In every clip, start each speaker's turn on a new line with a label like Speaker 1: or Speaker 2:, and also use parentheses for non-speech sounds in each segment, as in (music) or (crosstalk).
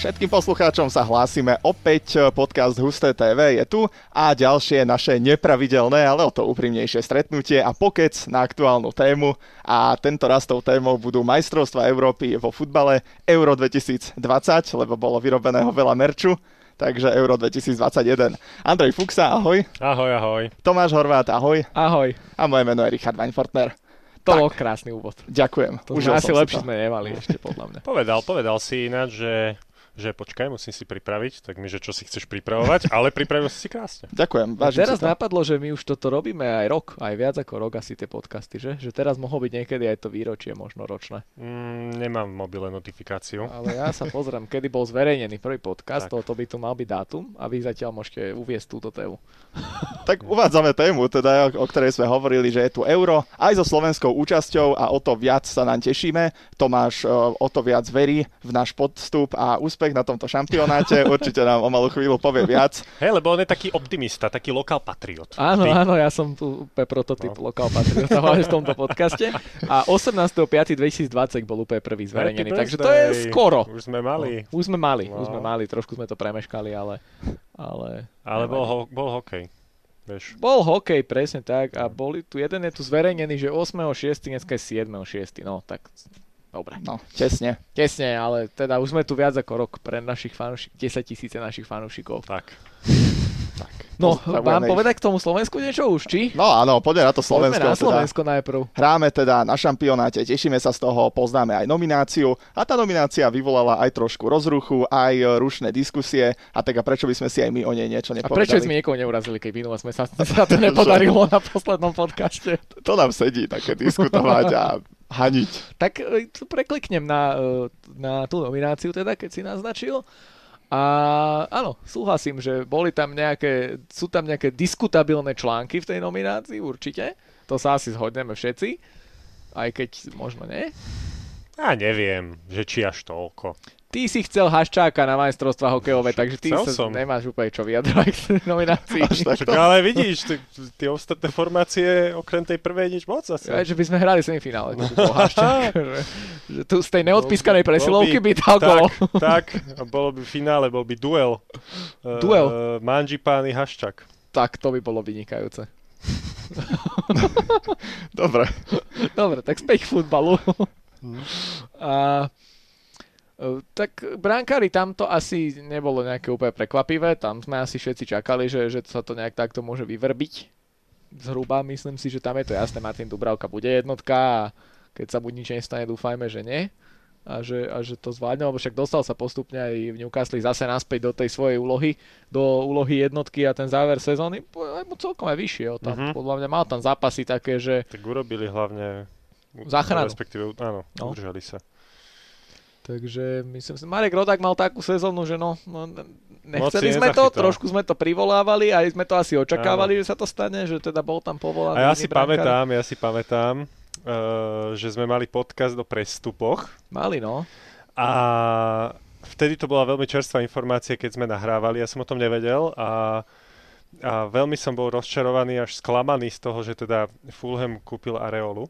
Speaker 1: všetkým poslucháčom sa hlásime. Opäť e, podcast Husté TV je tu a ďalšie naše nepravidelné, ale o to úprimnejšie stretnutie a pokec na aktuálnu tému. A tento raz tou témou budú majstrovstva Európy vo futbale Euro 2020, lebo bolo vyrobeného veľa merču takže Euro 2021. Andrej Fuxa, ahoj.
Speaker 2: Ahoj, ahoj.
Speaker 1: Tomáš Horvát, ahoj.
Speaker 3: Ahoj.
Speaker 1: A moje meno je Richard Weinfortner.
Speaker 3: To bol krásny úvod.
Speaker 1: Ďakujem.
Speaker 3: To Užil sme asi lepšie sme nemali ešte, podľa mňa.
Speaker 2: Povedal, povedal si ináč, že že počkaj, musím si pripraviť, tak mi, že čo si chceš
Speaker 3: (laughs)
Speaker 2: pripravovať, ale pripravil si si krásne.
Speaker 1: Ďakujem,
Speaker 3: (laughs) vážim Teraz to. napadlo, že my už toto robíme aj rok, aj viac ako rok asi tie podcasty, že? Že teraz mohlo byť niekedy aj to výročie možno ročné.
Speaker 2: Mm, nemám v mobile notifikáciu.
Speaker 3: Ale ja sa pozriem, kedy bol zverejnený prvý podcast, tak. toto by tu mal byť dátum a vy zatiaľ môžete uviesť túto tému.
Speaker 1: tak uvádzame tému, teda, o ktorej sme hovorili, že je tu euro aj so slovenskou účasťou a o to viac sa nám tešíme. Tomáš e, o to viac verí v náš podstup a úspech úspech na tomto
Speaker 3: (laughs)
Speaker 1: šampionáte, určite nám o malú chvíľu povie viac.
Speaker 2: Hej, lebo on je taký optimista, taký lokal patriot.
Speaker 3: Áno, Ty. áno, ja som tu úplne prototyp no. lokal patriota hlavne v tomto podcaste. A 18.5.2020 bol úplne prvý zverejnený, takže to je skoro.
Speaker 2: Už sme mali.
Speaker 3: No, už sme mali, no. už sme mali, trošku sme to premeškali, ale... Ale,
Speaker 2: ale bol, ho, bol hokej. Vieš.
Speaker 3: Bol hokej, presne tak. A boli tu, jeden je tu zverejnený, že 8.6., dneska je 7.6., no tak Dobre.
Speaker 1: No, tesne.
Speaker 3: Tesne, ale teda už sme tu viac ako rok pre našich fanúšikov, 10 tisíce našich fanúšikov.
Speaker 2: Tak.
Speaker 3: tak. No, Pozdravujeme mám ich. povedať k tomu Slovensku niečo už, či?
Speaker 1: No áno, poďme na to Slovensko.
Speaker 3: Poďme na Slovensko teda. najprv.
Speaker 1: Hráme teda na šampionáte, tešíme sa z toho, poznáme aj nomináciu a tá nominácia vyvolala aj trošku rozruchu, aj rušné diskusie a tak a prečo by sme si aj my o nej niečo nepovedali.
Speaker 3: A prečo sme niekoho neurazili, keď minule sme sa, sa to (laughs) nepodarilo na poslednom podcaste?
Speaker 1: To nám sedí také diskutovať
Speaker 3: (laughs)
Speaker 1: a haniť.
Speaker 3: Tak e, tu prekliknem na, e, na tú nomináciu, teda, keď si naznačil. A áno, súhlasím, že boli tam nejaké, sú tam nejaké diskutabilné články v tej nominácii, určite. To sa asi zhodneme všetci. Aj keď možno nie.
Speaker 2: Ja neviem, že či až
Speaker 3: (laughs)
Speaker 2: toľko.
Speaker 3: Ty si chcel Haščáka na majstrovstva hokejové, takže ty sa som. nemáš úplne čo vyjadrovať k nominácii.
Speaker 2: Takto. Ale vidíš, t- tie ostatné formácie, okrem tej prvej, nič moc asi.
Speaker 3: Ja, že by sme hrali semifinále, keby bol (laughs) Haščák. že, že tu z tej neodpískanej presilovky by, by dal gol.
Speaker 2: Tak, tak, bolo by v finále, bol by duel.
Speaker 3: (laughs) Duel.
Speaker 2: Uh, Manji Pány Haščák.
Speaker 3: Tak, to by bolo vynikajúce.
Speaker 1: Dobre.
Speaker 3: Dobre, tak späť k futbalu. A e, tak brankári tam to asi nebolo nejaké úplne prekvapivé, tam sme asi všetci čakali, že, že sa to nejak takto môže vyvrbiť. Zhruba myslím si, že tam je to jasné, Martin Dubravka bude jednotka a keď sa buď nič nestane, dúfajme, že nie. A že, a že to zvládne, lebo však dostal sa postupne aj v Newcastle zase naspäť do tej svojej úlohy, do úlohy jednotky a ten záver sezóny aj mu celkom aj vyšiel. Tam, mm-hmm. Podľa mňa mal tam zápasy také, že...
Speaker 2: Tak urobili hlavne...
Speaker 3: Záchranu.
Speaker 2: Respektíve, áno, no. udržali sa.
Speaker 3: Takže myslím si, Marek Rodak mal takú sezónu, že no, no nechceli Moci sme to, trošku sme to privolávali, aj sme to asi očakávali, Áno. že sa to stane, že teda bol tam povolaný.
Speaker 2: A ja si brankár. pamätám, ja si pamätám, uh, že sme mali podcast o prestupoch.
Speaker 3: Mali, no.
Speaker 2: A vtedy to bola veľmi čerstvá informácia, keď sme nahrávali, ja som o tom nevedel a a veľmi som bol rozčarovaný až sklamaný z toho, že teda Fulham kúpil Areolu.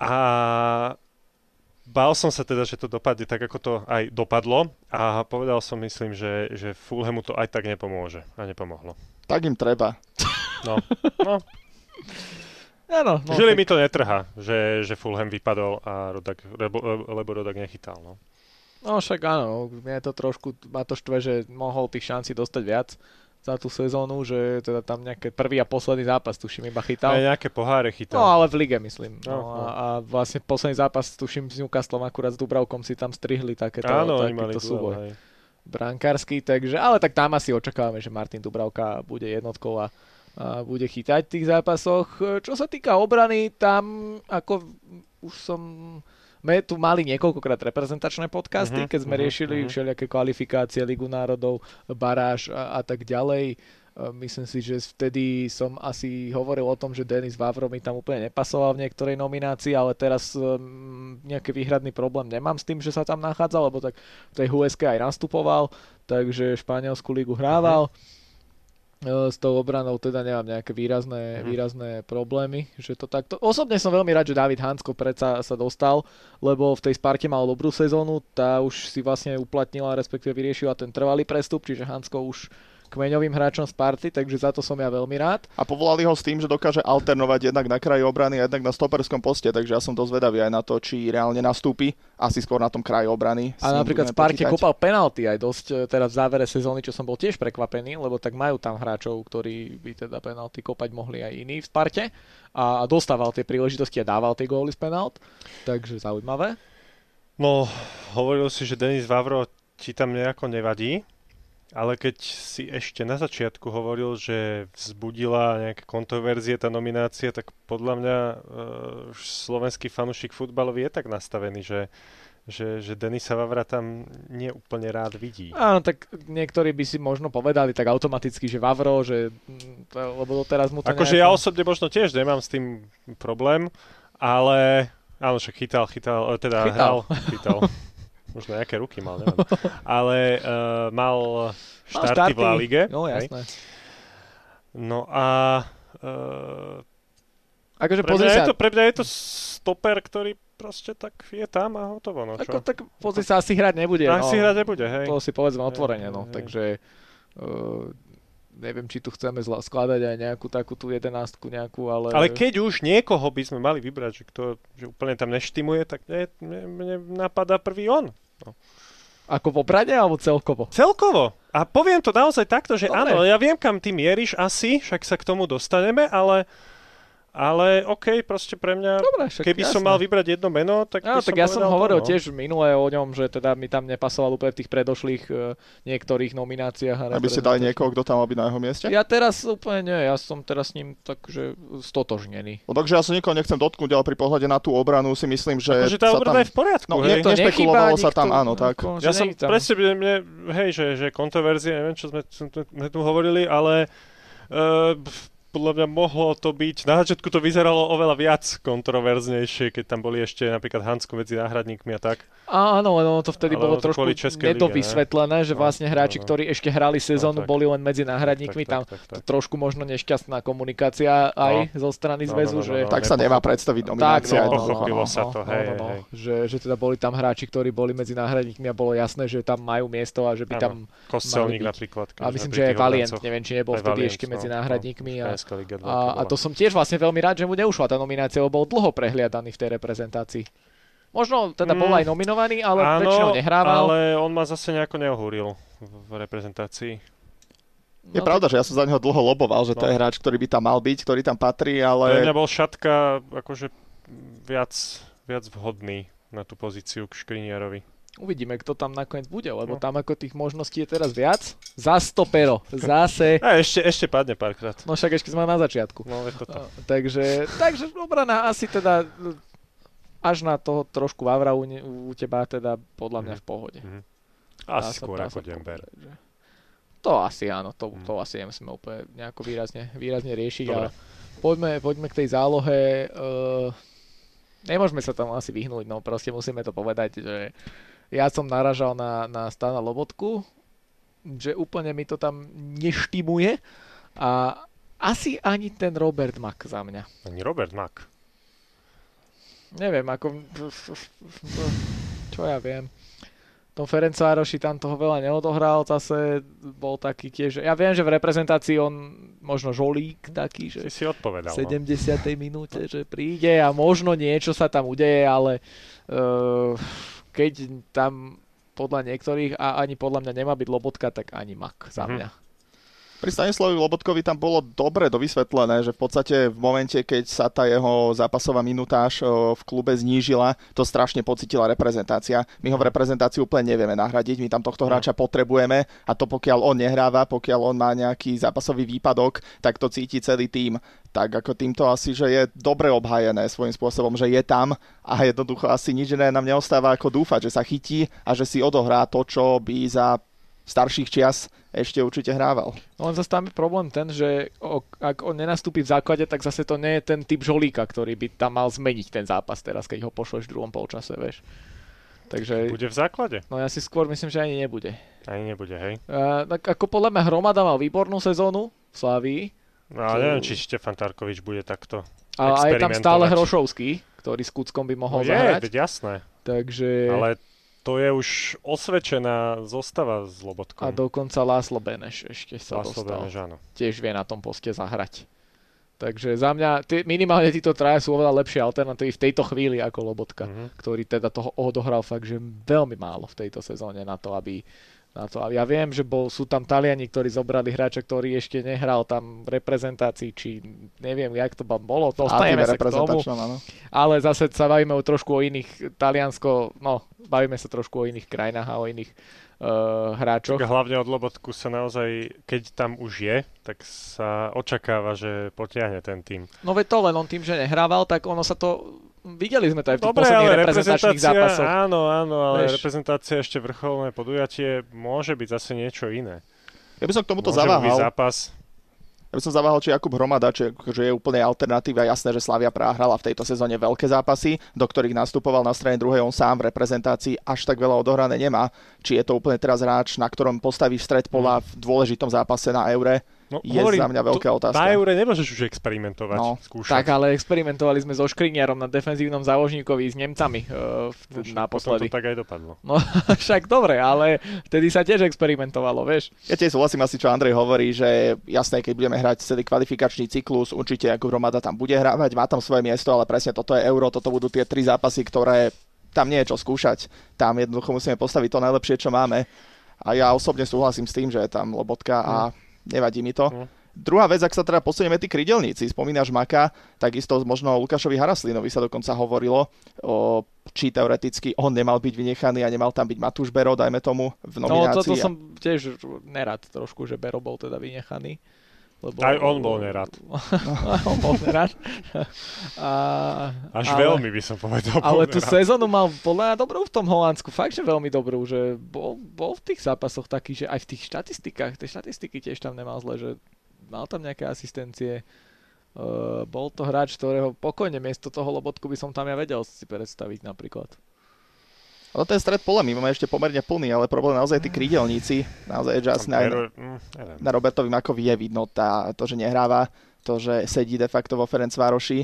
Speaker 2: A Bál som sa teda, že to dopadne tak, ako to aj dopadlo a povedal som, myslím, že, že Fulhamu to aj tak nepomôže a nepomohlo.
Speaker 1: Tak im treba.
Speaker 2: No, no.
Speaker 3: Áno, (laughs) no,
Speaker 2: Žili tak... mi to netrha, že, že Fulham vypadol a Rodak, lebo, lebo Rodak nechytal. No.
Speaker 3: no však áno, mňa to trošku, ma to štve, že mohol tých šancí dostať viac za tú sezónu, že teda tam nejaké prvý a posledný zápas, tuším, iba chytal.
Speaker 2: Aj nejaké poháre chytal.
Speaker 3: No ale v lige, myslím. No, no, a, a, vlastne posledný zápas, tuším, s Newcastlom, akurát s Dubravkom si tam strihli takéto,
Speaker 2: Áno,
Speaker 3: takýto súboj. Aj. Brankársky, takže, ale tak tam asi očakávame, že Martin Dubravka bude jednotkou a, a bude chytať v tých zápasoch. Čo sa týka obrany, tam ako už som my tu mali niekoľkokrát reprezentačné podcasty, uh-huh, keď sme uh-huh, riešili uh-huh. všelijaké kvalifikácie, Ligu národov, baráž a, a tak ďalej. E, Myslím si, že vtedy som asi hovoril o tom, že Denis Vavro mi tam úplne nepasoval v niektorej nominácii, ale teraz um, nejaký výhradný problém nemám s tým, že sa tam nachádza, lebo tak v tej HUSK aj nastupoval, takže Španielsku ligu hrával. Uh-huh. s tou obranou teda nemám nejaké výrazné, mm. výrazné problémy. Že to takto... Osobne som veľmi rád, že David Hansko predsa sa dostal, lebo v tej Sparte mal dobrú sezónu, tá už si vlastne uplatnila, respektíve vyriešila ten trvalý prestup, čiže Hansko už kmeňovým hráčom Sparty, takže za to som ja veľmi rád.
Speaker 1: A povolali ho s tým, že dokáže alternovať jednak na kraji obrany a jednak na stoperskom poste, takže ja som dosť vedavý aj na to, či reálne nastúpi, asi skôr na tom kraji obrany.
Speaker 3: A
Speaker 1: eh,
Speaker 3: napríklad Sparte počítať. kopal penalty aj dosť teraz v závere sezóny, čo som bol tiež prekvapený, lebo tak majú tam hráčov, ktorí by teda penalty kopať mohli aj iní v Sparte a dostával tie príležitosti a dával tie góly z penalt, takže zaujímavé.
Speaker 2: No, hovoril si, že Denis Vavro ti tam nejako nevadí, ale keď si ešte na začiatku hovoril, že vzbudila nejaké kontroverzie tá nominácia, tak podľa mňa e, slovenský fanušik futbalov je tak nastavený, že, že, že Denisa Vavra tam neúplne rád vidí.
Speaker 3: Áno, tak niektorí by si možno povedali tak automaticky, že Vavro, že, lebo teraz mu to No,
Speaker 2: Akože nejako... ja osobne možno tiež nemám s tým problém, ale áno, však chytal, chytal, teda chytal. hral,
Speaker 3: (laughs)
Speaker 2: chytal. Možno nejaké ruky mal, neviem. Ale uh, mal štarty, mal štarty v La Lige.
Speaker 3: No, jasné. Hej.
Speaker 2: No a... Uh,
Speaker 3: akože
Speaker 2: pre, mňa
Speaker 3: sa...
Speaker 2: je to, pre mňa je to stoper, ktorý proste tak je tam a hotovo. No, čo?
Speaker 3: Ako, tak pozri sa, asi hrať nebude.
Speaker 2: Asi
Speaker 3: no.
Speaker 2: Asi hrať nebude, hej.
Speaker 3: To si povedzme otvorene, no. Hej. Takže uh, neviem, či tu chceme zla- skladať aj nejakú takú tú jedenástku nejakú, ale...
Speaker 2: Ale keď už niekoho by sme mali vybrať, že, kto, že úplne tam neštimuje, tak mne, mne, mne napadá prvý on. No.
Speaker 3: Ako po Brade alebo celkovo?
Speaker 2: Celkovo. A poviem to naozaj takto, že Dobre. áno, ja viem, kam ty mieríš asi, však sa k tomu dostaneme, ale ale OK, proste pre mňa, Dobre, však, keby jasné. som mal vybrať jedno meno, tak
Speaker 3: Áno,
Speaker 2: tak
Speaker 3: som ja som
Speaker 2: to,
Speaker 3: hovoril
Speaker 2: no.
Speaker 3: tiež minulé o ňom, že teda mi tam nepasoval úplne v tých predošlých uh, niektorých nomináciách.
Speaker 1: Aby ste dali niekoho, kto tam mal byť na jeho mieste?
Speaker 3: Ja teraz úplne nie, ja som teraz s ním takže stotožnený.
Speaker 1: No, takže ja sa nikoho nechcem dotknúť, ale pri pohľade na tú obranu si myslím, že...
Speaker 2: Akože tá
Speaker 1: tam...
Speaker 2: obrana je v poriadku,
Speaker 1: no,
Speaker 2: hej?
Speaker 1: Ne, nešpekulovalo sa tam, áno, tak.
Speaker 2: Ako, ja som, presne, mne, hej, že, že kontroverzie, neviem, čo sme, sme tu hovorili, ale... Uh, podľa mňa mohlo to byť, na začiatku to vyzeralo oveľa viac kontroverznejšie, keď tam boli ešte napríklad Hansko medzi náhradníkmi a tak.
Speaker 3: Áno, no to vtedy
Speaker 2: Ale
Speaker 3: bolo
Speaker 2: ono to
Speaker 3: trošku
Speaker 2: kvôli Českej lige,
Speaker 3: nedovysvetlené, že
Speaker 2: No,
Speaker 3: vlastne hráči,
Speaker 2: no, no.
Speaker 3: ktorí ešte hrali
Speaker 2: tak.
Speaker 3: sezónu, boli len medzi
Speaker 2: Tak,
Speaker 3: náhradníkmi,
Speaker 2: tak,
Speaker 3: tam
Speaker 2: tak, tak.
Speaker 3: t- trošku možno nešťastná komunikácia aj zo strany
Speaker 2: No, no,
Speaker 3: zväzu,
Speaker 2: no,
Speaker 3: že...
Speaker 2: no,
Speaker 1: Tak sa
Speaker 2: nepochop-
Speaker 1: nemá predstaviť nominácia.
Speaker 2: no,
Speaker 1: ani-
Speaker 2: pochopilo sa to, hej, hej.
Speaker 3: Že, že teda boli tam hráči, ktorí boli medzi náhradníkmi a bolo jasné, že tam majú miesto a že by
Speaker 2: Áno.
Speaker 3: tam...
Speaker 2: Kostelník
Speaker 3: mali byť.
Speaker 2: napríklad.
Speaker 3: A myslím, že aj Valient, neviem, či nebol vtedy ešte medzi
Speaker 2: no,
Speaker 3: náhradníkmi. A, a, a to som tiež vlastne veľmi rád, že mu neušla tá nominácia, lebo bol dlho prehliadaný v tej reprezentácii. Možno teda bol
Speaker 2: Mm,
Speaker 3: aj nominovaný, ale väčšinou nehrával.
Speaker 2: ale on ma zase nejako neohúril v reprezentácii.
Speaker 3: No,
Speaker 1: Je pravda, že ja som za neho dlho loboval, že to
Speaker 2: No.
Speaker 1: je hráč, ktorý by tam mal byť, ktorý tam patrí,
Speaker 2: Pre
Speaker 1: ale
Speaker 2: mňa bol Šatka akože viac, viac vhodný na tú pozíciu k Škriniarovi.
Speaker 3: Uvidíme, kto tam nakoniec bude, lebo
Speaker 2: No.
Speaker 3: tam ako tých možností je teraz viac. Za stopero, zase.
Speaker 2: A ešte, ešte padne párkrát.
Speaker 3: No však ešte sme na začiatku.
Speaker 2: No, je to tak.
Speaker 3: A, Takže, takže obrana asi teda no, až na toho trošku Vavra u, ne- u teba teda podľa
Speaker 1: Mhm.
Speaker 3: mňa v pohode.
Speaker 2: Asi
Speaker 3: Dá sa-
Speaker 2: skôr
Speaker 3: dá
Speaker 2: ako
Speaker 3: sa
Speaker 2: Denver.
Speaker 3: povedať, že- To asi áno, to,
Speaker 2: Mm.
Speaker 3: to asi nemusíme úplne nejako výrazne, výrazne riešiť.
Speaker 2: Dobre.
Speaker 3: A poďme, poďme k tej zálohe. Uh, nemôžeme sa tam asi vyhnúť, no proste musíme to povedať, že ja som naražal na, na Stana Lobotku, že úplne mi to tam neštimuje a asi ani ten Robert Mak za mňa.
Speaker 2: Ani Robert Mack.
Speaker 3: Neviem, ako... Čo ja viem. Tom Ferenco Aroši tam toho veľa neodohral, zase bol taký tiež... Ja viem, že v reprezentácii on možno žolík taký, že
Speaker 2: Si si odpovedal.
Speaker 3: v
Speaker 2: No.
Speaker 3: 70. minúte, že príde a možno niečo sa tam udeje, ale uh, keď tam podľa niektorých a ani podľa mňa nemá byť Lobotka, tak ani Mak za
Speaker 2: Mhm.
Speaker 3: mňa.
Speaker 1: pri Stanislavovi Lobotkovi tam bolo dobre dovysvetlené, že v podstate v momente, keď sa tá jeho zápasová minutáž o, v klube znížila, to strašne pocitila reprezentácia. My ho v reprezentácii úplne nevieme nahradiť, my tam tohto hráča potrebujeme a to pokiaľ on nehráva, pokiaľ on má nejaký zápasový výpadok, tak to cíti celý tým. Tak ako týmto asi, že je dobre obhajené svojím spôsobom, že je tam a jednoducho asi nič iné nám neostáva ako dúfať, že sa chytí a že si odohrá to, čo by za starších čias ešte určite hrával.
Speaker 3: No len zase tam je problém ten, že ok, ak on nenastúpi v základe, tak zase to nie je ten typ žolíka, ktorý by tam mal zmeniť ten zápas teraz, keď ho pošleš v druhom polčase, vieš. Takže,
Speaker 2: Bude v základe?
Speaker 3: no ja si skôr myslím, že ani nebude. E,
Speaker 2: Ani nebude, hej.
Speaker 3: Uh, tak ako podľa mňa Hromada mal výbornú sezónu, v Slávii.
Speaker 2: No a neviem, či Štefan Tarkovič bude takto
Speaker 3: A, a je tam
Speaker 2: experimentovať.
Speaker 3: stále Hrošovský, ktorý s Kuckom by mohol
Speaker 2: No je,
Speaker 3: zahrať.
Speaker 2: veď jasné.
Speaker 3: Takže...
Speaker 2: Ale to je už osvedčená zostava s Lobotkom.
Speaker 3: A dokonca Láslo Beneš ešte sa
Speaker 2: Laslo
Speaker 3: dostal.
Speaker 2: Beneš, áno.
Speaker 3: Tiež vie na tom poste zahrať. Takže za mňa tí, minimálne títo traja sú oveľa lepšie alternatívy v tejto chvíli ako Lobotka,
Speaker 2: Mhm.
Speaker 3: ktorý teda toho odohral fakt, že veľmi málo v tejto sezóne na to, aby na to. A ja viem, že bol, sú tam Taliani, ktorí zobrali hráča, ktorý ešte nehral tam v reprezentácii, či neviem, jak to tam bolo, dostaneme sa k tomu.
Speaker 1: reprezentačnom, áno.
Speaker 3: Ale zase sa bavíme o trošku o iných, Taliansko, no, bavíme sa trošku o iných krajinách a o iných uh, hráčoch.
Speaker 2: Tak hlavne od Lobotku sa naozaj, keď tam už je, tak sa očakáva, že potiahne ten tým.
Speaker 3: No veď to len on tým, že nehrával, tak ono sa to... Videli sme to aj v tých
Speaker 2: Dobre,
Speaker 3: posledných
Speaker 2: ale
Speaker 3: reprezentačných
Speaker 2: reprezentácia,
Speaker 3: zápasoch.
Speaker 2: áno, áno, ale
Speaker 3: Vieš.
Speaker 2: reprezentácia ešte vrcholné podujatie môže byť zase niečo iné.
Speaker 1: Ja by som k tomuto
Speaker 2: môže mu byť
Speaker 1: zaváhal.
Speaker 2: zápas,
Speaker 1: Ja by som zaváhal, či Jakub Hromada, či, že je úplne alternatíva. Jasné, že Slavia Praha hrala v tejto sezóne veľké zápasy, do ktorých nastupoval na strane druhej. On sám v reprezentácii až tak veľa odohrané nemá. Či je to úplne teraz hráč, na ktorom postaví v stred pola v dôležitom zápase na Eure.
Speaker 2: no,
Speaker 1: Je za mňa veľká
Speaker 2: tu-
Speaker 1: otázka.
Speaker 2: Na Eure nemôžeš už experimentovať,
Speaker 1: No,
Speaker 2: skúšať.
Speaker 3: Tak, ale experimentovali sme so Škriňarom na defenzívnom záložníkovi s Nemcami uh,
Speaker 2: No, však
Speaker 3: naposledy.
Speaker 2: Potom to tak aj dopadlo.
Speaker 3: No (laughs) však dobre, ale vtedy sa tiež experimentovalo, vieš.
Speaker 1: Ja tiež súhlasím asi, čo Andrej hovorí, že jasné, keď budeme hrať celý kvalifikačný cyklus, určite Jakub Hromada tam bude hrávať, má tam svoje miesto, ale presne toto je Euro, toto budú tie tri zápasy, ktoré tam nie je čo skúšať. Tam jednoducho musíme postaviť to najlepšie, čo máme. A ja osobne súhlasím s tým, že je tam Lobotka a nevadí mi to.
Speaker 2: Mm.
Speaker 1: Druhá vec, ak sa teda posunieme tí krydelníci, spomínaš Maka, takisto možno Lukášovi Haraslinovi sa dokonca hovorilo, o, či teoreticky on nemal byť vynechaný a nemal tam byť Matúš Bero, dajme tomu, v
Speaker 3: No
Speaker 1: nominácii.
Speaker 3: toto som tiež nerad trošku, že Bero bol teda vynechaný. Lebo...
Speaker 2: Aj on bol
Speaker 3: (laughs)
Speaker 2: nerad.
Speaker 3: on bol nerad. A,
Speaker 2: Až
Speaker 3: ale-
Speaker 2: veľmi by som povedal.
Speaker 3: Ale
Speaker 2: bol
Speaker 3: tú
Speaker 2: nerad.
Speaker 3: sezónu mal podľa mňa dobrú v tom Holandsku, fakt, že veľmi dobrú, že bol, bol v tých zápasoch taký, že aj v tých štatistikách, tie štatistiky tiež tam nemal zle, že mal tam nejaké asistencie. Uh, bol to hráč, ktorého pokojne miesto toho lobotku by som tam ja vedel si predstaviť napríklad.
Speaker 1: No ten stred pole my máme ešte pomerne plný, ale problém naozaj tí krídelníci, naozaj že asi
Speaker 2: Tam
Speaker 1: na,
Speaker 2: Eure- mm, neviem.
Speaker 1: na Robertovi Makovi je vidno tá, to, že nehráva, to, že sedí de facto vo Ferencvároši.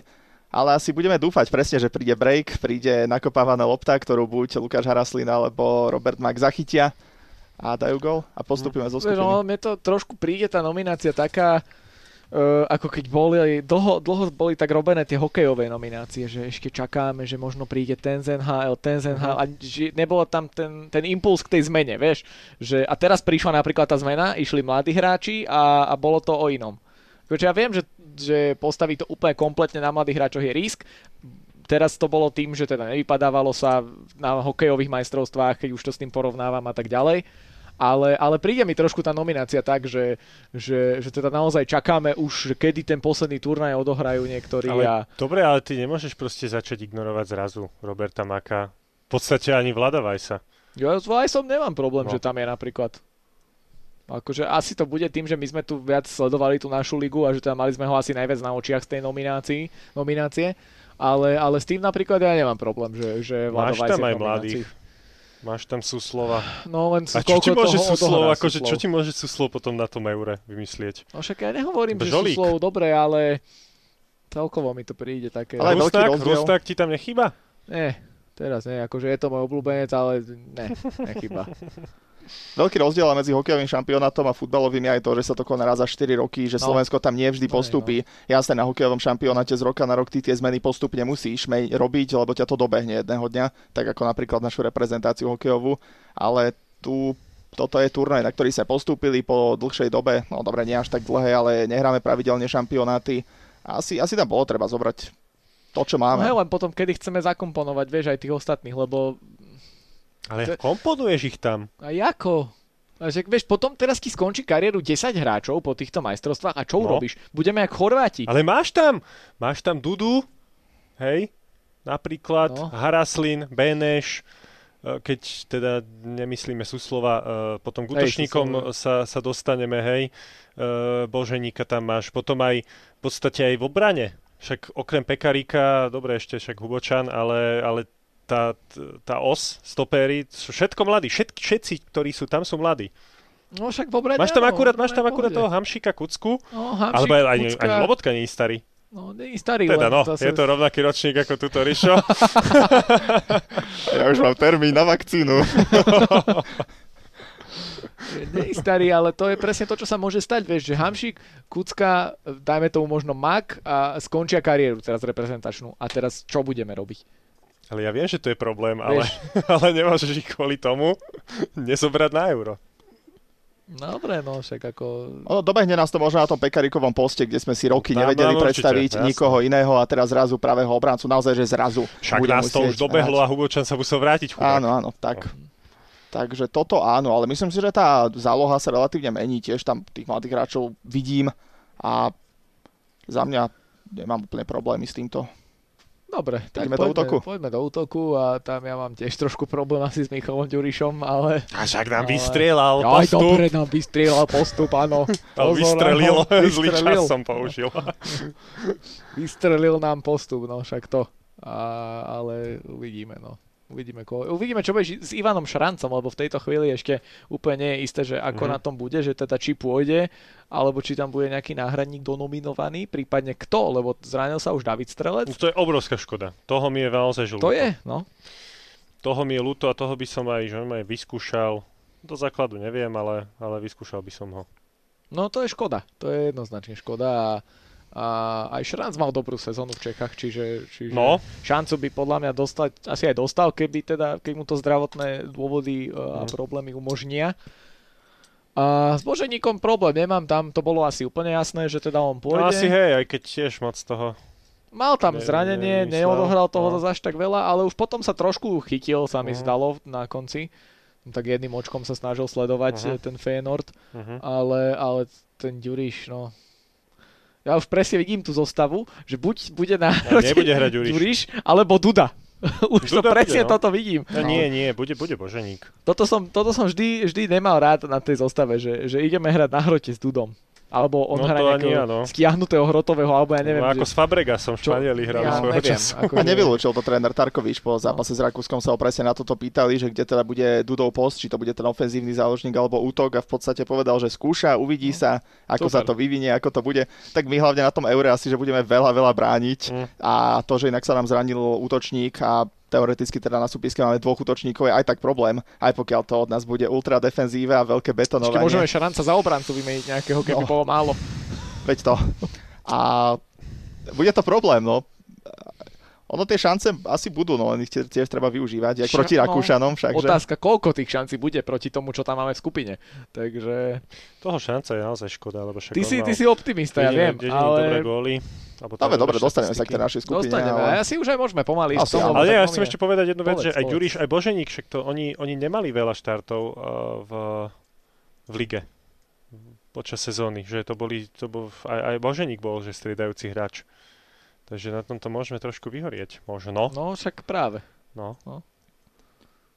Speaker 1: Ale asi budeme dúfať presne, že príde break, príde nakopávaná lopta, ktorú buď Lukáš Haraslin alebo Robert Mak zachytia a dajú gol a postupíme zo
Speaker 3: Vieš,
Speaker 1: skupiny.
Speaker 3: no, mne to trošku príde tá nominácia taká, uh, ako keď boli, dlho, dlho boli tak robené tie hokejové nominácie, že ešte čakáme, že možno príde ten z NHL, ten
Speaker 1: Mhm.
Speaker 3: z NHL, a že nebolo tam ten, ten impuls k tej zmene, vieš. Že, a teraz prišla napríklad tá zmena, išli mladí hráči a, a bolo to o inom. Akože ja viem, že, že postaviť to úplne kompletne na mladých hráčoch je risk, teraz to bolo tým, že teda nevypadávalo sa na hokejových majstrovstvách, keď už to s tým porovnávam a tak ďalej. Ale, ale príde mi trošku tá nominácia tak, že, že, že teda naozaj čakáme už, že kedy ten posledný turnaj odohrajú niektorí.
Speaker 2: Ale,
Speaker 3: a...
Speaker 2: Dobre, ale ty nemôžeš proste začať ignorovať zrazu Roberta Maka. V podstate ani Vlada Vajsa.
Speaker 3: Ja s Vajsom nemám problém,
Speaker 2: No.
Speaker 3: no. že tam je napríklad. Akože asi to bude tým, že my sme tu viac sledovali tú našu ligu a že teda mali sme ho asi najviac na očiach z tej nominácii, nominácie. Ale, ale s tým napríklad ja nemám problém, že, že Vlado
Speaker 2: Máš
Speaker 3: Vajs
Speaker 2: tam
Speaker 3: je v
Speaker 2: aj
Speaker 3: nominácii.
Speaker 2: mladých. Máš tam Suslova.
Speaker 3: No len
Speaker 2: A čo ti
Speaker 3: koľko
Speaker 2: môže
Speaker 3: toho
Speaker 2: Suslov,
Speaker 3: odohrá
Speaker 2: akože čo
Speaker 3: Suslov?
Speaker 2: ti môže Suslov potom na tom eure vymyslieť?
Speaker 3: No však ja nehovorím,
Speaker 2: Žolík.
Speaker 3: že sú slov dobre, ale celkovo mi to príde také...
Speaker 1: Ale je
Speaker 2: Ale
Speaker 1: veľký
Speaker 2: Rusták,
Speaker 1: rozdiel.
Speaker 2: Rusták ti tam nechýba?
Speaker 3: Nie, teraz nie, akože je to môj obľúbenec, ale ne,
Speaker 2: (laughs)
Speaker 3: nechyba.
Speaker 1: Veľký rozdiel medzi hokejovým šampionátom a futbalovým je aj to, že sa to koná raz za 4 roky, že
Speaker 3: No.
Speaker 1: Slovensko tam nie vždy
Speaker 3: No,
Speaker 1: postupí. Jasné, na hokejovom šampionáte z roka na rok ty tie zmeny postupne musíš me- robiť, lebo ťa to dobehne jedného dňa, tak ako napríklad našu reprezentáciu hokejovú, ale tu toto je turnaj, na ktorý sa postúpili po dlhšej dobe, no dobre, nie až tak dlhé, ale nehráme pravidelne šampionáty. Asi, asi tam bolo treba zobrať to, čo
Speaker 3: No hej,
Speaker 1: máme.
Speaker 3: len potom, kedy chceme zakomponovať, vieš, aj tých ostatných, lebo
Speaker 2: Ale
Speaker 3: To-
Speaker 2: komponuješ ich tam.
Speaker 3: A ako? A že, vieš, potom teraz ti skončí kariéru 10 hráčov po týchto majstrovstvách a
Speaker 2: No.
Speaker 3: čo urobíš? Budeme jak Chorváti.
Speaker 2: Ale máš tam, máš tam Dudu, hej, napríklad
Speaker 3: No.
Speaker 2: Haraslin, Beneš, e, keď teda nemyslíme Suslova, e, potom k
Speaker 3: Hej,
Speaker 2: útočníkom sa,
Speaker 3: Suslova.
Speaker 2: sa dostaneme, hej, E, Boženíka tam máš, potom aj v podstate aj v obrane, však okrem Pekaríka, dobre ešte však Hubočan, ale, ale tá, t- tá os, stopéry, sú všetko mladí, Všet, všetci, ktorí sú tam, sú mladí.
Speaker 3: No však v obrane
Speaker 2: Máš tam
Speaker 3: áno,
Speaker 2: akurát, máš
Speaker 3: v
Speaker 2: tam akurát
Speaker 3: pohode.
Speaker 2: toho Hamšíka Kucku,
Speaker 3: No, Hamšík,
Speaker 2: alebo aj, ani,
Speaker 3: no, Kucka,
Speaker 2: ani Lobotka nie je starý.
Speaker 3: No, nie je starý,
Speaker 2: Teda
Speaker 3: len
Speaker 2: no,
Speaker 3: zase-
Speaker 2: je to rovnaký ročník ako tuto
Speaker 3: (laughs)
Speaker 2: Rišo.
Speaker 1: Ja už mám termín na vakcínu.
Speaker 3: Nie je starý, ale to je presne to, čo sa môže stať, vieš, že Hamšík, Kucka, dajme tomu možno Mak a skončia kariéru teraz reprezentačnú. A teraz čo budeme robiť?
Speaker 2: Ale ja viem, že to je problém, ale,
Speaker 3: Vieš.
Speaker 2: (laughs) ale nemôžeš ich kvôli tomu nezobrať na euro.
Speaker 3: No dobre, no však ako...
Speaker 1: Ono dobehne nás to možno na tom pekarikovom poste, kde sme si roky
Speaker 2: Tam
Speaker 1: nevedeli
Speaker 2: nám určite,
Speaker 1: predstaviť
Speaker 2: jasné.
Speaker 1: nikoho iného a teraz zrazu pravého obrancu, naozaj, že zrazu
Speaker 2: Však
Speaker 1: bude
Speaker 2: nás to
Speaker 1: musieť
Speaker 2: už dobehlo No. a
Speaker 1: hrať.
Speaker 2: Hugočan sa musel vrátiť. Chudák.
Speaker 1: Áno, áno, tak. Takže toto áno, ale myslím si, že tá záloha sa relatívne mení, tiež tam tých mladých hráčov vidím a za mňa nemám úplne problémy s týmto.
Speaker 3: Dobre, tak
Speaker 1: Ideme
Speaker 3: poďme,
Speaker 1: do útoku.
Speaker 3: poďme do útoku a tam ja mám tiež trošku problém asi s Michalom Ďurišom, ale...
Speaker 2: A však nám
Speaker 3: No, Ale-
Speaker 2: vystrieľal
Speaker 3: Aj
Speaker 2: postup.
Speaker 3: dobre nám vystrieľal postup, áno.
Speaker 2: Ale
Speaker 3: Pozor,
Speaker 2: vystrelil,
Speaker 3: áno,
Speaker 2: (laughs) zlý čas som
Speaker 3: (laughs)
Speaker 2: použil.
Speaker 3: Vystrelil nám postup, no však to. A, ale uvidíme, no. Uvidíme, ko- uvidíme, čo bude ži- s Ivanom Šrancom, lebo v tejto chvíli ešte úplne nie je isté, že ako
Speaker 2: Mhm.
Speaker 3: na tom bude, že teda či pôjde, alebo či tam bude nejaký náhradník donominovaný, prípadne kto, lebo zranil sa už David Strelec.
Speaker 2: To je obrovská škoda. Toho mi je naozaj že ľúto.
Speaker 3: To je, no.
Speaker 2: Toho mi je ľúto a toho by som aj, že aj vyskúšal. Do základu neviem, ale, ale vyskúšal by som ho.
Speaker 3: No to je škoda, to je jednoznačne škoda a, a aj Šranc mal dobrú sezónu v Čechách, čiže, čiže
Speaker 2: No.
Speaker 3: šancu by podľa mňa dostať, asi aj dostal, keby teda, keď mu to zdravotné dôvody e, a
Speaker 2: Mm.
Speaker 3: problémy umožnia. A s Boženíkom problém nemám, tam to bolo asi úplne jasné, že teda on
Speaker 2: No
Speaker 3: pôjde.
Speaker 2: asi hej, aj keď tiež moc toho.
Speaker 3: Mal tam
Speaker 2: Ne-
Speaker 3: zranenie,
Speaker 2: nemyslel,
Speaker 3: neodohral toho
Speaker 2: no.
Speaker 3: zase tak veľa, ale už potom sa trošku chytil, sa mi
Speaker 2: Mhm.
Speaker 3: zdalo na konci. Tak jedným očkom sa snažil sledovať
Speaker 2: Mhm.
Speaker 3: e, ten Feyenoord (laughs)
Speaker 2: Mhm.
Speaker 3: ale, ale ten Ďuriš, no... Ja už presne vidím tú zostavu, že buď bude na (laughs)
Speaker 2: No, nebude hrať Ďuriš.
Speaker 3: Ďuriš, alebo Duda. (laughs) Už to
Speaker 2: Duda
Speaker 3: presne
Speaker 2: bude, no.
Speaker 3: toto vidím.
Speaker 2: No, nie, nie, bude, bude Boženík.
Speaker 3: Toto som, toto som vždy, vždy nemal rád na tej zostave, že, že ideme hrať na hrote s Dudom. Alebo on
Speaker 2: No,
Speaker 3: hrá
Speaker 2: to ani
Speaker 3: nejakého
Speaker 2: ja, no.
Speaker 3: skiahnutého hrotového, alebo ja neviem.
Speaker 2: no, ako
Speaker 3: že,
Speaker 2: s Fabregasom v
Speaker 3: Čo?
Speaker 2: Španieli hral
Speaker 3: ja
Speaker 2: svojho
Speaker 3: neviem,
Speaker 2: času.
Speaker 3: akože-
Speaker 1: A nevylúčil to tréner Tarkovič po zápase s Rakúskom, sa ho presne na toto pýtali, že kde teda bude Dudov post, či to bude ten ofenzívny záložník alebo útok a v podstate povedal, že skúša, uvidí sa, ako sa
Speaker 3: No. Super.
Speaker 1: to vyvinie, ako to bude. Tak my hlavne na tom eure asi, že budeme veľa, veľa brániť
Speaker 2: Mm.
Speaker 1: a to, že inak sa nám zranil útočník a teoreticky teda na súpiske máme dvoch útočníkov je aj tak problém, aj pokiaľ to od nás bude ultra defenzíva a veľké
Speaker 3: Ešte
Speaker 1: betonovanie.
Speaker 3: môžeme Šaranca za obrancu vymeniť nejakého, keby
Speaker 1: No.
Speaker 3: bolo málo.
Speaker 1: Veď to. A bude to problém, no. Ono tie šance asi budú, no len ich tie- tiež treba využívať, jak
Speaker 3: Ša-
Speaker 1: proti
Speaker 3: no,
Speaker 1: Rakúšanom však. Že...
Speaker 3: Otázka, koľko tých šancí bude proti tomu, čo tam máme v skupine. Takže
Speaker 2: Toho šanca je naozaj škoda, lebo však
Speaker 3: Ty
Speaker 2: on
Speaker 3: si,
Speaker 2: mal
Speaker 3: ty si optimista, ja
Speaker 2: jediné-
Speaker 3: viem,
Speaker 2: jediné dobré
Speaker 3: ale
Speaker 2: góly. alebo teda
Speaker 1: Dobre, dobre,
Speaker 2: dobré
Speaker 1: dostaneme sa k tej
Speaker 2: štatistiky.
Speaker 1: našej skupine.
Speaker 3: dostaneme.
Speaker 1: ale-
Speaker 3: Ale... Asi už aj môžeme pomaly ísť
Speaker 1: Asi
Speaker 3: k tomu,
Speaker 1: áno.
Speaker 2: Ale
Speaker 3: tak
Speaker 2: ja
Speaker 3: pomaly-
Speaker 2: chcem ešte povedať jednu vec,
Speaker 3: Povedz,
Speaker 2: že aj
Speaker 3: povedz.
Speaker 2: Ďuriš, aj Boženík, však to oni, oni nemali veľa štartov uh, v, v lige počas sezóny, že to boli, to bol, aj, aj Boženík bol, že striedajúci hráč. Takže na tomto môžeme trošku vyhorieť, možno.
Speaker 3: No však práve.
Speaker 2: No.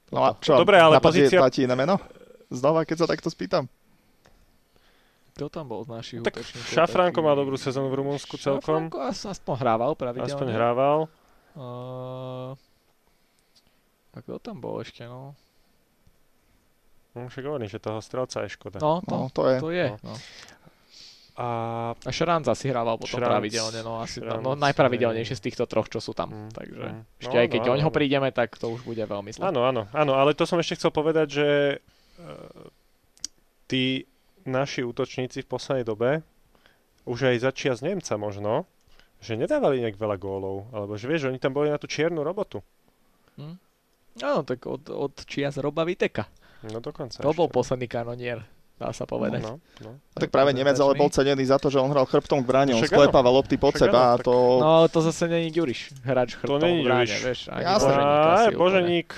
Speaker 1: No a čo,
Speaker 2: Dobre, ale
Speaker 1: napadne
Speaker 2: pozícia-
Speaker 1: platí na meno? Znova, keď sa takto spýtam.
Speaker 3: Kto tam bol z našich
Speaker 2: Tak
Speaker 3: útočníkov?
Speaker 2: Šafránko mal dobrú sezónu v Rumunsku celkom,
Speaker 3: Šafranko as- aspoň hrával pravidelne.
Speaker 2: aspoň hrával.
Speaker 3: Uh, a kto tam bol ešte, no?
Speaker 2: Hm, Však hovorím, že toho strelca je škoda.
Speaker 3: No, to,
Speaker 1: No, to je.
Speaker 3: to je.
Speaker 2: No.
Speaker 3: No.
Speaker 2: A
Speaker 3: A Šranca si hrával potom
Speaker 2: Šranc,
Speaker 3: pravidelne, no asi
Speaker 2: Šranc,
Speaker 3: no, najpravidelnejšie z týchto troch, čo sú tam.
Speaker 2: hm,
Speaker 3: Takže
Speaker 2: hm.
Speaker 3: ešte aj keď
Speaker 2: áno,
Speaker 3: oňho
Speaker 2: áno.
Speaker 3: prídeme, tak to už bude veľmi zle.
Speaker 2: Áno, áno, áno, ale to som ešte chcel povedať, že e, tí naši útočníci v poslednej dobe, už aj začia z Nemca možno, že nedávali nejak veľa gólov, alebo že vieš, oni tam boli na tú čiernu robotu.
Speaker 3: Áno, tak od, od čia z Roba Viteka.
Speaker 2: No dokonca.
Speaker 3: To
Speaker 2: ešte.
Speaker 3: bol posledný kanonier, dá sa povedať.
Speaker 2: No, no.
Speaker 1: A tak práve Nemec ale bol cenený za to, že on hral chrbtom k bráne, on
Speaker 2: Však áno.
Speaker 1: sklepával lopty pod
Speaker 2: Však
Speaker 1: seba a
Speaker 2: áno, tak-
Speaker 1: to...
Speaker 3: No ale to zase není Ďuriš, hráč chrbtom
Speaker 2: není
Speaker 3: v bráne,
Speaker 2: Ďuriš.
Speaker 3: vieš. Ani
Speaker 1: Jasné.
Speaker 3: Boženík
Speaker 2: Á,
Speaker 3: asi úplne.
Speaker 2: Boženík,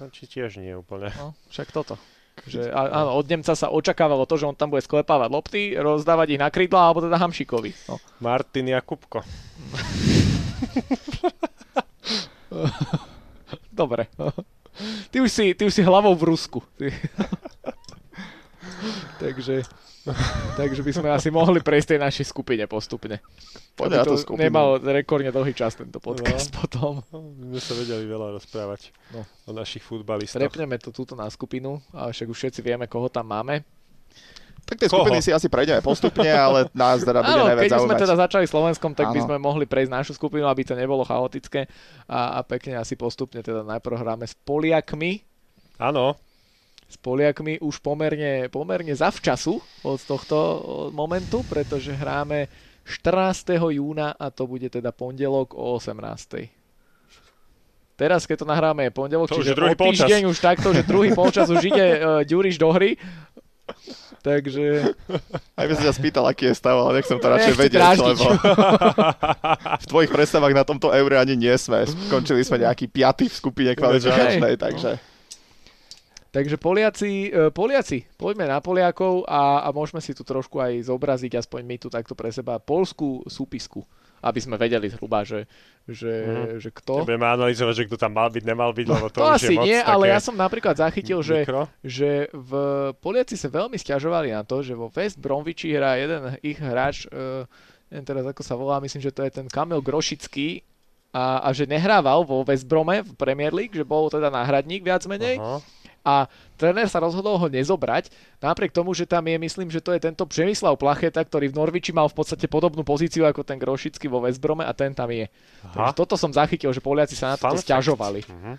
Speaker 2: no, či tiež nie úplne.
Speaker 3: No, však toto. Že, a, áno, od Nemca sa očakávalo to, že on tam bude sklepávať lopty, rozdávať ich na krídla, alebo teda Hamšikovi. No.
Speaker 2: Martin Jakubko.
Speaker 3: Dobre. (laughs) Ty už, si, ty už si hlavou v Rusku. Ty. (laughs) takže, takže by sme asi mohli prejsť tej našej skupine postupne.
Speaker 1: Poďme
Speaker 3: Aby
Speaker 1: na tú skupinu.
Speaker 3: Nemal rekordne dlhý čas tento podcast (laughs) potom.
Speaker 2: No, My sme sa vedeli veľa rozprávať
Speaker 3: No.
Speaker 2: o našich futbalistoch.
Speaker 3: Prepneme to túto na skupinu, a však už všetci vieme, koho tam máme.
Speaker 1: Tak tie skupiny
Speaker 2: Koho?
Speaker 1: si asi prejdeme postupne, ale nás
Speaker 3: (laughs)
Speaker 1: teda bude
Speaker 3: Áno,
Speaker 1: najviac
Speaker 3: keď
Speaker 1: zaujímať.
Speaker 3: sme teda začali Slovenskom, tak by
Speaker 1: Áno.
Speaker 3: sme mohli prejsť našu skupinu, aby to nebolo chaotické a, a pekne asi postupne teda najprv hráme s Poliakmi.
Speaker 2: Áno,
Speaker 3: No. S Poliakmi už pomerne, pomerne zavčasu od tohto o, momentu, pretože hráme 14. júna a to bude teda pondelok o 18. Teraz, keď to nahráme, je pondelok,
Speaker 2: To už
Speaker 3: čiže
Speaker 2: je druhý
Speaker 3: o týždeň už takto, že druhý polčas už ide uh, Ďuriš do
Speaker 2: (laughs)
Speaker 3: hry. Takže
Speaker 1: Aj by som ťa spýtal, aký je stav, ale nechcem to radšej
Speaker 3: Nechci
Speaker 1: vedieť,
Speaker 3: dráždiť.
Speaker 1: lebo (laughs) v tvojich predstavách na tomto eure ani nie sme. Skončili sme nejaký piaty v skupine kvalifikačnej,
Speaker 3: Hej, no.
Speaker 1: takže...
Speaker 3: Takže Poliaci, e, Poliaci, poďme na Poliakov a, a môžeme si tu trošku aj zobraziť, aspoň my tu takto pre seba, polskú súpisku, aby sme vedeli zhruba, že, že, mm. že kto.
Speaker 2: nebudeme analyzovať, že kto tam mal byť, nemal byť, lebo Mhm. to,
Speaker 3: To, to
Speaker 2: už je
Speaker 3: asi
Speaker 2: moc
Speaker 3: nie,
Speaker 2: také
Speaker 3: ale ja som napríklad zachytil, že,
Speaker 2: mikro.
Speaker 3: že v Poliaci sa veľmi stiažovali na to, že vo West Bromwichi hrá jeden ich hráč, e, neviem teraz ako sa volá, myslím, že to je ten Kamil Grošický, a, a že nehrával vo West Brome v Premier League, že bol teda náhradník viac menej
Speaker 2: Aha.
Speaker 3: a tréner sa rozhodol ho nezobrať, napriek tomu, že tam je, myslím, že to je tento Přemyslav Placheta, ktorý v Norviči mal v podstate podobnú pozíciu ako ten Grošický vo Westbrome a ten tam je.
Speaker 2: Aha.
Speaker 3: Takže toto som zachytil, že Poliaci sa na
Speaker 2: Fun
Speaker 3: to
Speaker 2: fact.
Speaker 3: stiažovali.
Speaker 2: Mhm.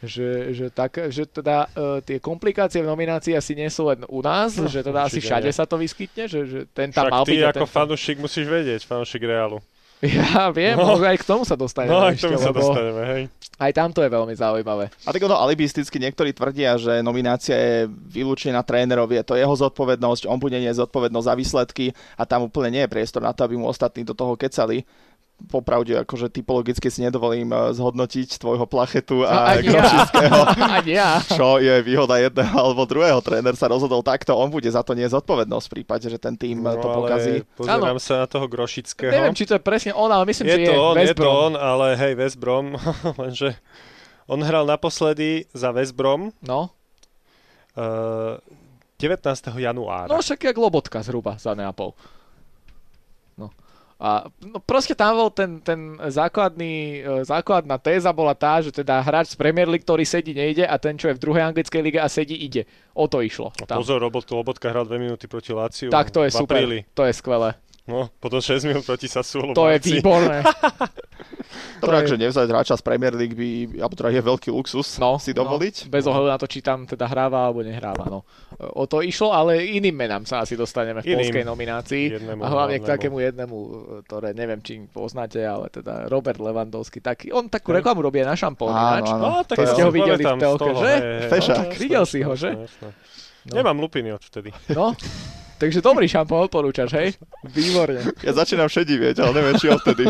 Speaker 3: Že, že, tak, že teda e, tie komplikácie v nominácii asi nie sú len u nás, no, že teda asi
Speaker 2: určite
Speaker 3: všade
Speaker 2: nie.
Speaker 3: sa to vyskytne, že, že ten tam
Speaker 2: Však
Speaker 3: mal
Speaker 2: ty
Speaker 3: byť. a
Speaker 2: ako
Speaker 3: ten tam-
Speaker 2: fanúšik musíš vedieť, fanúšik Realu.
Speaker 3: (laughs) Ja viem,
Speaker 2: No.
Speaker 3: no. aj k tomu sa dostaneme
Speaker 2: No, aj k
Speaker 3: ešte,
Speaker 2: tomu sa
Speaker 3: lebo
Speaker 2: dostaneme, hej.
Speaker 3: aj tam to je veľmi
Speaker 2: (laughs)
Speaker 3: zaujímavé.
Speaker 1: A tak ono alibisticky niektorí tvrdia, že nominácia je výlučne na trénerov, je to jeho zodpovednosť, on bude nie zodpovednosť za výsledky a tam úplne nie je priestor na to, aby mu ostatní do toho kecali. Popravde, akože typologicky si nedovolím eh, zhodnotiť tvojho plachetu a, a
Speaker 3: No, ani ja. (laughs) Ani ja.
Speaker 1: čo je výhoda jedného alebo druhého. Tréner sa rozhodol takto, on bude za to nie zodpovednosť v prípade, že ten tým eh, to
Speaker 2: No ale
Speaker 1: pokazí.
Speaker 2: Pozerám sa na toho Grošického.
Speaker 3: Neviem, či to je presne on, ale myslím,
Speaker 2: je
Speaker 3: že
Speaker 2: to
Speaker 3: je
Speaker 2: on, je
Speaker 3: West
Speaker 2: to
Speaker 3: Brom.
Speaker 2: on, ale hej, West Brom, (laughs) lenže on hral naposledy za West Brom
Speaker 3: No.
Speaker 2: eh, 19. januára.
Speaker 3: No však jak Lobotka zhruba za Neapol. No. A no proste tam bol ten, ten základný, e, základná téza bola tá, že teda hráč z Premier League, ktorý sedí, nejde a ten, čo je v druhej anglickej lige a sedí, ide. O to išlo.
Speaker 2: No,
Speaker 3: Tam.
Speaker 2: Pozor, robot, Lobotka hral 2 minúty proti Láciu.
Speaker 3: Tak to
Speaker 2: v
Speaker 3: je super.
Speaker 2: Apríli.
Speaker 3: To je skvelé.
Speaker 2: No, potom 6 minút proti Sassuolo.
Speaker 3: To
Speaker 2: v
Speaker 3: je
Speaker 2: marci. (laughs)
Speaker 3: výborné.
Speaker 1: Dobre,
Speaker 3: to je-
Speaker 1: akže nevzať hráča z Premier League by, alebo teda je veľký luxus
Speaker 3: No,
Speaker 1: si dovoliť.
Speaker 3: No, bez ohľadu na to, či tam teda hráva alebo nehráva. No. E, O to išlo, ale iným menám sa asi dostaneme v
Speaker 2: Iným.
Speaker 3: polskej nominácii.
Speaker 2: Jednému
Speaker 3: a hlavne k
Speaker 2: hlavnému.
Speaker 3: takému jednému, e, ktoré neviem, či poznáte, ale teda Robert Lewandowski. Taký, on takú reklamu robí aj na šampón. ináč.
Speaker 1: Áno, áno.
Speaker 2: No, tak
Speaker 1: To
Speaker 2: ja
Speaker 1: ste
Speaker 2: si
Speaker 1: ho
Speaker 3: videli v
Speaker 2: pamätám z
Speaker 3: telke,
Speaker 2: toho,
Speaker 3: že?
Speaker 2: hej, hej,
Speaker 1: Fešák.
Speaker 2: jasné,
Speaker 3: Videl si ho, že?
Speaker 2: jasné, jasné.
Speaker 3: No.
Speaker 2: Nemám lupiny odvtedy.
Speaker 3: No, takže dobrý šampón odporúčaš, hej? Výborne.
Speaker 1: Ja začínam šedivieť, ale neviem, či
Speaker 2: (laughs)
Speaker 1: odtedy.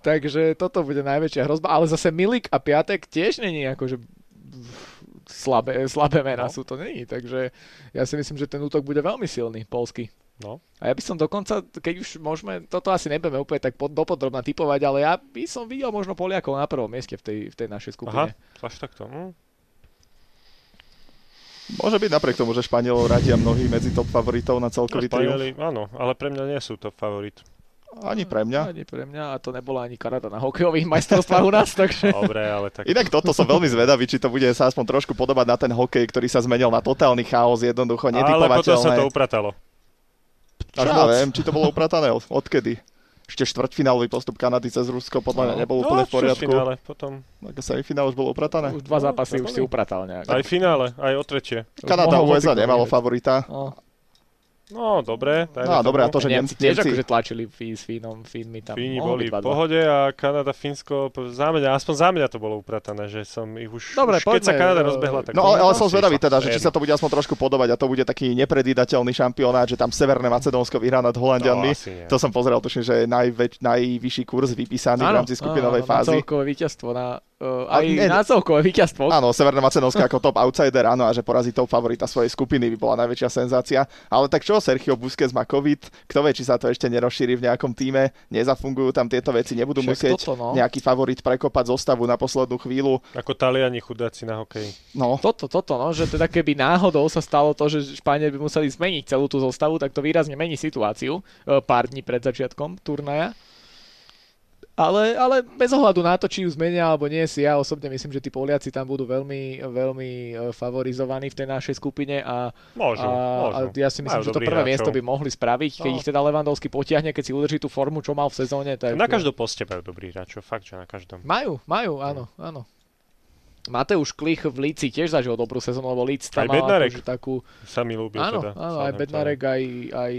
Speaker 3: Takže toto bude najväčšia hrozba, ale zase Milik a Piatek tiež není akože slabé, slabé mená
Speaker 2: No.
Speaker 3: sú to není, takže ja si myslím, že ten útok bude veľmi silný, polský.
Speaker 2: No.
Speaker 3: A ja by som dokonca, keď už môžeme, toto asi nebudeme úplne tak pod, dopodrobná typovať, ale ja by som videl možno Poliakov na prvom mieste v tej, v tej našej
Speaker 2: Aha,
Speaker 3: skupine.
Speaker 2: až takto. Hm.
Speaker 1: Môže byť napriek tomu, že Španielov radia mnohí medzi top favoritov na celkový triumf.
Speaker 2: Španieli, No, áno, ale pre mňa nie sú to favorit.
Speaker 1: Ani pre mňa.
Speaker 3: Ani No, pre mňa, a to nebola ani Kanada na hokejových majstrovstvách u nás, takže...
Speaker 2: Dobre, ale tak...
Speaker 1: Inak toto som veľmi zvedavý, či to bude sa aspoň trošku podobať na ten hokej, ktorý sa zmenil na totálny chaos, jednoducho
Speaker 2: Ale potom sa to
Speaker 1: netypovateľné.
Speaker 2: upratalo.
Speaker 1: Čo
Speaker 3: až
Speaker 1: ja
Speaker 3: moc.
Speaker 1: viem, či to bolo upratané, odkedy? Ešte štvrťfinálový postup Kanady cez Rusko podľa mňa nebol úplne v poriadku.
Speaker 2: No, Finále, potom.
Speaker 1: Tak semifinál už bolo upratané.
Speaker 3: Už
Speaker 2: (laughs)
Speaker 3: dva
Speaker 2: No,
Speaker 3: zápasy
Speaker 2: tak
Speaker 3: už
Speaker 2: to
Speaker 3: si
Speaker 2: nie.
Speaker 3: upratal nejak.
Speaker 2: Aj finále, aj o tretie.
Speaker 3: Už
Speaker 1: Kanada
Speaker 3: mohol
Speaker 1: USA
Speaker 3: hocikto
Speaker 1: nemalo
Speaker 3: vyhrať.
Speaker 1: favorita.
Speaker 3: No.
Speaker 2: No, dobre. dajme
Speaker 1: No a
Speaker 2: tomu.
Speaker 1: dobré, a to, že
Speaker 3: Že Nemci tiež
Speaker 1: Nemci-
Speaker 3: akože tlačili Fí- s Fínom, Fínmi tam.
Speaker 2: Fíni
Speaker 3: mohlo
Speaker 2: boli
Speaker 3: byť dva,
Speaker 2: v
Speaker 3: dva.
Speaker 2: pohode a Kanada, Fínsko, p- za mňa, aspoň za mňa to bolo upratané, že som ich už, už
Speaker 3: Dobre,
Speaker 2: keď sa
Speaker 3: poďme,
Speaker 2: Kanada
Speaker 3: eh,
Speaker 2: rozbehla, tak...
Speaker 1: No ale, ale som
Speaker 2: si
Speaker 1: zvedavý
Speaker 2: išla.
Speaker 1: teda, že či
Speaker 2: Jedno.
Speaker 1: sa to bude aspoň trošku podobať a to bude taký nepredvídateľný šampionát, že tam Severné Macedónsko vyhrá nad Holandianmi.
Speaker 2: No, asi nie.
Speaker 1: To som pozeral, tuším, že je najväč, najvyšší kurz vypísaný v rámci skupinovej
Speaker 3: áno,
Speaker 1: fázy.
Speaker 3: Na celkové víťazstvo, na, uh,
Speaker 1: A
Speaker 3: aj
Speaker 1: nie-
Speaker 3: na celkové víťazstvo.
Speaker 1: Áno, Severné Macedónsko ako top outsider, áno, a že porazí top favorita svojej skupiny by bola najväčšia senzácia. Ale tak čo, Sergio Busquets má COVID, kto vie, či sa to ešte nerozšíri v nejakom týme, nezafungujú tam tieto veci, nebudú
Speaker 3: Však
Speaker 1: musieť
Speaker 3: toto, no.
Speaker 1: nejaký favorit prekopať zostavu na poslednú chvíľu.
Speaker 2: Ako Taliani chudáci na hokeji.
Speaker 1: No,
Speaker 3: Toto, toto, no, že teda keby náhodou sa stalo to, že Španieli by museli zmeniť celú tú zostavu, tak to výrazne mení situáciu e, pár dní pred začiatkom turnaja. Ale, ale bez ohľadu na to, či ju zmenia alebo nie, si ja osobne myslím, že tí Poliaci tam budú veľmi, veľmi eh, favorizovaní v tej našej skupine a,
Speaker 2: Môžu,
Speaker 3: a,
Speaker 2: môžu.
Speaker 3: a ja si myslím,
Speaker 2: Majú
Speaker 3: že to
Speaker 2: dobrých
Speaker 3: prvé
Speaker 2: hráčov.
Speaker 3: miesto by mohli spraviť, keď
Speaker 2: No.
Speaker 3: ich teda Levandovský potiahne, keď si udrží tú formu, čo mal v sezóne. Tak... e,
Speaker 2: Na každom poste majú dobrých hráčov, fakt, že na každom.
Speaker 3: Majú,
Speaker 2: Hm.
Speaker 3: majú, áno, áno. Mateuš Klich v Líci tiež zažil dobrú sezónu, lebo Líc
Speaker 2: Aj
Speaker 3: tam mal
Speaker 2: Bednarek.
Speaker 3: akože takú...
Speaker 2: Sa mi ľúbil
Speaker 3: Áno,
Speaker 2: teda.
Speaker 3: áno, aj
Speaker 2: Southampton.
Speaker 3: Bednarek, aj, aj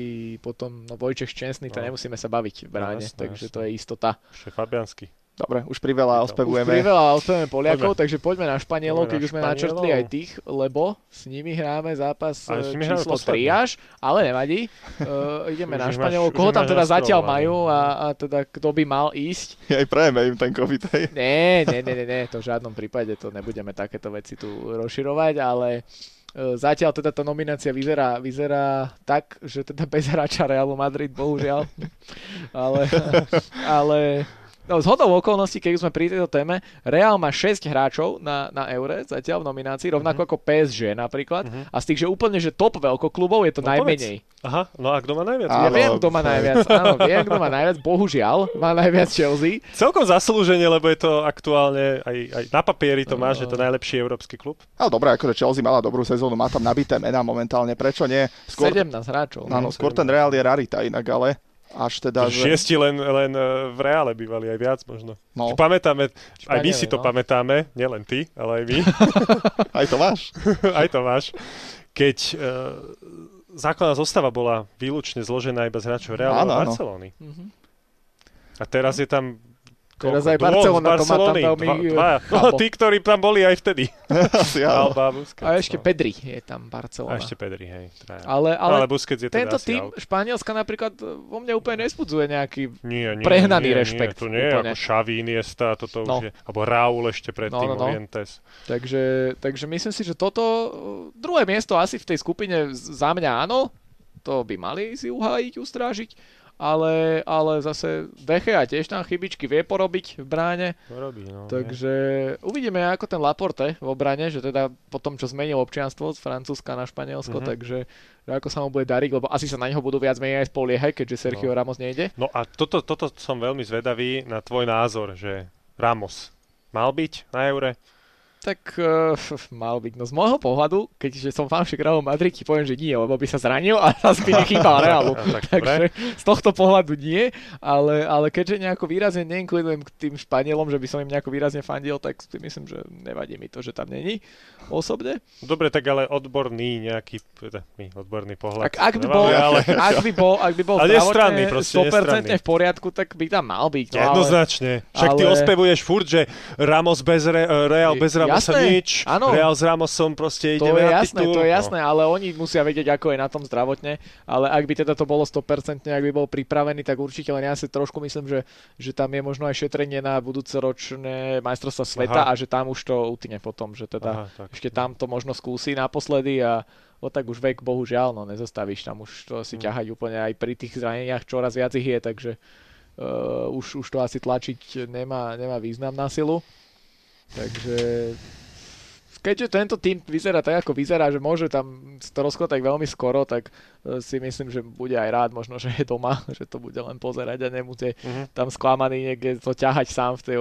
Speaker 3: potom no, Vojčech Ščensný, to
Speaker 2: No.
Speaker 3: nemusíme sa baviť v bráne,
Speaker 2: jasné,
Speaker 3: takže
Speaker 2: jasné.
Speaker 3: to je istota.
Speaker 2: Ešte Fabiansky.
Speaker 1: Dobre, už priveľa
Speaker 3: Už
Speaker 1: ospevujeme.
Speaker 3: priveľa ostaneme Poliakov, takže poďme na Španielov,
Speaker 2: Poďme
Speaker 3: keď
Speaker 2: na
Speaker 3: už sme načrtli
Speaker 2: Španielov.
Speaker 3: aj tých, lebo s nimi hráme zápas
Speaker 2: Ale s
Speaker 3: e,
Speaker 2: nimi hráme
Speaker 3: číslo
Speaker 2: posledný.
Speaker 3: 3 až, ale nevadí. E, ideme
Speaker 2: Už
Speaker 3: na
Speaker 2: ich máš-
Speaker 3: Španielov,
Speaker 2: už
Speaker 3: koho
Speaker 2: ich
Speaker 3: tam
Speaker 2: máš
Speaker 3: teda zatiaľ
Speaker 2: nastrolovaný.
Speaker 3: majú a, a teda kto by mal ísť.
Speaker 1: (laughs) Aj prajeme im ten COVID. Hej.
Speaker 3: Nie, nie, nie, nie, nie, to v žiadnom prípade, to nebudeme takéto veci tu rozširovať, ale e, zatiaľ teda tá nominácia vyzerá, vyzerá tak, že teda bez hráča Realu Madrid, bohužiaľ. (laughs) ale, ale no, z hodou okolností, keď už sme pri tejto téme, Real má 6 hráčov na, na Eure zatiaľ v nominácii, rovnako ako PSG napríklad.
Speaker 2: Mhm.
Speaker 3: A z tých, že úplne, že top veľkoklubov je to
Speaker 2: No, povedz.
Speaker 3: najmenej.
Speaker 2: Aha, no a kto má najviac?
Speaker 1: Áno.
Speaker 3: Ja viem, kto má najviac. Áno, viem, kto má najviac. Bohužiaľ, má najviac Chelsea.
Speaker 2: Celkom zaslúženie, lebo je to aktuálne, aj, aj na papieri to má, že
Speaker 3: No.
Speaker 2: je to najlepší európsky klub.
Speaker 1: Ale dobré, akože Chelsea mala dobrú sezónu, má tam nabité mená momentálne, prečo nie? Skôr,
Speaker 3: 17 hráčov.
Speaker 1: áno,
Speaker 2: sedem.
Speaker 1: skôr ten Real je rarita inak, ale až teda...
Speaker 2: To Šiesti len, len e, v reále bývali aj viac možno.
Speaker 1: No,
Speaker 2: Že Pamätáme, aj my
Speaker 3: Španieli,
Speaker 2: si to
Speaker 3: no.
Speaker 2: pamätáme, nielen ty, ale aj
Speaker 3: (laughs)
Speaker 2: my,
Speaker 1: aj to máš. (laughs)
Speaker 2: aj to máš. Keď e, základná zostava bola výlučne zložená iba z hráčov Realu
Speaker 1: Áno, áno.
Speaker 2: a Barcelony.
Speaker 3: Mhm.
Speaker 2: A teraz je tam
Speaker 3: Teraz
Speaker 2: koľko?
Speaker 3: aj
Speaker 2: Dvoch z
Speaker 3: Barcelona to má tam
Speaker 2: Barcelony,
Speaker 3: veľmi,
Speaker 2: dva-
Speaker 3: eh,
Speaker 2: dvaja. (laughs) No,
Speaker 3: chábo.
Speaker 2: tí, ktorí tam boli aj vtedy.
Speaker 1: Asi, áno.
Speaker 2: Alba, Busquets,
Speaker 3: A ešte
Speaker 2: no.
Speaker 3: Pedri je tam
Speaker 2: A
Speaker 3: Barcelona.
Speaker 2: ešte Pedri, hej. traja.
Speaker 3: Ale,
Speaker 2: ale,
Speaker 3: ale, ale
Speaker 2: Busquets je
Speaker 3: tento
Speaker 2: teda asi
Speaker 3: tým
Speaker 2: out.
Speaker 3: Španielska napríklad e, vo mne úplne nespudzuje nejaký...
Speaker 2: Nie, nie,
Speaker 3: prehnaný
Speaker 2: nie,
Speaker 3: rešpekt,
Speaker 2: Nie, to nie je
Speaker 3: úplne.
Speaker 2: ako Xavi, Iniesta, toto už
Speaker 3: No.
Speaker 2: je. Alebo Raul ešte predtým,
Speaker 3: No, no, no.
Speaker 2: Orientes.
Speaker 3: Takže, takže myslím si, že toto e, druhé miesto asi v tej skupine z- za mňa áno, to by mali si uhájiť, ustrážiť, ale, ale zase Dechea tiež tam chybičky vie porobiť v bráne,
Speaker 2: To robí, no. nie.
Speaker 3: Takže uvidíme, ako ten Laporte v obrane, že teda po tom, čo zmenil občianstvo z Francúzska na Španielsko,
Speaker 2: Mhm.
Speaker 3: takže že ako sa mu bude dariť, lebo asi sa na neho budú viac menej aj spoliehať, keďže Sergio
Speaker 2: No.
Speaker 3: Ramos nejde.
Speaker 2: No a toto, toto som veľmi zvedavý na tvoj názor, že Ramos mal byť na Eure?
Speaker 3: Tak uh, mal byť. No z môjho pohľadu, keďže som fanšik Realu Madrid, ti poviem, že nie, lebo by sa zranil a (laughs) zas by
Speaker 2: (laughs)
Speaker 3: nechýbal Realu.
Speaker 2: A tak dobre.
Speaker 3: Takže z tohto pohľadu nie, ale, ale keďže nejako výrazne neinklinujem k tým Španielom, že by som im nejako výrazne fandil, tak si myslím, že nevadí mi to, že tam není osobne.
Speaker 2: Dobre, tak ale odborný nejaký, teda my odborný pohľad.
Speaker 3: Ak, ak, by
Speaker 2: nemáme,
Speaker 3: bol,
Speaker 2: (laughs) ale
Speaker 3: ak by bol, ak by bol
Speaker 2: Ale nestranný
Speaker 3: zdravotne
Speaker 2: proste,
Speaker 3: 100%
Speaker 2: nestranný.
Speaker 3: v poriadku, tak by tam mal byť. No, ale...
Speaker 2: Jednoznačne. Však ty
Speaker 3: ale-
Speaker 2: ospevuješ furt, že Ramos bez Re- eh, Real bez Ramosa
Speaker 3: Jasné,
Speaker 2: nič,
Speaker 3: áno.
Speaker 2: Real s Ramosom proste
Speaker 3: To
Speaker 2: ideme
Speaker 3: je
Speaker 2: na
Speaker 3: jasné,
Speaker 2: titul.
Speaker 3: to je
Speaker 2: No.
Speaker 3: jasné, ale oni musia vedieť, ako je na tom zdravotne, ale ak by teda to bolo 100%, ak by bol pripravený, tak určite, len ja si trošku myslím, že, že tam je možno aj šetrenie na budúcoročné majstrovstvá sveta
Speaker 2: Aha.
Speaker 3: a že tam už to utne potom, že teda
Speaker 2: Aha, tak.
Speaker 3: Ešte tam to možno skúsi naposledy a o tak už vek bohužiaľ, no nezastavíš tam už to si
Speaker 2: Mm.
Speaker 3: ťahať úplne aj pri tých zraneniach čoraz viac ich je, takže uh, už, už to asi tlačiť nemá, nemá význam na silu. Takže keďže tento tým vyzerá tak, ako vyzerá, že môže tam to rozkotať veľmi skoro, tak e, si myslím, že bude aj rád možno, že je doma, (laughs) že to bude len pozerať a nebude
Speaker 2: Mhm.
Speaker 3: tam sklamaný niekde to ťahať sám v tej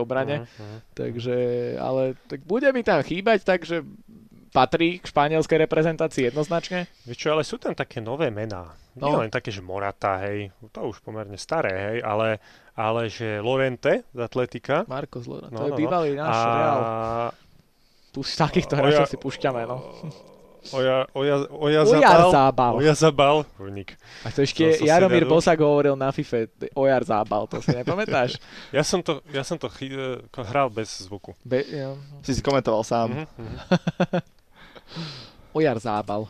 Speaker 2: Mhm,
Speaker 3: obrane.
Speaker 2: mhm.
Speaker 3: Takže, ale tak bude mi tam chýbať, takže patrí k španielskej reprezentácii jednoznačne.
Speaker 2: Vieš čo, ale sú tam také nové mená.
Speaker 3: No.
Speaker 2: No. Nie len také, že Morata, hej, to už pomerne staré, hej, ale, ale že Lorente z Atletika.
Speaker 3: Marko Zlora, to
Speaker 2: No,
Speaker 3: je
Speaker 2: no, no.
Speaker 3: bývalý náš a... Real. Tu z takýchto
Speaker 2: Oja-
Speaker 3: hráčov si púšťame, no.
Speaker 2: (laughs) Oja, oja, oja,
Speaker 3: Ojar
Speaker 2: zabal.
Speaker 3: zábal.
Speaker 2: Oja zabal. Kurník.
Speaker 3: A to ešte
Speaker 2: To som si
Speaker 3: Jaromír
Speaker 2: nevedel.
Speaker 3: Bosak hovoril na FIFA, t- ojar zábal, to si nepamätáš?
Speaker 2: Ja som to, ja som to chy, eh, ko- hral bez zvuku.
Speaker 3: (laughs) Be, ja,
Speaker 1: Si si komentoval sám.
Speaker 2: Mhm, mhm.
Speaker 3: ojar zábal.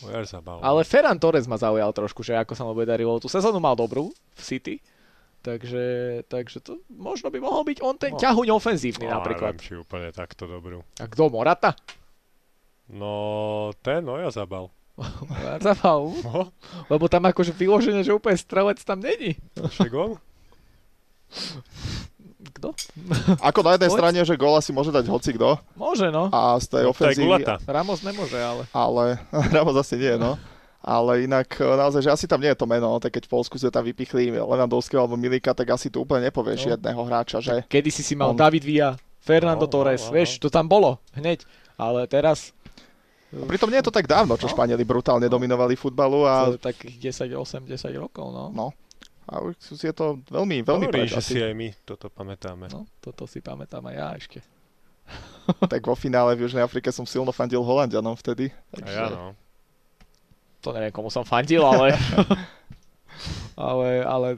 Speaker 2: Ojar zabal.
Speaker 3: Ale Ferran Torres ma zaujal trošku, že ako sa mu bude darilo. Tú sezónu mal dobrú v City, takže, takže to možno by mohol byť on
Speaker 2: No.
Speaker 3: ten ťahuň ofenzívny
Speaker 2: No, Neviem,
Speaker 3: napríklad.
Speaker 2: či úplne takto dobrú.
Speaker 3: A kto, Morata?
Speaker 2: No, ten Oja zabal.
Speaker 3: Ojar zábal,
Speaker 2: No,
Speaker 3: Lebo tam akože vyložené, že úplne strelec tam není.
Speaker 2: však on.
Speaker 3: Kto?
Speaker 1: Ako na jednej
Speaker 3: Povedz.
Speaker 1: strane, že góla si môže dať hoci kto
Speaker 3: Môže, no.
Speaker 1: a z tej
Speaker 2: To je
Speaker 1: ofenzívy...
Speaker 2: Gulata.
Speaker 1: (laughs)
Speaker 3: Ramos nemôže, ale...
Speaker 1: Ale Ramos asi nie, no. ale inak e, naozaj, že asi tam nie je to meno, no, tak keď v Polsku sme tam vypichli Levandovského alebo Milika, tak asi tu úplne nepovieš
Speaker 3: No.
Speaker 1: no. jedného hráča, že
Speaker 3: Kedy si si mal
Speaker 1: On-
Speaker 3: David Villa, Fernando
Speaker 2: No, no,
Speaker 3: Torres,
Speaker 2: no, no.
Speaker 3: vieš, to tam bolo hneď, ale teraz
Speaker 1: A pritom nie je to tak dávno, čo
Speaker 3: No.
Speaker 1: Španieli brutálne dominovali futbalu a,
Speaker 3: to je takých 10, 8, 10 rokov, no.
Speaker 1: no, a už sú- je to veľmi, veľmi
Speaker 2: Veľmi
Speaker 1: preč
Speaker 2: Hovorí, že si
Speaker 1: asi.
Speaker 2: aj my toto pamätáme.
Speaker 3: No, toto si pamätám aj ja ešte.
Speaker 1: Tak vo finále v Južnej Afrike som silno fandil Holandianom vtedy.
Speaker 2: A ja no.
Speaker 3: To neviem, komu som fandil, ale... ale, ale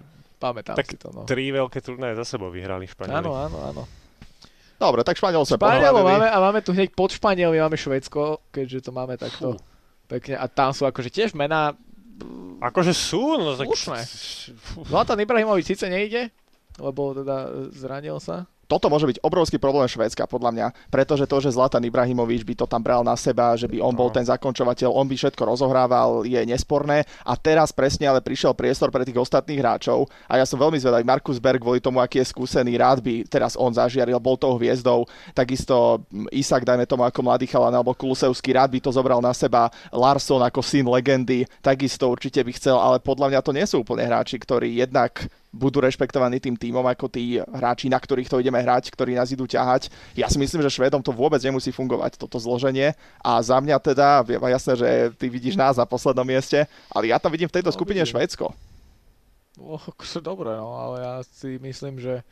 Speaker 3: pamätám
Speaker 2: Tak
Speaker 3: si to, no.
Speaker 2: Tri veľké turnaje za sebou vyhrali Španieli.
Speaker 3: Áno, áno, áno.
Speaker 1: Dobre, tak Španiel sme
Speaker 3: Španielov
Speaker 1: pochválili.
Speaker 3: máme, a máme tu hneď pod Španielmi, máme Švedsko, keďže to máme takto pekne. A tam sú akože tiež mená.
Speaker 2: Akože sú, no tak...
Speaker 3: Slušné.
Speaker 2: Fú.
Speaker 3: Zlatan Ibrahimovič síce nejde, lebo teda e, zranil sa.
Speaker 1: Toto môže byť obrovský problém Švédska, podľa mňa. Pretože to, že Zlatan Ibrahimovič by to tam bral na seba, že by on bol
Speaker 2: No.
Speaker 1: ten zakončovateľ, on by všetko rozohrával, je nesporné. A teraz presne ale prišiel priestor pre tých ostatných hráčov. A ja som veľmi zvedavý. Markus Berg, kvôli tomu, aký je skúsený, rád by teraz on zažiaril, bol tou hviezdou. Takisto mm, Isak, dajme tomu ako mladý chalan, alebo Kulusevský, rád by to zobral na seba. Larson ako syn legendy, takisto určite by chcel, ale podľa mňa to nie sú úplne hráči, ktorí jednak budú rešpektovaní tým tímom ako tí hráči, na ktorých to ideme hrať, ktorí nás idú ťahať. Ja si myslím, že Švédom to vôbec nemusí fungovať, toto zloženie. A za mňa teda, je jasné, že ty vidíš nás na poslednom mieste, ale ja tam vidím v tejto
Speaker 3: No,
Speaker 1: skupine
Speaker 3: vidím.
Speaker 1: Švédsko.
Speaker 3: Oh, akože dobre, no, ale ja si myslím, že...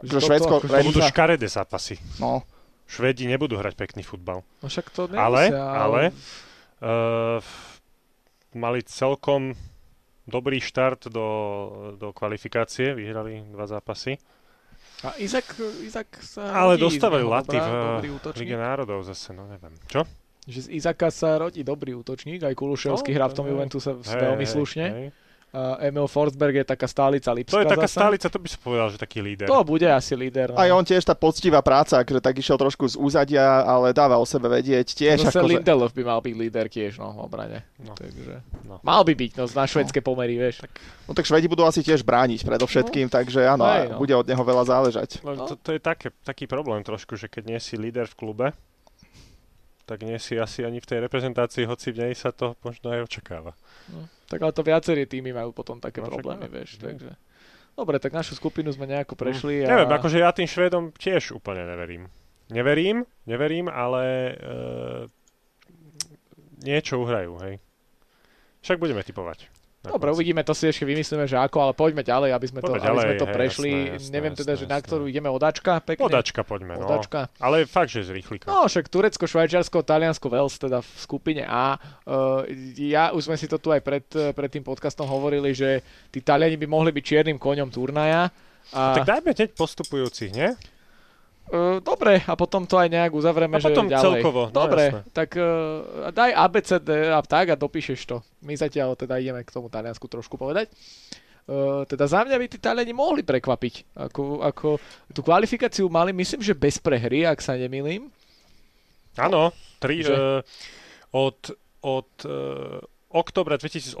Speaker 1: Akože Švédsko-
Speaker 2: To
Speaker 1: Švédska-
Speaker 2: budú škaredé zápasy.
Speaker 1: No,
Speaker 2: Švedi nebudú hrať pekný futbal.
Speaker 3: No však to
Speaker 2: Ale,
Speaker 3: nemusia,
Speaker 2: ale uh, mali celkom dobrý štart do, do kvalifikácie, vyhrali dva zápasy.
Speaker 3: A Izak, Izak sa...
Speaker 2: Ale
Speaker 3: rodí
Speaker 2: dostávali
Speaker 3: z neho
Speaker 2: laty
Speaker 3: dobrá-
Speaker 2: v
Speaker 3: dobrý
Speaker 2: eh,
Speaker 3: útočník.
Speaker 2: Lige národov zase, no neviem. Čo?
Speaker 3: Že z Izaka sa rodí dobrý útočník, aj Kuluševský
Speaker 2: No,
Speaker 3: hrá
Speaker 2: to
Speaker 3: v tom
Speaker 2: hej.
Speaker 3: Juventuse
Speaker 2: Hej,
Speaker 3: veľmi
Speaker 2: hej,
Speaker 3: slušne.
Speaker 2: hej.
Speaker 3: A Emil Forsberg je taká stálica Lipska
Speaker 2: To je taká
Speaker 3: zasa.
Speaker 2: stálica, to by som povedal, že taký líder.
Speaker 3: To bude asi líder. No.
Speaker 1: aj on tiež tá poctivá práca, akože tak išiel trošku z úzadia, ale dáva o sebe vedieť tiež.
Speaker 3: Zase
Speaker 1: Akože...
Speaker 3: Lindelöf by mal byť líder tiež no, v obrane.
Speaker 2: No.
Speaker 3: Takže.
Speaker 2: No.
Speaker 3: Mal by byť, no na švedské pomery, vieš.
Speaker 1: No tak Švedi budú asi tiež brániť predovšetkým, takže áno, a
Speaker 3: Hej, no.
Speaker 1: bude od neho veľa záležať.
Speaker 2: Len
Speaker 3: No.
Speaker 2: to, to je také, taký problém trošku, že keď nie si líder v klube, tak nie si asi ani v tej reprezentácii, hoci v nej sa to možno aj očakáva.
Speaker 3: Tak ale to viaceré týmy majú potom také
Speaker 2: No, však
Speaker 3: problémy,
Speaker 2: áno.
Speaker 3: vieš.
Speaker 2: Mhm.
Speaker 3: Takže. Dobre, tak našu skupinu sme nejako prešli.
Speaker 2: Mm.
Speaker 3: A...
Speaker 2: Neviem, akože ja tým Švédom tiež úplne neverím. Neverím, neverím, ale e, niečo uhrajú, hej. Však budeme typovať. na
Speaker 3: Dobre,
Speaker 2: konci.
Speaker 3: uvidíme, to si ešte vymyslíme, že ako, ale poďme ďalej, aby sme to,
Speaker 2: Poďme
Speaker 3: aby sme
Speaker 2: ďalej,
Speaker 3: to
Speaker 2: hej,
Speaker 3: prešli.
Speaker 2: jasné, jasné,
Speaker 3: Neviem teda,
Speaker 2: jasné,
Speaker 3: že na
Speaker 2: jasné.
Speaker 3: ktorú ideme odačka pekne.
Speaker 2: Odačka poďme, no.
Speaker 3: Odačka.
Speaker 2: Ale fakt, že z rýchlika.
Speaker 3: No, však Turecko, Švajčiarsko, Taliansko, Wales, teda v skupine A. Eh, ja, už sme si to tu aj pred, eh, pred tým podcastom hovorili, že tí Taliani by mohli byť čiernym koňom turnaja.
Speaker 2: No,
Speaker 3: A,
Speaker 2: Tak dajme hneď postupujúcich, nie?
Speaker 3: eh, dobre, a potom to aj nejak
Speaker 2: A
Speaker 3: uzavrieme,
Speaker 2: potom
Speaker 3: že ďalej.
Speaker 2: celkovo, no
Speaker 3: dobre,
Speaker 2: jasné.
Speaker 3: tak eh, daj ABCD a tak a dopíšeš to. My zatiaľ teda ideme k tomu Taliansku trošku povedať. Eh, teda za mňa by tí Taliani mohli prekvapiť. Ako, ako tú kvalifikáciu mali, myslím, že bez prehry, ak sa nemýlim.
Speaker 2: Áno, tri, e,
Speaker 3: Že?
Speaker 2: od, od e, oktobra 2018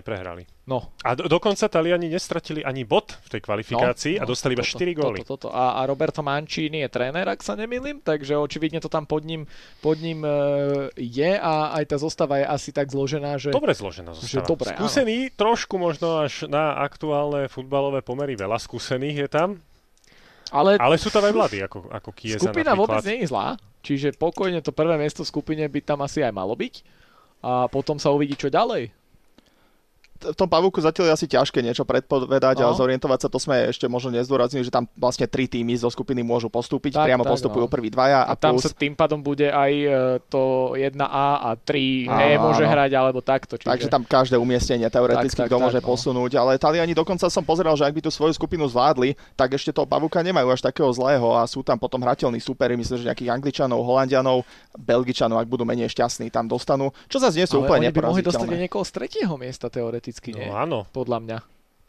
Speaker 2: neprehrali.
Speaker 3: No,
Speaker 2: A do, dokonca Taliani nestratili ani bod v tej kvalifikácii no, a dostali iba 4 góly.
Speaker 3: Toto, toto. A, a Roberto Mancini je tréner, ak sa nemýlim, takže očividne to tam pod ním, pod ním e, je a aj tá zostava je asi tak zložená, že...
Speaker 2: Dobre zložená zostava.
Speaker 3: Že dobre, áno.
Speaker 2: skúsený, trošku možno až na aktuálne futbalové pomery veľa skúsených je tam,
Speaker 3: ale
Speaker 2: ale sú tam aj mladí, ako, ako Kieza
Speaker 3: skupina vôbec
Speaker 2: napríklad.
Speaker 3: nie je zlá, čiže pokojne to prvé miesto v skupine by tam asi aj malo byť a potom sa uvidí, čo ďalej.
Speaker 1: v tom pavúku zatiaľ je asi ťažké niečo predpovedať,
Speaker 3: No.
Speaker 1: ale zorientovať sa to sme ešte možno nezdôraznili, že tam vlastne tri týmy zo skupiny môžu postúpiť,
Speaker 3: Tak,
Speaker 1: priamo
Speaker 3: tak,
Speaker 1: postupujú
Speaker 3: no.
Speaker 1: prví dvaja a,
Speaker 3: A, tam
Speaker 1: plus,
Speaker 3: sa tým pádom bude aj e, to 1A a 3
Speaker 1: Áno,
Speaker 3: nemôže
Speaker 1: áno.
Speaker 3: hrať alebo takto. Čiže...
Speaker 1: takže tam každé umiestnenie teoreticky
Speaker 3: Tak, tak,
Speaker 1: kto
Speaker 3: tak,
Speaker 1: môže
Speaker 3: no.
Speaker 1: posunúť, ale Taliani dokonca som pozeral, že ak by tú svoju skupinu zvládli, tak ešte toho pavúka nemajú až takého zlého a sú tam potom hrateľní súperi, myslím, že nejakých Angličanov, Holandianov, Belgičanov, ak budú menej šťastní, tam dostanú, čo zase nie sú
Speaker 3: ale
Speaker 1: úplne
Speaker 3: oni by mohli dostať aj
Speaker 1: neporaziteľné.
Speaker 3: niekoho z tretieho miesta teoreticky, nie?
Speaker 2: No áno,
Speaker 3: podľa mňa.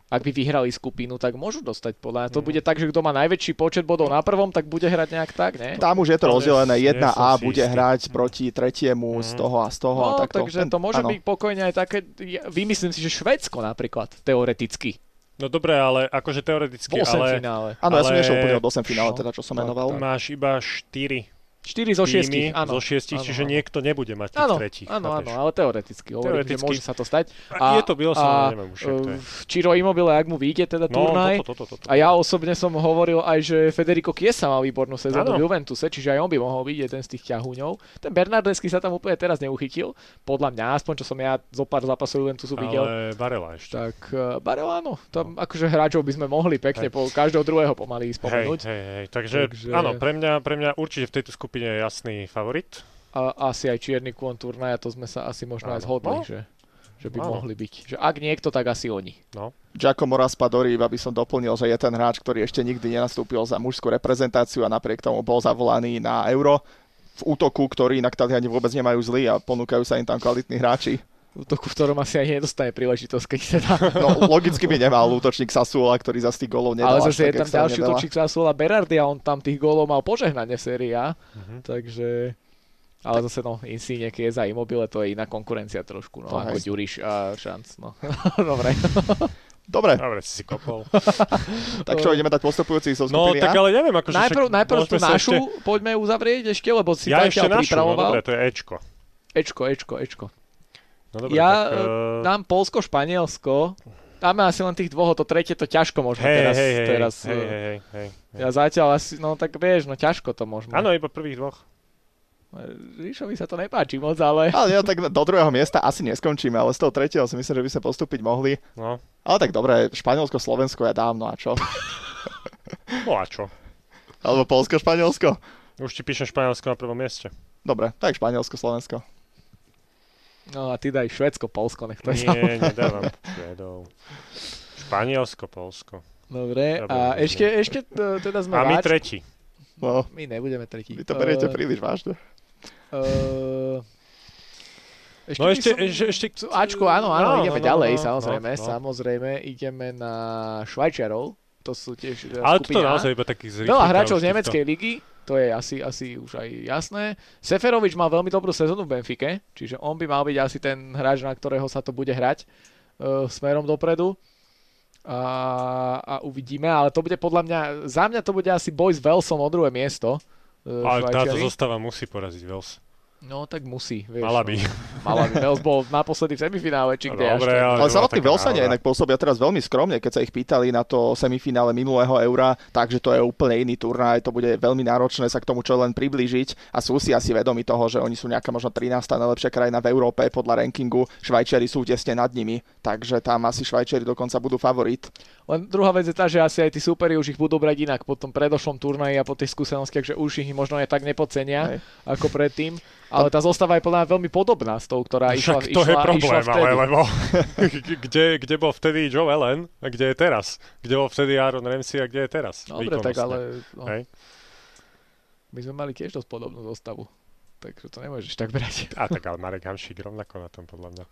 Speaker 3: Ak by vyhrali skupinu, tak môžu dostať podľa mňa.
Speaker 2: No.
Speaker 3: To bude tak, že kto má najväčší počet bodov na prvom, tak bude hrať nejak tak, ne?
Speaker 1: Tam už je to
Speaker 2: Ale
Speaker 1: rozdelené,
Speaker 2: nie som
Speaker 1: 1A
Speaker 2: si
Speaker 1: bude
Speaker 2: istý.
Speaker 1: hrať proti tretiemu z
Speaker 2: Mm.
Speaker 1: toho a z toho a
Speaker 3: Mm. No,
Speaker 1: takto.
Speaker 3: takže to môže
Speaker 1: áno.
Speaker 3: byť pokojne aj také, ja vymyslím si, že Švédsko napríklad, teoreticky,
Speaker 2: no dobre, ale akože
Speaker 3: v
Speaker 2: teoreticky, ale
Speaker 3: finále.
Speaker 1: Áno, ja som
Speaker 2: Ale-
Speaker 1: nešiel úplne od 8 finále,
Speaker 3: No,
Speaker 1: teda čo som
Speaker 3: tak,
Speaker 1: menoval.
Speaker 2: máš iba 4
Speaker 3: 4 zo 6,
Speaker 2: týmy zo
Speaker 3: áno.
Speaker 2: šiestich,
Speaker 3: áno,
Speaker 2: čiže
Speaker 3: áno.
Speaker 2: niekto nebude mať tých
Speaker 3: Áno,
Speaker 2: tretích.
Speaker 3: áno,
Speaker 2: chápeš?
Speaker 3: áno, ale teoreticky hovorím,
Speaker 2: Teoreticky.
Speaker 3: že môže sa to stať.
Speaker 2: A, je to bylo,
Speaker 3: a,
Speaker 2: sa neviem už, jak to je.
Speaker 3: eh, Ciro Immobile, ak mu vyjde teda
Speaker 2: No,
Speaker 3: turnaj,
Speaker 2: toto, toto, toto.
Speaker 3: a ja osobne som hovoril aj, že Federico Chiesa mal výbornú sezónu
Speaker 2: Áno.
Speaker 3: v Juventuse, čiže aj on by mohol byť jeden z tých ťahuňov. Ten Bernardesky sa tam úplne teraz neuchytil, podľa mňa, aspoň čo som ja zo pár zápasov Juventusu videl.
Speaker 2: Ale Varela ešte.
Speaker 3: Tak eh, Barel áno, tam akože hráčov by sme mohli pekne po každého druhého pomaly
Speaker 2: Hej,
Speaker 3: spomenúť.
Speaker 2: hej, hej. Takže,
Speaker 3: Takže-
Speaker 2: áno, pre mňa, pre mňa určite v tejto skupine je jasný favorit.
Speaker 3: A, asi aj čierny kôň turnaja, to sme sa asi možno
Speaker 2: Áno.
Speaker 3: aj zhodli,
Speaker 2: No.
Speaker 3: že, že by
Speaker 2: Áno.
Speaker 3: mohli byť. Že ak niekto, tak asi oni.
Speaker 2: No,
Speaker 1: Giacomo Raspadori, iba by som doplnil, že je ten hráč, ktorý ešte nikdy nenastúpil za mužskú reprezentáciu a napriek tomu bol zavolaný na Euro v útoku, ktorý inak Taliani vôbec nemajú zlý a ponúkajú sa im tam kvalitní hráči.
Speaker 3: Útoku, v ktorom asi ani nedostane príležitosť, keď sa dá.
Speaker 1: No logicky by nemal útočník Sassuola, ktorý za tých golov nedal
Speaker 3: Ale
Speaker 1: až
Speaker 3: zase je
Speaker 1: tak
Speaker 3: tam
Speaker 1: extrémne
Speaker 3: ďalší
Speaker 1: veľa.
Speaker 3: útočník Sassuola Berardi a on tam tých gólov mal požehnanie séria,
Speaker 2: Mhm.
Speaker 3: takže... Ale zase no, Insigne, keď je za Immobile, to je iná konkurencia trošku, no,
Speaker 1: To
Speaker 3: ako
Speaker 1: hej.
Speaker 3: Ďuriš a Šanc, no. (laughs) Dobre.
Speaker 1: Dobre,
Speaker 2: Dobre, si si kopol.
Speaker 1: tak čo, ideme dať postupujúcich zo
Speaker 2: No,
Speaker 1: skupiny
Speaker 2: tak
Speaker 1: A?
Speaker 2: ale neviem, akože...
Speaker 3: najprv,
Speaker 2: však
Speaker 3: najprv
Speaker 2: (laughs)
Speaker 3: tú
Speaker 2: môžeme sa
Speaker 3: našu
Speaker 2: ešte-
Speaker 3: poďme uzavrieť ešte, lebo si
Speaker 2: Ja
Speaker 3: zatiaľ
Speaker 2: ešte našu, no
Speaker 3: pripravoval.
Speaker 2: dobre, to je Ečko.
Speaker 3: Ečko, Ečko, Ečko.
Speaker 2: No dobre,
Speaker 3: Ja, e,
Speaker 2: tak... eh,
Speaker 3: Dám Polsko, Španielsko. Dáme asi len tých dvoch, to tretie to ťažko možno
Speaker 2: Hej,
Speaker 3: teraz.
Speaker 2: hej, hej,
Speaker 3: teraz
Speaker 2: hej,
Speaker 3: eh,
Speaker 2: hej, hej, hej.
Speaker 3: Ja zatiaľ asi, no tak vieš, no ťažko to možno.
Speaker 2: Áno, iba prvých dvoch.
Speaker 3: Ríšovi sa to nepáči moc, ale...
Speaker 1: Ale ja tak do druhého miesta asi neskončíme, ale z toho tretieho si myslím, že by sa postúpiť mohli.
Speaker 2: No,
Speaker 1: Ale tak dobre, Španielsko, Slovensko ja dám, no a čo?
Speaker 2: no a čo?
Speaker 1: Alebo Polsko, Španielsko?
Speaker 2: Už ti píšem Španielsko na prvom mieste.
Speaker 1: Dobre, tak Španielsko, Slovensko.
Speaker 3: No a ty daj Švedsko, Polsko, nech to je tam.
Speaker 2: Nie, nedávam Švedov. Španielsko, Polsko.
Speaker 3: Dobre,
Speaker 2: Dobre, dobre.
Speaker 3: a ešte, ešte t- teda sme
Speaker 2: A my
Speaker 3: váč-
Speaker 2: tretí.
Speaker 1: No,
Speaker 3: My nebudeme tretí.
Speaker 1: vy to beriete
Speaker 3: Eh,
Speaker 1: príliš vážne.
Speaker 3: eh, ešte
Speaker 2: No
Speaker 3: by
Speaker 2: ešte,
Speaker 3: som-
Speaker 2: ešte, ešte...
Speaker 3: Co- Ačko, áno, áno, ideme ďalej, samozrejme,
Speaker 2: no.
Speaker 3: samozrejme, ideme na Švajčiarov, to sú tiež eh,
Speaker 2: Ale toto
Speaker 3: skupina A.
Speaker 2: naozaj iba takých zrýchlých.
Speaker 3: Veľa hráčov z nemeckej ligy, to je asi, asi už aj jasné. Seferovič mal veľmi dobrú sezónu v Benfike, čiže on by mal byť asi ten hráč, na ktorého sa to bude hrať uh, smerom dopredu. A, a uvidíme, ale to bude podľa mňa, za mňa to bude asi boj s Velsom o druhé miesto. eh,
Speaker 2: Ale táto
Speaker 3: Švajčiari.
Speaker 2: zostava musí poraziť Vels.
Speaker 3: No tak musí, vieš.
Speaker 2: Mala by.
Speaker 3: No. Mala by. Vels bol naposledy v semifinále, či
Speaker 2: No,
Speaker 3: kde až
Speaker 2: dobre,
Speaker 3: tak.
Speaker 2: ale-
Speaker 1: Ale
Speaker 2: bola
Speaker 1: samotní
Speaker 2: taká
Speaker 1: Velsania
Speaker 2: náhoda.
Speaker 1: inak pôsobia teraz veľmi skromne, keď sa ich pýtali na to semifinále minulého eura, takže to je úplne iný turnaj, to bude veľmi náročné sa k tomu čo len priblížiť a sú si asi vedomi toho, že oni sú nejaká možno 13. najlepšia krajina v Európe podľa rankingu, Švajčiari sú tesne nad nimi, takže tam asi Švajčiari dokonca budú favorit.
Speaker 3: Len druhá vec je tá, že asi aj tí súperi už ich budú brať inak po tom predošlom turnaji a po tých skúsenostiach, že už ich možno aj tak nepocenia
Speaker 1: Hej.
Speaker 3: ako predtým. Ale tá zostava je podľa mňa veľmi podobná s tou, ktorá išla,
Speaker 2: Však to
Speaker 3: išla,
Speaker 2: je
Speaker 3: išla
Speaker 2: problém,
Speaker 3: vtedy.
Speaker 2: ale lebo (laughs) kde, kde bol vtedy Joe Allen a kde je teraz? Kde bol vtedy Aaron Ramsey a kde je teraz?
Speaker 3: No, Dobre, tak ale no,
Speaker 2: Hej.
Speaker 3: my sme mali tiež dosť podobnú zostavu. Takže to nemôžeš tak brať.
Speaker 2: A tak ale Marek Hamšík rovnako na tom podľa mňa.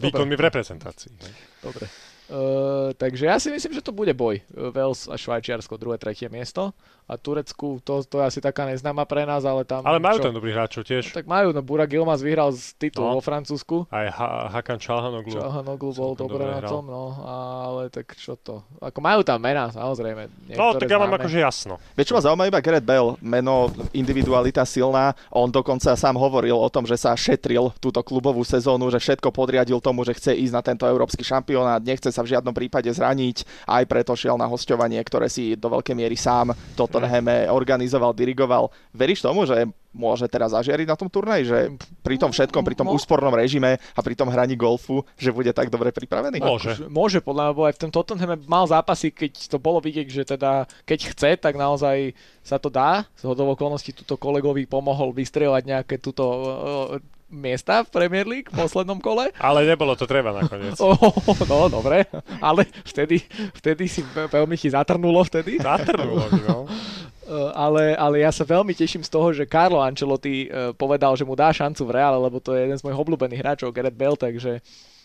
Speaker 2: Výkon mi v reprezentácii. hej.
Speaker 3: (laughs) Dobre. Uh, takže ja si myslím, že to bude boj. Eh, Wales a Švajčiarsko, druhé, tretie miesto. A Turecku, to, to je asi taká neznáma pre nás, ale tam...
Speaker 2: Ale majú
Speaker 3: No, čo-
Speaker 2: tam dobrých hráčov tiež.
Speaker 3: Tak majú, no Burak Yilmaz vyhral z titul
Speaker 2: No.
Speaker 3: vo Francúzsku.
Speaker 2: Aj Ha- Hakan Čalhanoglu.
Speaker 3: Čahanoglu no, bol
Speaker 2: Celkom
Speaker 3: dobre
Speaker 2: dobre
Speaker 3: na
Speaker 2: hral.
Speaker 3: tom, no, ale tak čo to. Ako majú tam mená, samozrejme.
Speaker 2: No,
Speaker 3: niektoré
Speaker 2: tak ja mám
Speaker 3: známe.
Speaker 2: akože jasno.
Speaker 1: Vieš, čo ma zaujíma iba Gareth Bale, meno, individualita silná. On dokonca sám hovoril o tom, že sa šetril túto klubovú sezónu, že všetko podriadil tomu, že chce ísť na tento európsky šampionát, nechce sa v žiadnom prípade zraniť. Aj preto šiel na hosťovanie, ktoré si do veľkej miery sám v Tottenhame organizoval, dirigoval. Veríš tomu, že môže teraz zažiariť na tom turnaji, že pri tom všetkom, pri tom
Speaker 3: Mo-
Speaker 1: úspornom režime a pri tom hraní golfu, že bude tak dobre pripravený?
Speaker 2: Mo-
Speaker 3: Akože Môže, podľa mňa, bo aj v tom Tottenhame mal zápasy, keď to bolo vidieť, že teda, keď chce, tak naozaj sa to dá. Z hodov okolností tuto kolegovi pomohol vystreľať nejaké tuto eh, miesta v Premier League v poslednom kole. (laughs)
Speaker 2: Ale nebolo to treba nakoniec.
Speaker 3: Oh, no, dobre, ale vtedy, vtedy si ve- veľmi ti zatrnulo vtedy.
Speaker 2: Zatrnulo mi, no.
Speaker 3: Uh, ale, ale ja sa veľmi teším z toho, že Carlo Ancelotti uh, povedal, že mu dá šancu v Reále, lebo to je jeden z mojich obľúbených hráčov, Gareth Bale, takže,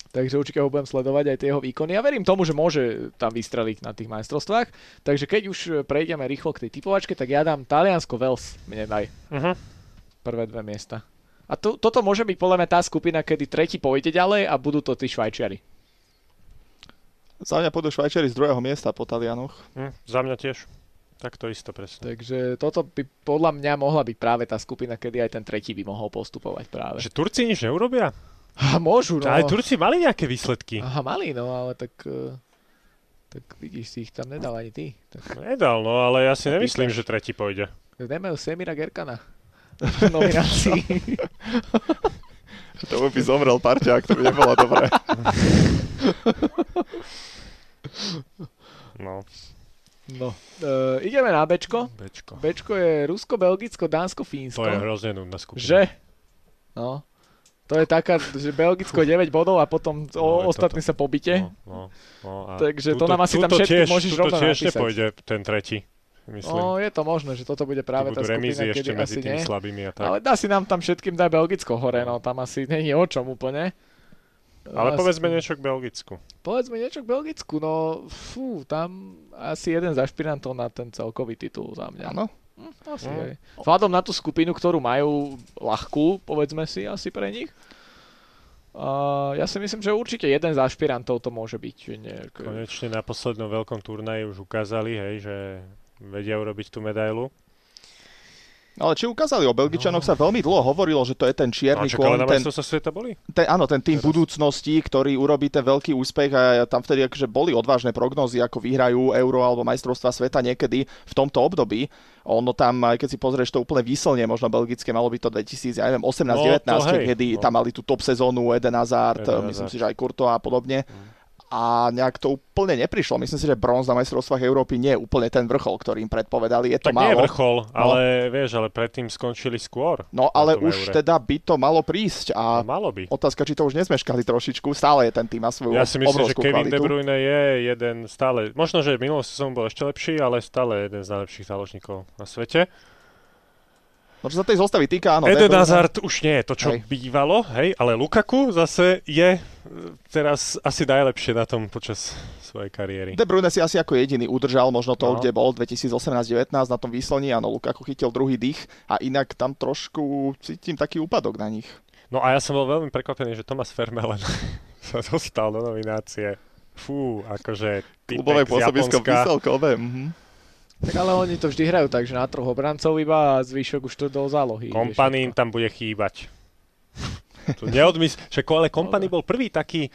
Speaker 3: takže určite ho budem sledovať aj tie jeho výkony. Ja verím tomu, že môže tam vystreliť na tých majstrovstvách. Takže keď už uh, prejdeme rýchlo k tej typovačke, tak ja dám Taliansko-Wales, mne daj
Speaker 2: Mhm.
Speaker 3: prvé dve miesta. A to, toto môže byť podľa mňa tá skupina, kedy tretí pôjde ďalej a budú to tí Švajčiari.
Speaker 1: Za mňa pôjdu Švajčiari z druhého miesta po Talianoch.
Speaker 2: Hm, Za mhm. mňa tiež. Tak to isto presne.
Speaker 3: Takže toto by podľa mňa mohla byť práve tá skupina, kedy aj ten tretí by mohol postupovať práve.
Speaker 2: Že Turci nič neurobia?
Speaker 3: A môžu, no.
Speaker 2: No. Aj Turci mali nejaké výsledky.
Speaker 3: Aha, mali, no, ale tak... e, Tak vidíš, si ich tam nedal ani ty. Tak
Speaker 2: Nedal, no ale ja si
Speaker 3: To
Speaker 2: nemyslím,
Speaker 3: pýtaš.
Speaker 2: že tretí pôjde.
Speaker 3: nemajú Semira
Speaker 2: (laughs)
Speaker 3: Gerkana v nominácii.
Speaker 1: To by zomrel parťák, to by nebolo dobré.
Speaker 2: No,
Speaker 3: No, (laughs) e, ideme na Bčko.
Speaker 2: Bčko.
Speaker 3: Bčko je Rusko, Belgicko, Dánsko, Fínsko.
Speaker 2: To je hrozne nudná skupina.
Speaker 3: Že? No. To je taká, že Belgicko je 9 bodov a potom o,
Speaker 2: No, je
Speaker 3: ostatní sa pobite.
Speaker 2: No, no, no, a
Speaker 3: Takže to nám asi tam
Speaker 2: tuto
Speaker 3: všetkých
Speaker 2: tiež,
Speaker 3: môžeš
Speaker 2: tuto
Speaker 3: rovno
Speaker 2: tiež
Speaker 3: napísať.
Speaker 2: nepôjde ten tretí, myslím.
Speaker 3: No, je to možné, že toto bude
Speaker 2: Práve budú
Speaker 3: práve tá skupina,
Speaker 2: remízy ešte
Speaker 3: kedy
Speaker 2: medzi
Speaker 3: asi
Speaker 2: tými
Speaker 3: nie.
Speaker 2: slabými a tak.
Speaker 3: Ale
Speaker 2: Ale,
Speaker 3: dá si nám tam všetkým daj Belgicko hore, no tam asi není o čom úplne. Asi-
Speaker 2: povedzme niečo k Belgicku.
Speaker 3: Povedzme niečo k Belgicku, no fú, tam asi jeden z ašpirantov na ten celkový titul za mňa.
Speaker 1: Áno.
Speaker 3: Hm, asi,
Speaker 2: Mm.
Speaker 3: hej. Vzhľadom na tú skupinu, ktorú majú ľahkú, povedzme si asi pre nich. A ja si myslím, že určite jeden z ašpirantov to môže byť. že Nie, ako-
Speaker 2: Konečne na poslednom veľkom turnaji už ukázali, hej, že vedia urobiť tú medailu.
Speaker 1: Ale či ukázali o Belgičanoch,
Speaker 2: No.
Speaker 1: sa veľmi dlho hovorilo, že to je ten
Speaker 2: No a
Speaker 1: čierny
Speaker 2: čo,
Speaker 1: kôň,
Speaker 2: na
Speaker 1: ten,
Speaker 2: majstrovstvá sveta boli?
Speaker 1: ten, áno, ten tým
Speaker 2: Teraz.
Speaker 1: budúcnosti, ktorý urobí ten veľký úspech a tam vtedy akože boli odvážne prognozy, ako vyhrajú Euro alebo majstrovstva sveta niekedy v tomto období. Ono tam, aj keď si pozrieš to úplne výslne, možno belgické, malo by to 2000, ja neviem, 18,
Speaker 2: No, to
Speaker 1: 19,
Speaker 2: hej,
Speaker 1: kedy
Speaker 2: no.
Speaker 1: tam mali tú top sezónu, Eden Hazard,
Speaker 2: Eden
Speaker 1: myslím
Speaker 2: Hazard. Mm.
Speaker 1: si, že aj Kurto a podobne. A nejak to úplne neprišlo. Myslím si, že bronz na majstrovstvách Európy nie je úplne ten vrchol, ktorý im predpovedali. Je to
Speaker 2: Tak nie
Speaker 1: málo.
Speaker 2: je vrchol, ale vieš, ale predtým skončili skôr.
Speaker 1: No ale
Speaker 2: Na tom
Speaker 1: už
Speaker 2: Eure.
Speaker 1: teda by to malo prísť
Speaker 2: No,
Speaker 1: a
Speaker 2: malo by.
Speaker 1: otázka, či to už nezmeškali trošičku, stále je ten tým a svoju
Speaker 2: Ja si myslím, že
Speaker 1: obrovskú
Speaker 2: Kevin
Speaker 1: kvalitu.
Speaker 2: De Bruyne je jeden stále, možno, že minulý sezón bol ešte lepší, ale stále jeden z najlepších záložníkov na svete.
Speaker 1: No čo sa tej zostavy týka, áno.
Speaker 2: No, Eden
Speaker 1: De Bruyne-
Speaker 2: Hazard už nie je to, čo
Speaker 1: Hej.
Speaker 2: hej. bývalo, hej, ale Lukaku zase je e, teraz asi najlepšie na tom počas svojej kariéry.
Speaker 1: De Bruyne si asi ako jediný udržal možno to,
Speaker 2: No.
Speaker 1: kde bol 2018-19 na tom výslení, áno, Lukaku chytil druhý dých a inak tam trošku cítim taký úpadok na nich.
Speaker 2: No a ja som bol veľmi prekvapený, že Thomas Vermeulen (laughs) sa dostal do nominácie. Fú, akože
Speaker 1: Klubové
Speaker 2: typek z
Speaker 1: pôsobisko
Speaker 2: Japonska.
Speaker 1: výselkové. Mhm.
Speaker 3: Tak ale oni to vždy hrajú tak, že na troch obrancov iba a zvyšok už to do zálohy. ide
Speaker 2: Kompanín
Speaker 3: všetko.
Speaker 2: tam bude chýbať. To neodmys... Však, ale Kompany bol prvý taký,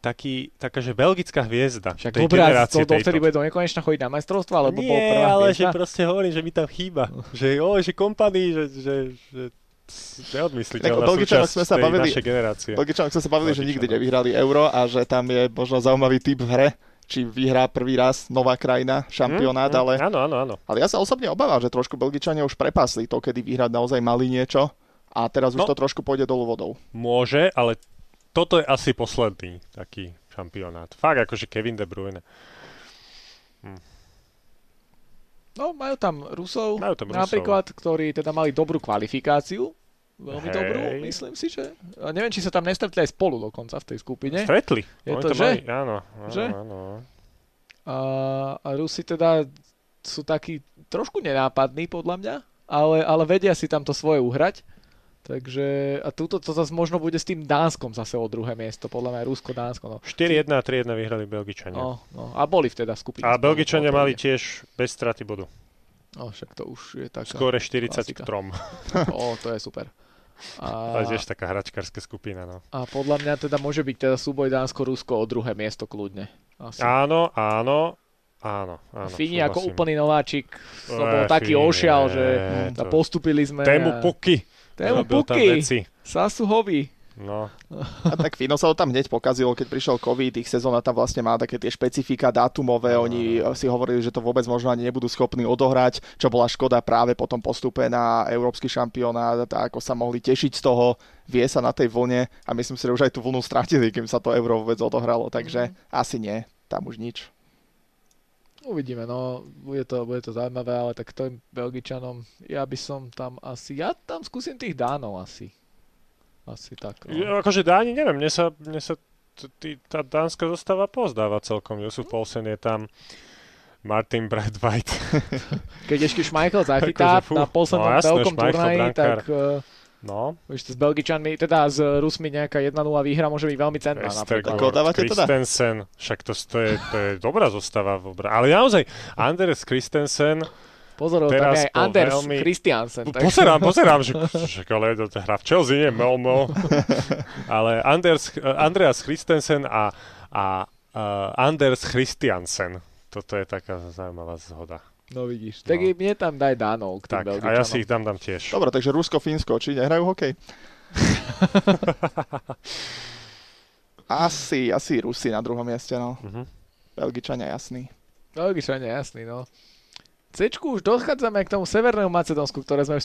Speaker 2: taký, taká, že belgická hviezda.
Speaker 3: Však
Speaker 2: tej
Speaker 3: dobré, a
Speaker 2: generácie
Speaker 3: to dovtedy
Speaker 2: tejto.
Speaker 3: bude do nekonečna chodiť na majstrovstva, alebo
Speaker 2: Nie,
Speaker 3: bol prvá
Speaker 2: ale že
Speaker 3: hviezda?
Speaker 2: proste hovorím, že mi tam
Speaker 3: (laughs)
Speaker 2: chýba. Že jo, že Kompany, že, že, že
Speaker 1: Tak o
Speaker 2: neodmysliteľná
Speaker 1: Belgičanoch
Speaker 2: súčasť
Speaker 1: sme sa
Speaker 2: tej
Speaker 1: bavili-
Speaker 2: našej generácie.
Speaker 1: Belgičanok sme sa bavili, že nikdy
Speaker 2: Belgičanok.
Speaker 1: nevyhrali euro a že tam je možno zaujímavý typ v hre, či vyhrá prvý raz nová krajina, šampionát,
Speaker 2: Hm, hm,
Speaker 1: ale
Speaker 2: Áno, áno, áno.
Speaker 1: Ale ja sa osobne obávam, že trošku Belgičania už prepásli to, kedy vyhrať naozaj mali niečo a teraz už
Speaker 2: No.
Speaker 1: to trošku pôjde dolu vodou.
Speaker 2: Môže, ale toto je asi posledný taký šampionát. Fakt, akože Kevin De Bruyne.
Speaker 3: No, majú tam Rusov,
Speaker 2: Majú tam Rusov.
Speaker 3: napríklad, ktorí teda mali dobrú kvalifikáciu. Veľmi
Speaker 2: Hej.
Speaker 3: dobrú, myslím si, že... A neviem, či sa tam nestretli aj spolu dokonca v tej skupine.
Speaker 2: Stretli.
Speaker 3: Je
Speaker 2: Oni
Speaker 3: to
Speaker 2: tam
Speaker 3: že?
Speaker 2: Mali, áno, áno,
Speaker 3: Že?
Speaker 2: áno.
Speaker 3: A, a Rusi teda sú takí trošku nenápadní, podľa mňa, ale, ale vedia si tam to svoje uhrať. Takže a túto to zase možno bude s tým Dánskom zase o druhé miesto, podľa mňa Rusko-Dánsko. No.
Speaker 2: 4-1 a 3-1 vyhrali Belgičania.
Speaker 3: No, no, a boli v teda skupine.
Speaker 2: A
Speaker 3: spolu,
Speaker 2: Belgičania
Speaker 3: opäť.
Speaker 2: mali tiež bez straty bodu.
Speaker 3: No, však to už je taká...
Speaker 2: Skore 43.
Speaker 3: No, klasika. (laughs) O, to je super. A,
Speaker 2: Ale tiež taká hračkárska skupina, no.
Speaker 3: a podľa mňa teda môže byť teda súboj Dánsko-Rusko o druhé miesto kľudne. Asi.
Speaker 2: Áno, áno, áno, áno.
Speaker 3: Fíni ako
Speaker 2: súhlasím.
Speaker 3: úplný nováčik, to
Speaker 2: Eh,
Speaker 3: bol taký
Speaker 2: Fíni,
Speaker 3: ošial, že
Speaker 2: eh,
Speaker 3: a
Speaker 2: to-
Speaker 3: postupili sme.
Speaker 2: Tému
Speaker 3: a...
Speaker 2: Puky.
Speaker 3: Tému
Speaker 2: Robil tam
Speaker 3: Puky.
Speaker 2: veci.
Speaker 3: Sasuhovi.
Speaker 2: No,
Speaker 1: A tak Fino sa to tam hneď pokazilo, keď prišiel COVID, ich sezóna tam vlastne má také tie špecifika dátumové, oni si hovorili, že to vôbec možno ani nebudú schopní odohrať, čo bola škoda práve po tom postupe na európsky šampionát, a ako sa mohli tešiť z toho, vie sa na tej vlne a myslím si, že už aj tú vlnu stratili, kým sa to euro vôbec odohralo, takže asi nie, tam už nič.
Speaker 3: Uvidíme, no, bude to, bude to zaujímavé, ale tak tým Belgičanom, ja by som tam asi, ja tam skúsim tých Dánov asi. Asi tak. No.
Speaker 2: Ja, akože Dáni, neviem, mne sa, mne sa t- t- tá dánska zostava pozdáva celkom.
Speaker 3: Mm.
Speaker 2: Josef Paulsen je tam, Martin Bradwhite.
Speaker 3: Keď ešte Schmeichel zachytá
Speaker 2: Akože fú.
Speaker 3: na poslednom
Speaker 2: No,
Speaker 3: no,
Speaker 2: jasné,
Speaker 3: veľkom
Speaker 2: Schmeichel,
Speaker 3: turnaji,
Speaker 2: brankár.
Speaker 3: tak uh,
Speaker 2: No,
Speaker 3: ešte s Belgičanmi, teda s Rusmi nejaká 1-0 výhra môže byť veľmi cenná. napríklad.
Speaker 1: Koho dávate teda?
Speaker 2: Christensen, však to, to, je, to je dobrá zostava. v obra- Ale naozaj, Anders Christensen
Speaker 3: Pozoroval tam
Speaker 2: Teraz
Speaker 3: je aj
Speaker 2: po
Speaker 3: Anders
Speaker 2: veľmi-
Speaker 3: Christiansen.
Speaker 2: Po-
Speaker 3: takže-
Speaker 2: No, Pozerám, pozerám, že však ale to hra v Chelsea, nie Melmo. Ale Anders, Andreas Christensen a, a, a Anders Christiansen. Toto je taká zaujímavá zhoda.
Speaker 3: No vidíš. Tak
Speaker 2: No.
Speaker 3: i mne tam daj Danov k tým
Speaker 2: Tak, a ja si
Speaker 3: Belgičanom.
Speaker 2: ich dám tam tiež.
Speaker 1: Dobre, takže Rusko, Fínsko, či nehrajú hokej? asi, asi Rusi na druhom mieste, no.
Speaker 2: Mhm.
Speaker 1: Belgičania, jasný.
Speaker 3: Belgičania, jasný, no. Cečku už dochádzame k tomu Severnému Macedónsku, ktoré sme už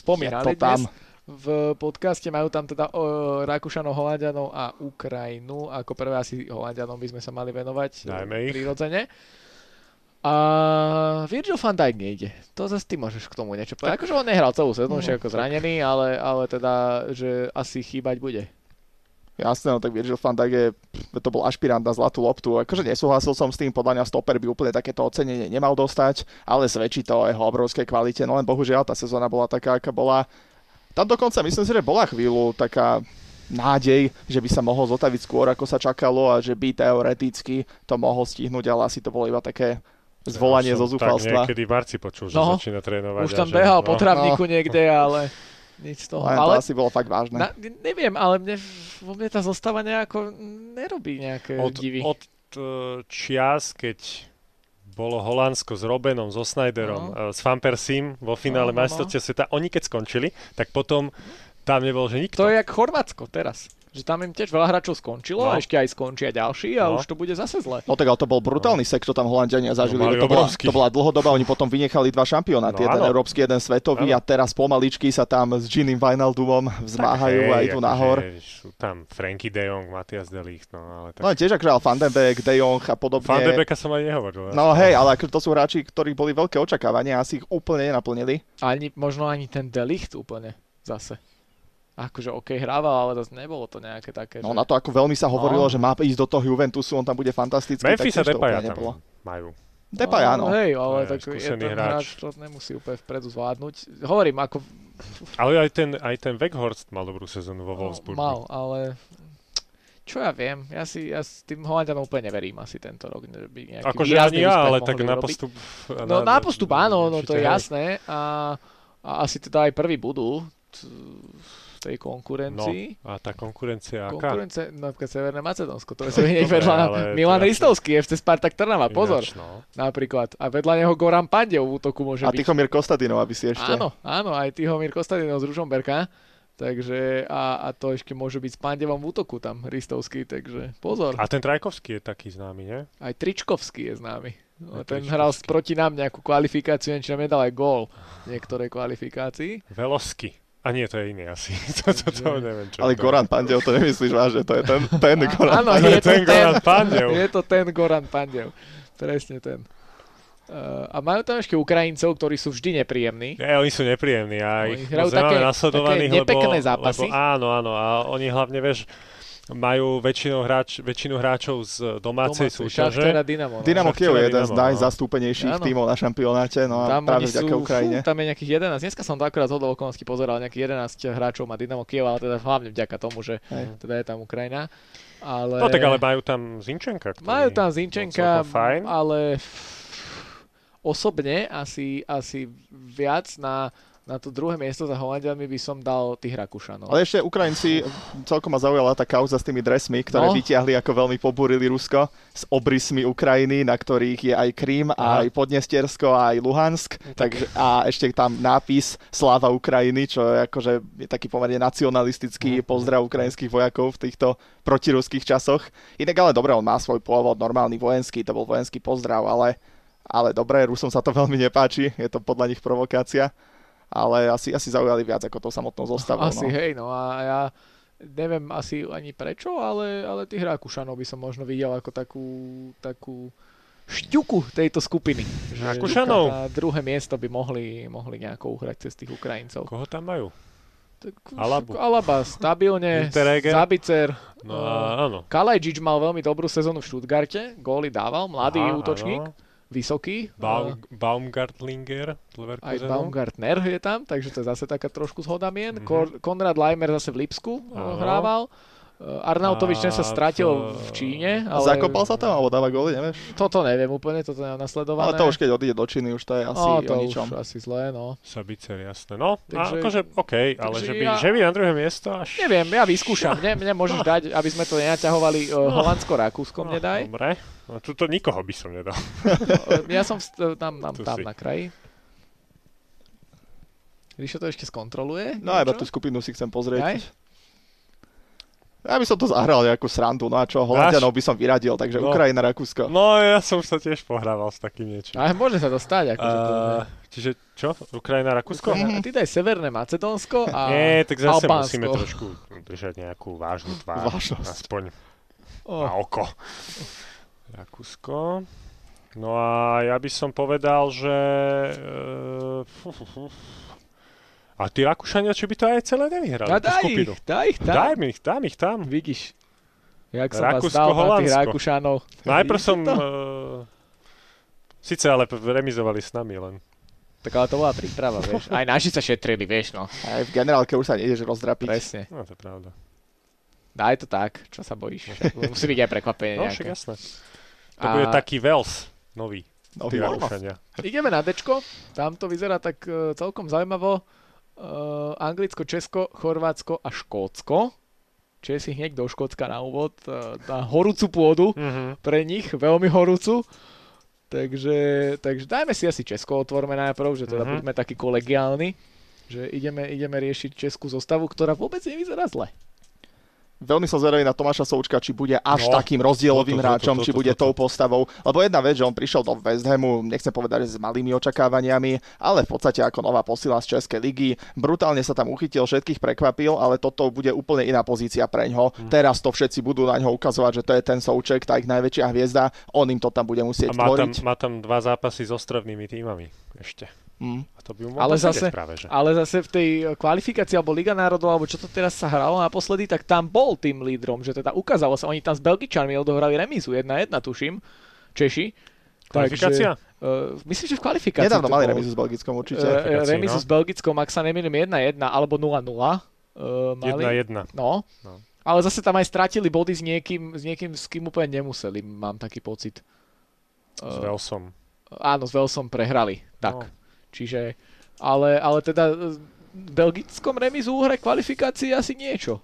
Speaker 1: Je to
Speaker 3: spomínali
Speaker 1: tam.
Speaker 3: dnes. V podcaste majú tam teda o, Rakúšanov, Holandianov a Ukrajinu. Ako prvé asi Holandianom by sme sa mali venovať
Speaker 2: Dajme
Speaker 3: e,
Speaker 2: ich.
Speaker 3: prirodzene. A Virgil van Dijk nejde. To zase ty môžeš k tomu niečo povedať. Akože on nehral celú sezónu, však ako zranený, ale, ale teda, že asi chýbať bude.
Speaker 1: Jasné, no tak Virgil van Dijk je, pff, to bol ašpirant na zlatú loptu. Akože nesúhlasil som s tým, podľa mňa stoper by úplne takéto ocenenie nemal dostať, ale svedčí to o jeho obrovskej kvalite. No len bohužiaľ tá sezóna bola taká, aká bola. Tam dokonca myslím si, že bola chvíľu taká nádej, že by sa mohol zotaviť skôr, ako sa čakalo a že by teoreticky to mohol stihnúť, ale asi to bolo iba také zvolanie
Speaker 2: Ja
Speaker 1: zo
Speaker 2: som
Speaker 1: zúfalstva.
Speaker 2: Tak niekedy v marci počul, že
Speaker 3: No.
Speaker 2: začína trénovať.
Speaker 3: Už
Speaker 2: a
Speaker 3: tam
Speaker 2: že,
Speaker 3: behal po trávniku
Speaker 1: No.
Speaker 3: niekde, ale nič z toho.
Speaker 1: Len to
Speaker 3: Ale
Speaker 1: asi bolo fakt vážne.
Speaker 3: Na, neviem, ale mne, vo mne tá zostava nejako nerobí nejaké
Speaker 2: od,
Speaker 3: divy.
Speaker 2: od e, čias, keď bolo Holandsko s Robenom, so Snyderom, no. s Van Persim vo finále
Speaker 3: No, no, no.
Speaker 2: no, majstrovstiev sveta, oni keď skončili, tak potom tam nebol, že nikto.
Speaker 3: To je jak Chorvátsko teraz. Že tam im tiež veľa hráčov skončilo
Speaker 2: No.
Speaker 3: a ešte aj skončia ďalší a
Speaker 2: No.
Speaker 3: už to bude zase zle.
Speaker 1: No tak ale to bol brutálny sex, čo tam Holandiania zažili.
Speaker 2: mali
Speaker 1: to, bola,
Speaker 2: obrovský.
Speaker 1: to bola dlhodobá, oni potom vynechali dva šampionáty,
Speaker 2: No
Speaker 1: jeden
Speaker 2: áno.
Speaker 1: európsky, jeden svetový a
Speaker 2: Áno.
Speaker 1: teraz pomaličky sa tam s Ginim Vinaldumom vzmáhajú
Speaker 2: hej,
Speaker 1: aj tu
Speaker 2: akože
Speaker 1: nahor.
Speaker 2: Sú tam Frankie de Jong, Matias de Ligt, no ale tak...
Speaker 1: No tiež ak hral Van den Beek, De Jong a podobne.
Speaker 2: Van de Beka som ani nehovoril.
Speaker 1: No hej, ale akože to sú hráči, ktorí boli veľké očakávania a asi ich úplne nenaplnili.
Speaker 3: Ani, možno ani ten delicht úplne zase. Akože OK, hrával, ale zase nebolo to nejaké také.
Speaker 1: No na
Speaker 3: že...
Speaker 1: to, ako veľmi sa hovorilo,
Speaker 3: No.
Speaker 1: že má ísť do toho Juventusu, on tam bude fantastický.
Speaker 2: Memphis a
Speaker 1: tak tiež to
Speaker 2: Depaya
Speaker 1: úplne nebolo.
Speaker 2: tam No, majú.
Speaker 1: Depay, áno.
Speaker 3: No, Hej, ale
Speaker 2: je
Speaker 3: tak
Speaker 2: skúsený
Speaker 3: jeden
Speaker 2: hráč.
Speaker 3: hráč. to nemusí úplne vpredu zvládnuť. Hovorím, ako
Speaker 2: Ale aj ten, aj ten Weghorst mal dobrú sezónu vo Wolfsburgu.
Speaker 3: No, mal, ale čo ja viem, ja si ja s tým Holandianom úplne neverím asi tento rok, že by nejaký
Speaker 2: Akože
Speaker 3: výrazný
Speaker 2: ani ja,
Speaker 3: úspech
Speaker 2: ale
Speaker 3: mohli
Speaker 2: tak na
Speaker 3: urobiť.
Speaker 2: postup...
Speaker 3: No na postup áno, no to
Speaker 2: určite, hej.
Speaker 3: je jasné a, a asi teda aj prví budú t- v tej konkurencii.
Speaker 2: No, a tá konkurencia aká?
Speaker 3: Konkurence, no, napríklad Severné Macedónsko, to
Speaker 2: No,
Speaker 3: je hneď
Speaker 2: dobre,
Speaker 3: vedľa na-
Speaker 2: ale
Speaker 3: Milan
Speaker 2: to je
Speaker 3: Ristovský, FC Spartak Trnava,
Speaker 2: Ináč,
Speaker 3: pozor,
Speaker 2: no.
Speaker 3: napríklad. A vedľa neho Goran Pandev v útoku môže
Speaker 1: A
Speaker 3: byť.
Speaker 1: Tichomir Kostadinov, aby si ešte...
Speaker 3: Áno, áno, aj Tihomír Kostadinov z Ružomberka. Takže a, a to ešte môže byť s Pandevom v útoku tam, Ristovský, takže pozor.
Speaker 2: A ten Trajkovský je taký známy, nie?
Speaker 3: Aj Tričkovský je známy.
Speaker 2: Aj
Speaker 3: No, ten
Speaker 2: Tričkovský.
Speaker 3: hral proti nám nejakú kvalifikáciu, neviem, či nám nedal aj gól v niektorej kvalifikácii.
Speaker 2: Velovský. A nie, to je iný asi. (laughs) to, to, to,
Speaker 3: Takže-
Speaker 2: neviem, čo
Speaker 1: Ale
Speaker 2: to je.
Speaker 1: Goran Pandev, to nemyslíš vážne, to je ten,
Speaker 2: (laughs)
Speaker 1: ten
Speaker 3: A-
Speaker 1: Goran
Speaker 3: áno,
Speaker 2: Pandev.
Speaker 3: No, je
Speaker 2: (laughs) Ten
Speaker 3: to ten,
Speaker 2: Goran
Speaker 3: (laughs)
Speaker 2: Pandev.
Speaker 3: je to ten Goran Pandev. Presne ten. Eh, a majú tam ešte Ukrajincov, ktorí sú vždy nepríjemní.
Speaker 2: Nie, oni sú nepríjemní a
Speaker 3: Oni
Speaker 2: ich moc
Speaker 3: hrajú
Speaker 2: nemáme
Speaker 3: také-
Speaker 2: nasledovaných,
Speaker 3: také
Speaker 2: lebo,
Speaker 3: nepekné zápasy.
Speaker 2: lebo áno, áno, a oni hlavne, vieš, majú väčšinu, hráč, väčšinu hráčov z domácej súťaže.
Speaker 3: Šachtara Dynamo. no.
Speaker 1: Dynamo Kiev je
Speaker 2: Šachtera
Speaker 1: jeden z
Speaker 2: Dynamo, no.
Speaker 1: najzastúpenejších
Speaker 3: Áno.
Speaker 1: tímov na šampionáte, no a
Speaker 3: tam
Speaker 1: práve
Speaker 3: oni sú,
Speaker 1: vďaka Ukrajine.
Speaker 3: Fú, tam je nejakých 11. Dneska som to akurát hodol okolností pozeral, nejakých 11 hráčov má Dynamo Kiev, ale teda hlavne vďaka tomu, že
Speaker 1: Hej.
Speaker 3: teda je tam Ukrajina. Ale...
Speaker 2: No tak ale majú tam Zinčenka. Ktorý
Speaker 3: Majú tam
Speaker 2: bol
Speaker 3: Zinčenka,
Speaker 2: celkom fajn.
Speaker 3: ale osobne asi, asi viac na, na to druhé miesto za Holandianmi by som dal tých Rakúšanov.
Speaker 1: Ale ešte Ukrajinci, eh, celkom ma zaujala tá kauza s tými dresmi, ktoré
Speaker 3: No.
Speaker 1: vytiahli, ako veľmi pobúrili Rusko, s obrysmi Ukrajiny, na ktorých je aj Krím,
Speaker 2: Aha.
Speaker 1: aj Podnestiersko, aj Luhansk.
Speaker 3: No
Speaker 1: Takže, a ešte tam nápis Sláva Ukrajiny, čo je, akože, je taký pomerne
Speaker 3: Mhm.
Speaker 1: nacionalistický pozdrav ukrajinských vojakov v týchto protiruských časoch. Inak ale dobre, on má svoj pôvod, normálny vojenský, to bol vojenský pozdrav, ale, ale dobre, Rusom sa to (laughs) veľmi nepáči, je to podľa nich provokácia. Ale asi, asi zaujali viac ako to samotnou zostavou.
Speaker 3: Asi,
Speaker 1: no.
Speaker 3: hej, no a ja neviem asi ani prečo, ale, ale tých Rakúšanov by som možno videl ako takú, takú šťuku tejto skupiny. Že
Speaker 2: Rakúšanov?
Speaker 3: Na druhé miesto by mohli, mohli nejako uhrať cez tých Ukrajincov.
Speaker 2: Koho tam majú?
Speaker 3: Tak,
Speaker 2: Alabu.
Speaker 3: Alaba stabilne,
Speaker 2: Interreger.
Speaker 3: Zabicer.
Speaker 2: No a áno.
Speaker 3: Kalajdzic mal veľmi dobrú sezónu v Stuttgarte, góly dával, mladý
Speaker 2: Aha,
Speaker 3: útočník,
Speaker 2: áno.
Speaker 3: vysoký.
Speaker 2: Baum, Baumgartlinger z
Speaker 3: eh, aj
Speaker 2: Leverkusenu.
Speaker 3: Baumgartner je tam, takže to je zase taká trošku zhoda mien.
Speaker 2: no. Mhm.
Speaker 3: Kor- Konrad Leimer zase v Lipsku eh,
Speaker 2: Áno.
Speaker 3: hrával. Eh, Arnautovič ten sa
Speaker 2: A
Speaker 3: stratil
Speaker 2: v-
Speaker 3: v Číne, ale...
Speaker 1: Ale... Zakopal sa tam alebo dáva góly, nevieš?
Speaker 3: Toto neviem úplne, toto nemám nasledované.
Speaker 1: Ale to už keď odíde do Číny, už to je asi
Speaker 3: no,
Speaker 1: o
Speaker 3: to
Speaker 1: ničom.
Speaker 3: už asi zlé, no.
Speaker 2: Sabicer, jasné. No,
Speaker 3: Takže-
Speaker 2: a akože, OK, ale
Speaker 3: takže
Speaker 2: že by,
Speaker 3: ja-
Speaker 2: že by na druhé miesto až...
Speaker 3: Neviem, ja vyskúšam. Mne, mne môžeš dať, aby sme to nenaťahovali uh, Holandsko-Rakúsko, mne
Speaker 2: No,
Speaker 3: daj.
Speaker 2: Dobre, no, tuto nikoho by som nedal.
Speaker 3: No, ja som vst- tam, tam,
Speaker 2: Tu si.
Speaker 3: tam na kraji. Ríšo to ešte skontroluje?
Speaker 1: No a iba tú
Speaker 3: niečo?
Speaker 1: skupinu si chcem pozrieť.
Speaker 3: Aj?
Speaker 1: Ja by som to zahral nejakú srandu, no a čo, Holandianov by som vyradil, takže
Speaker 2: No.
Speaker 1: Ukrajina, Rakúsko.
Speaker 2: No, ja som sa tiež pohrával s takým niečím.
Speaker 3: Ale môže sa to stať, akože to Mhm.
Speaker 2: Uh, čiže čo? Ukrajina, Rakúsko?
Speaker 3: je. A ty daj Severné Macedónsko a
Speaker 2: Nie, tak zase
Speaker 3: Albánsko.
Speaker 2: musíme trošku držať nejakú vážnu tvár.
Speaker 1: Vážnosť.
Speaker 2: Aspoň
Speaker 3: Oh,
Speaker 2: na oko. Rakúsko. No a ja by som povedal, že... e, fú, fú, fú. A tí Rakúšania, či by to aj celé nevyhrali,
Speaker 3: a
Speaker 2: No, tú
Speaker 3: No daj
Speaker 2: skupinu.
Speaker 3: ich, daj ich tam.
Speaker 2: Daj mi ich, dám ich tam.
Speaker 3: Vidíš. Jak som
Speaker 2: Rakúsko,
Speaker 3: vás dal na tých
Speaker 2: Holandsko.
Speaker 3: Rakúšanov.
Speaker 2: Najprv
Speaker 3: Vidíte
Speaker 2: som...
Speaker 3: to?
Speaker 2: Uh, Sice ale p- remizovali s nami len.
Speaker 3: Tak ale to bola príprava, vieš. Aj naši sa šetrili, vieš, no.
Speaker 1: Aj v generálke už sa nejdeš rozdrapiť.
Speaker 3: Presne.
Speaker 2: No to je pravda.
Speaker 3: Daj to tak, čo sa bojíš. No, Však Musí byť aj prekvapenie
Speaker 2: No však
Speaker 3: nejaké.
Speaker 2: jasné. To bude taký Wales nový.
Speaker 1: No,
Speaker 3: Oh,
Speaker 2: Tí
Speaker 1: no,
Speaker 2: Rakúšania.
Speaker 3: Ideme na Dčko, tam to vyzerá tak e, celkom zaujímavo. E, Anglicko, Česko, Chorvátsko a Škótsko. Česi hneď do Škótska na úvod, e, na horúcu pôdu
Speaker 2: Mhm.
Speaker 3: pre nich, veľmi horúcu. Takže, takže dajme si asi Česko otvorme najprv, že teda
Speaker 2: Mhm.
Speaker 3: buďme takí kolegiálni, že ideme, ideme riešiť Českú zostavu, ktorá vôbec nevyzerá zle.
Speaker 1: Veľmi som zvedavý na Tomáša Součka, či bude až
Speaker 2: No.
Speaker 1: no, takým rozdielovým
Speaker 2: Toto, toto,
Speaker 1: hráčom, či
Speaker 2: toto,
Speaker 1: bude
Speaker 2: toto.
Speaker 1: tou postavou. Lebo jedna vec, že on prišiel do West Hamu, nechcem povedať, že s malými očakávaniami, ale v podstate ako nová posila z Českej ligy. Brutálne sa tam uchytil, všetkých prekvapil, ale toto bude úplne iná pozícia pre ňo.
Speaker 2: Hm.
Speaker 1: Teraz to všetci budú na ňo ukazovať, že to je ten Souček, tá ich najväčšia hviezda, on im to tam bude
Speaker 2: A
Speaker 1: musieť
Speaker 2: má tam,
Speaker 1: tvoriť.
Speaker 2: má tam dva zápasy s ostrovnými týmami ešte.
Speaker 1: Hm.
Speaker 2: A to by mu
Speaker 3: Ale
Speaker 2: mohlo
Speaker 3: zase-
Speaker 2: vedieť práve, že.
Speaker 3: Ale zase v tej e, kvalifikácii alebo Liga národov, alebo čo to teraz sa hralo naposledy, tak tam bol tým lídrom, že teda ukázalo sa, oni tam s Belgičanmi odohrali remízu 1-1, tuším, Češi.
Speaker 2: Kvalifikácia?
Speaker 3: Takže, uh, myslím, že v kvalifikácii.
Speaker 1: Nedávno
Speaker 3: to
Speaker 1: mali
Speaker 3: bolo.
Speaker 1: remizu s Belgickom určite.
Speaker 2: Eh,
Speaker 3: Eh,
Speaker 2: kvalifikácii,
Speaker 3: remízu
Speaker 2: no.
Speaker 3: s Belgickom, ak sa nemýlim, 1-1 alebo 0-0. Uh, mali.
Speaker 2: 1-1.
Speaker 3: No.
Speaker 2: No.
Speaker 3: Ale zase tam aj strátili body s niekým, s niekým, s kým úplne nemuseli, mám taký pocit.
Speaker 2: S
Speaker 3: Eh,
Speaker 2: Velsom.
Speaker 3: Áno, s Walesom prehrali. Tak.
Speaker 2: No.
Speaker 3: Čiže, ale, ale teda e, v belgickom remizu hre kvalifikácii asi niečo.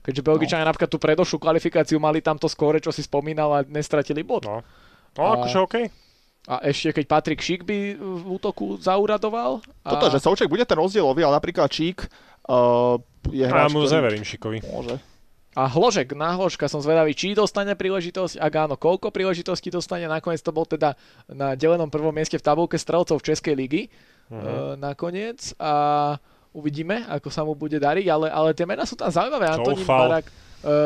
Speaker 3: Keďže Belgičania no. napríklad tú predošlú kvalifikáciu mali tamto skóre, čo si spomínal a nestratili bod. No.
Speaker 2: No. No,
Speaker 3: A-
Speaker 2: akože OK.
Speaker 3: A ešte keď Patrik Šik by v útoku zauradoval. A...
Speaker 1: Toto, že Souček bude ten rozdielový, ale napríklad Čík uh, je
Speaker 2: A ja
Speaker 1: hráč,
Speaker 2: mu
Speaker 1: ktorý
Speaker 2: zaverím Šikovi.
Speaker 1: Môže.
Speaker 3: A Hložek, na Hložka som zvedavý, či dostane príležitosť, ak áno, koľko príležitostí dostane. Nakoniec to bol teda na delenom prvom mieste v tabulke strelcov v Českej ligy
Speaker 2: Mhm.
Speaker 3: e, nakoniec a uvidíme, ako sa mu bude dariť, ale, ale tie mená sú tam zaujímavé. Antonín
Speaker 2: Zoufal.
Speaker 3: Barak, e,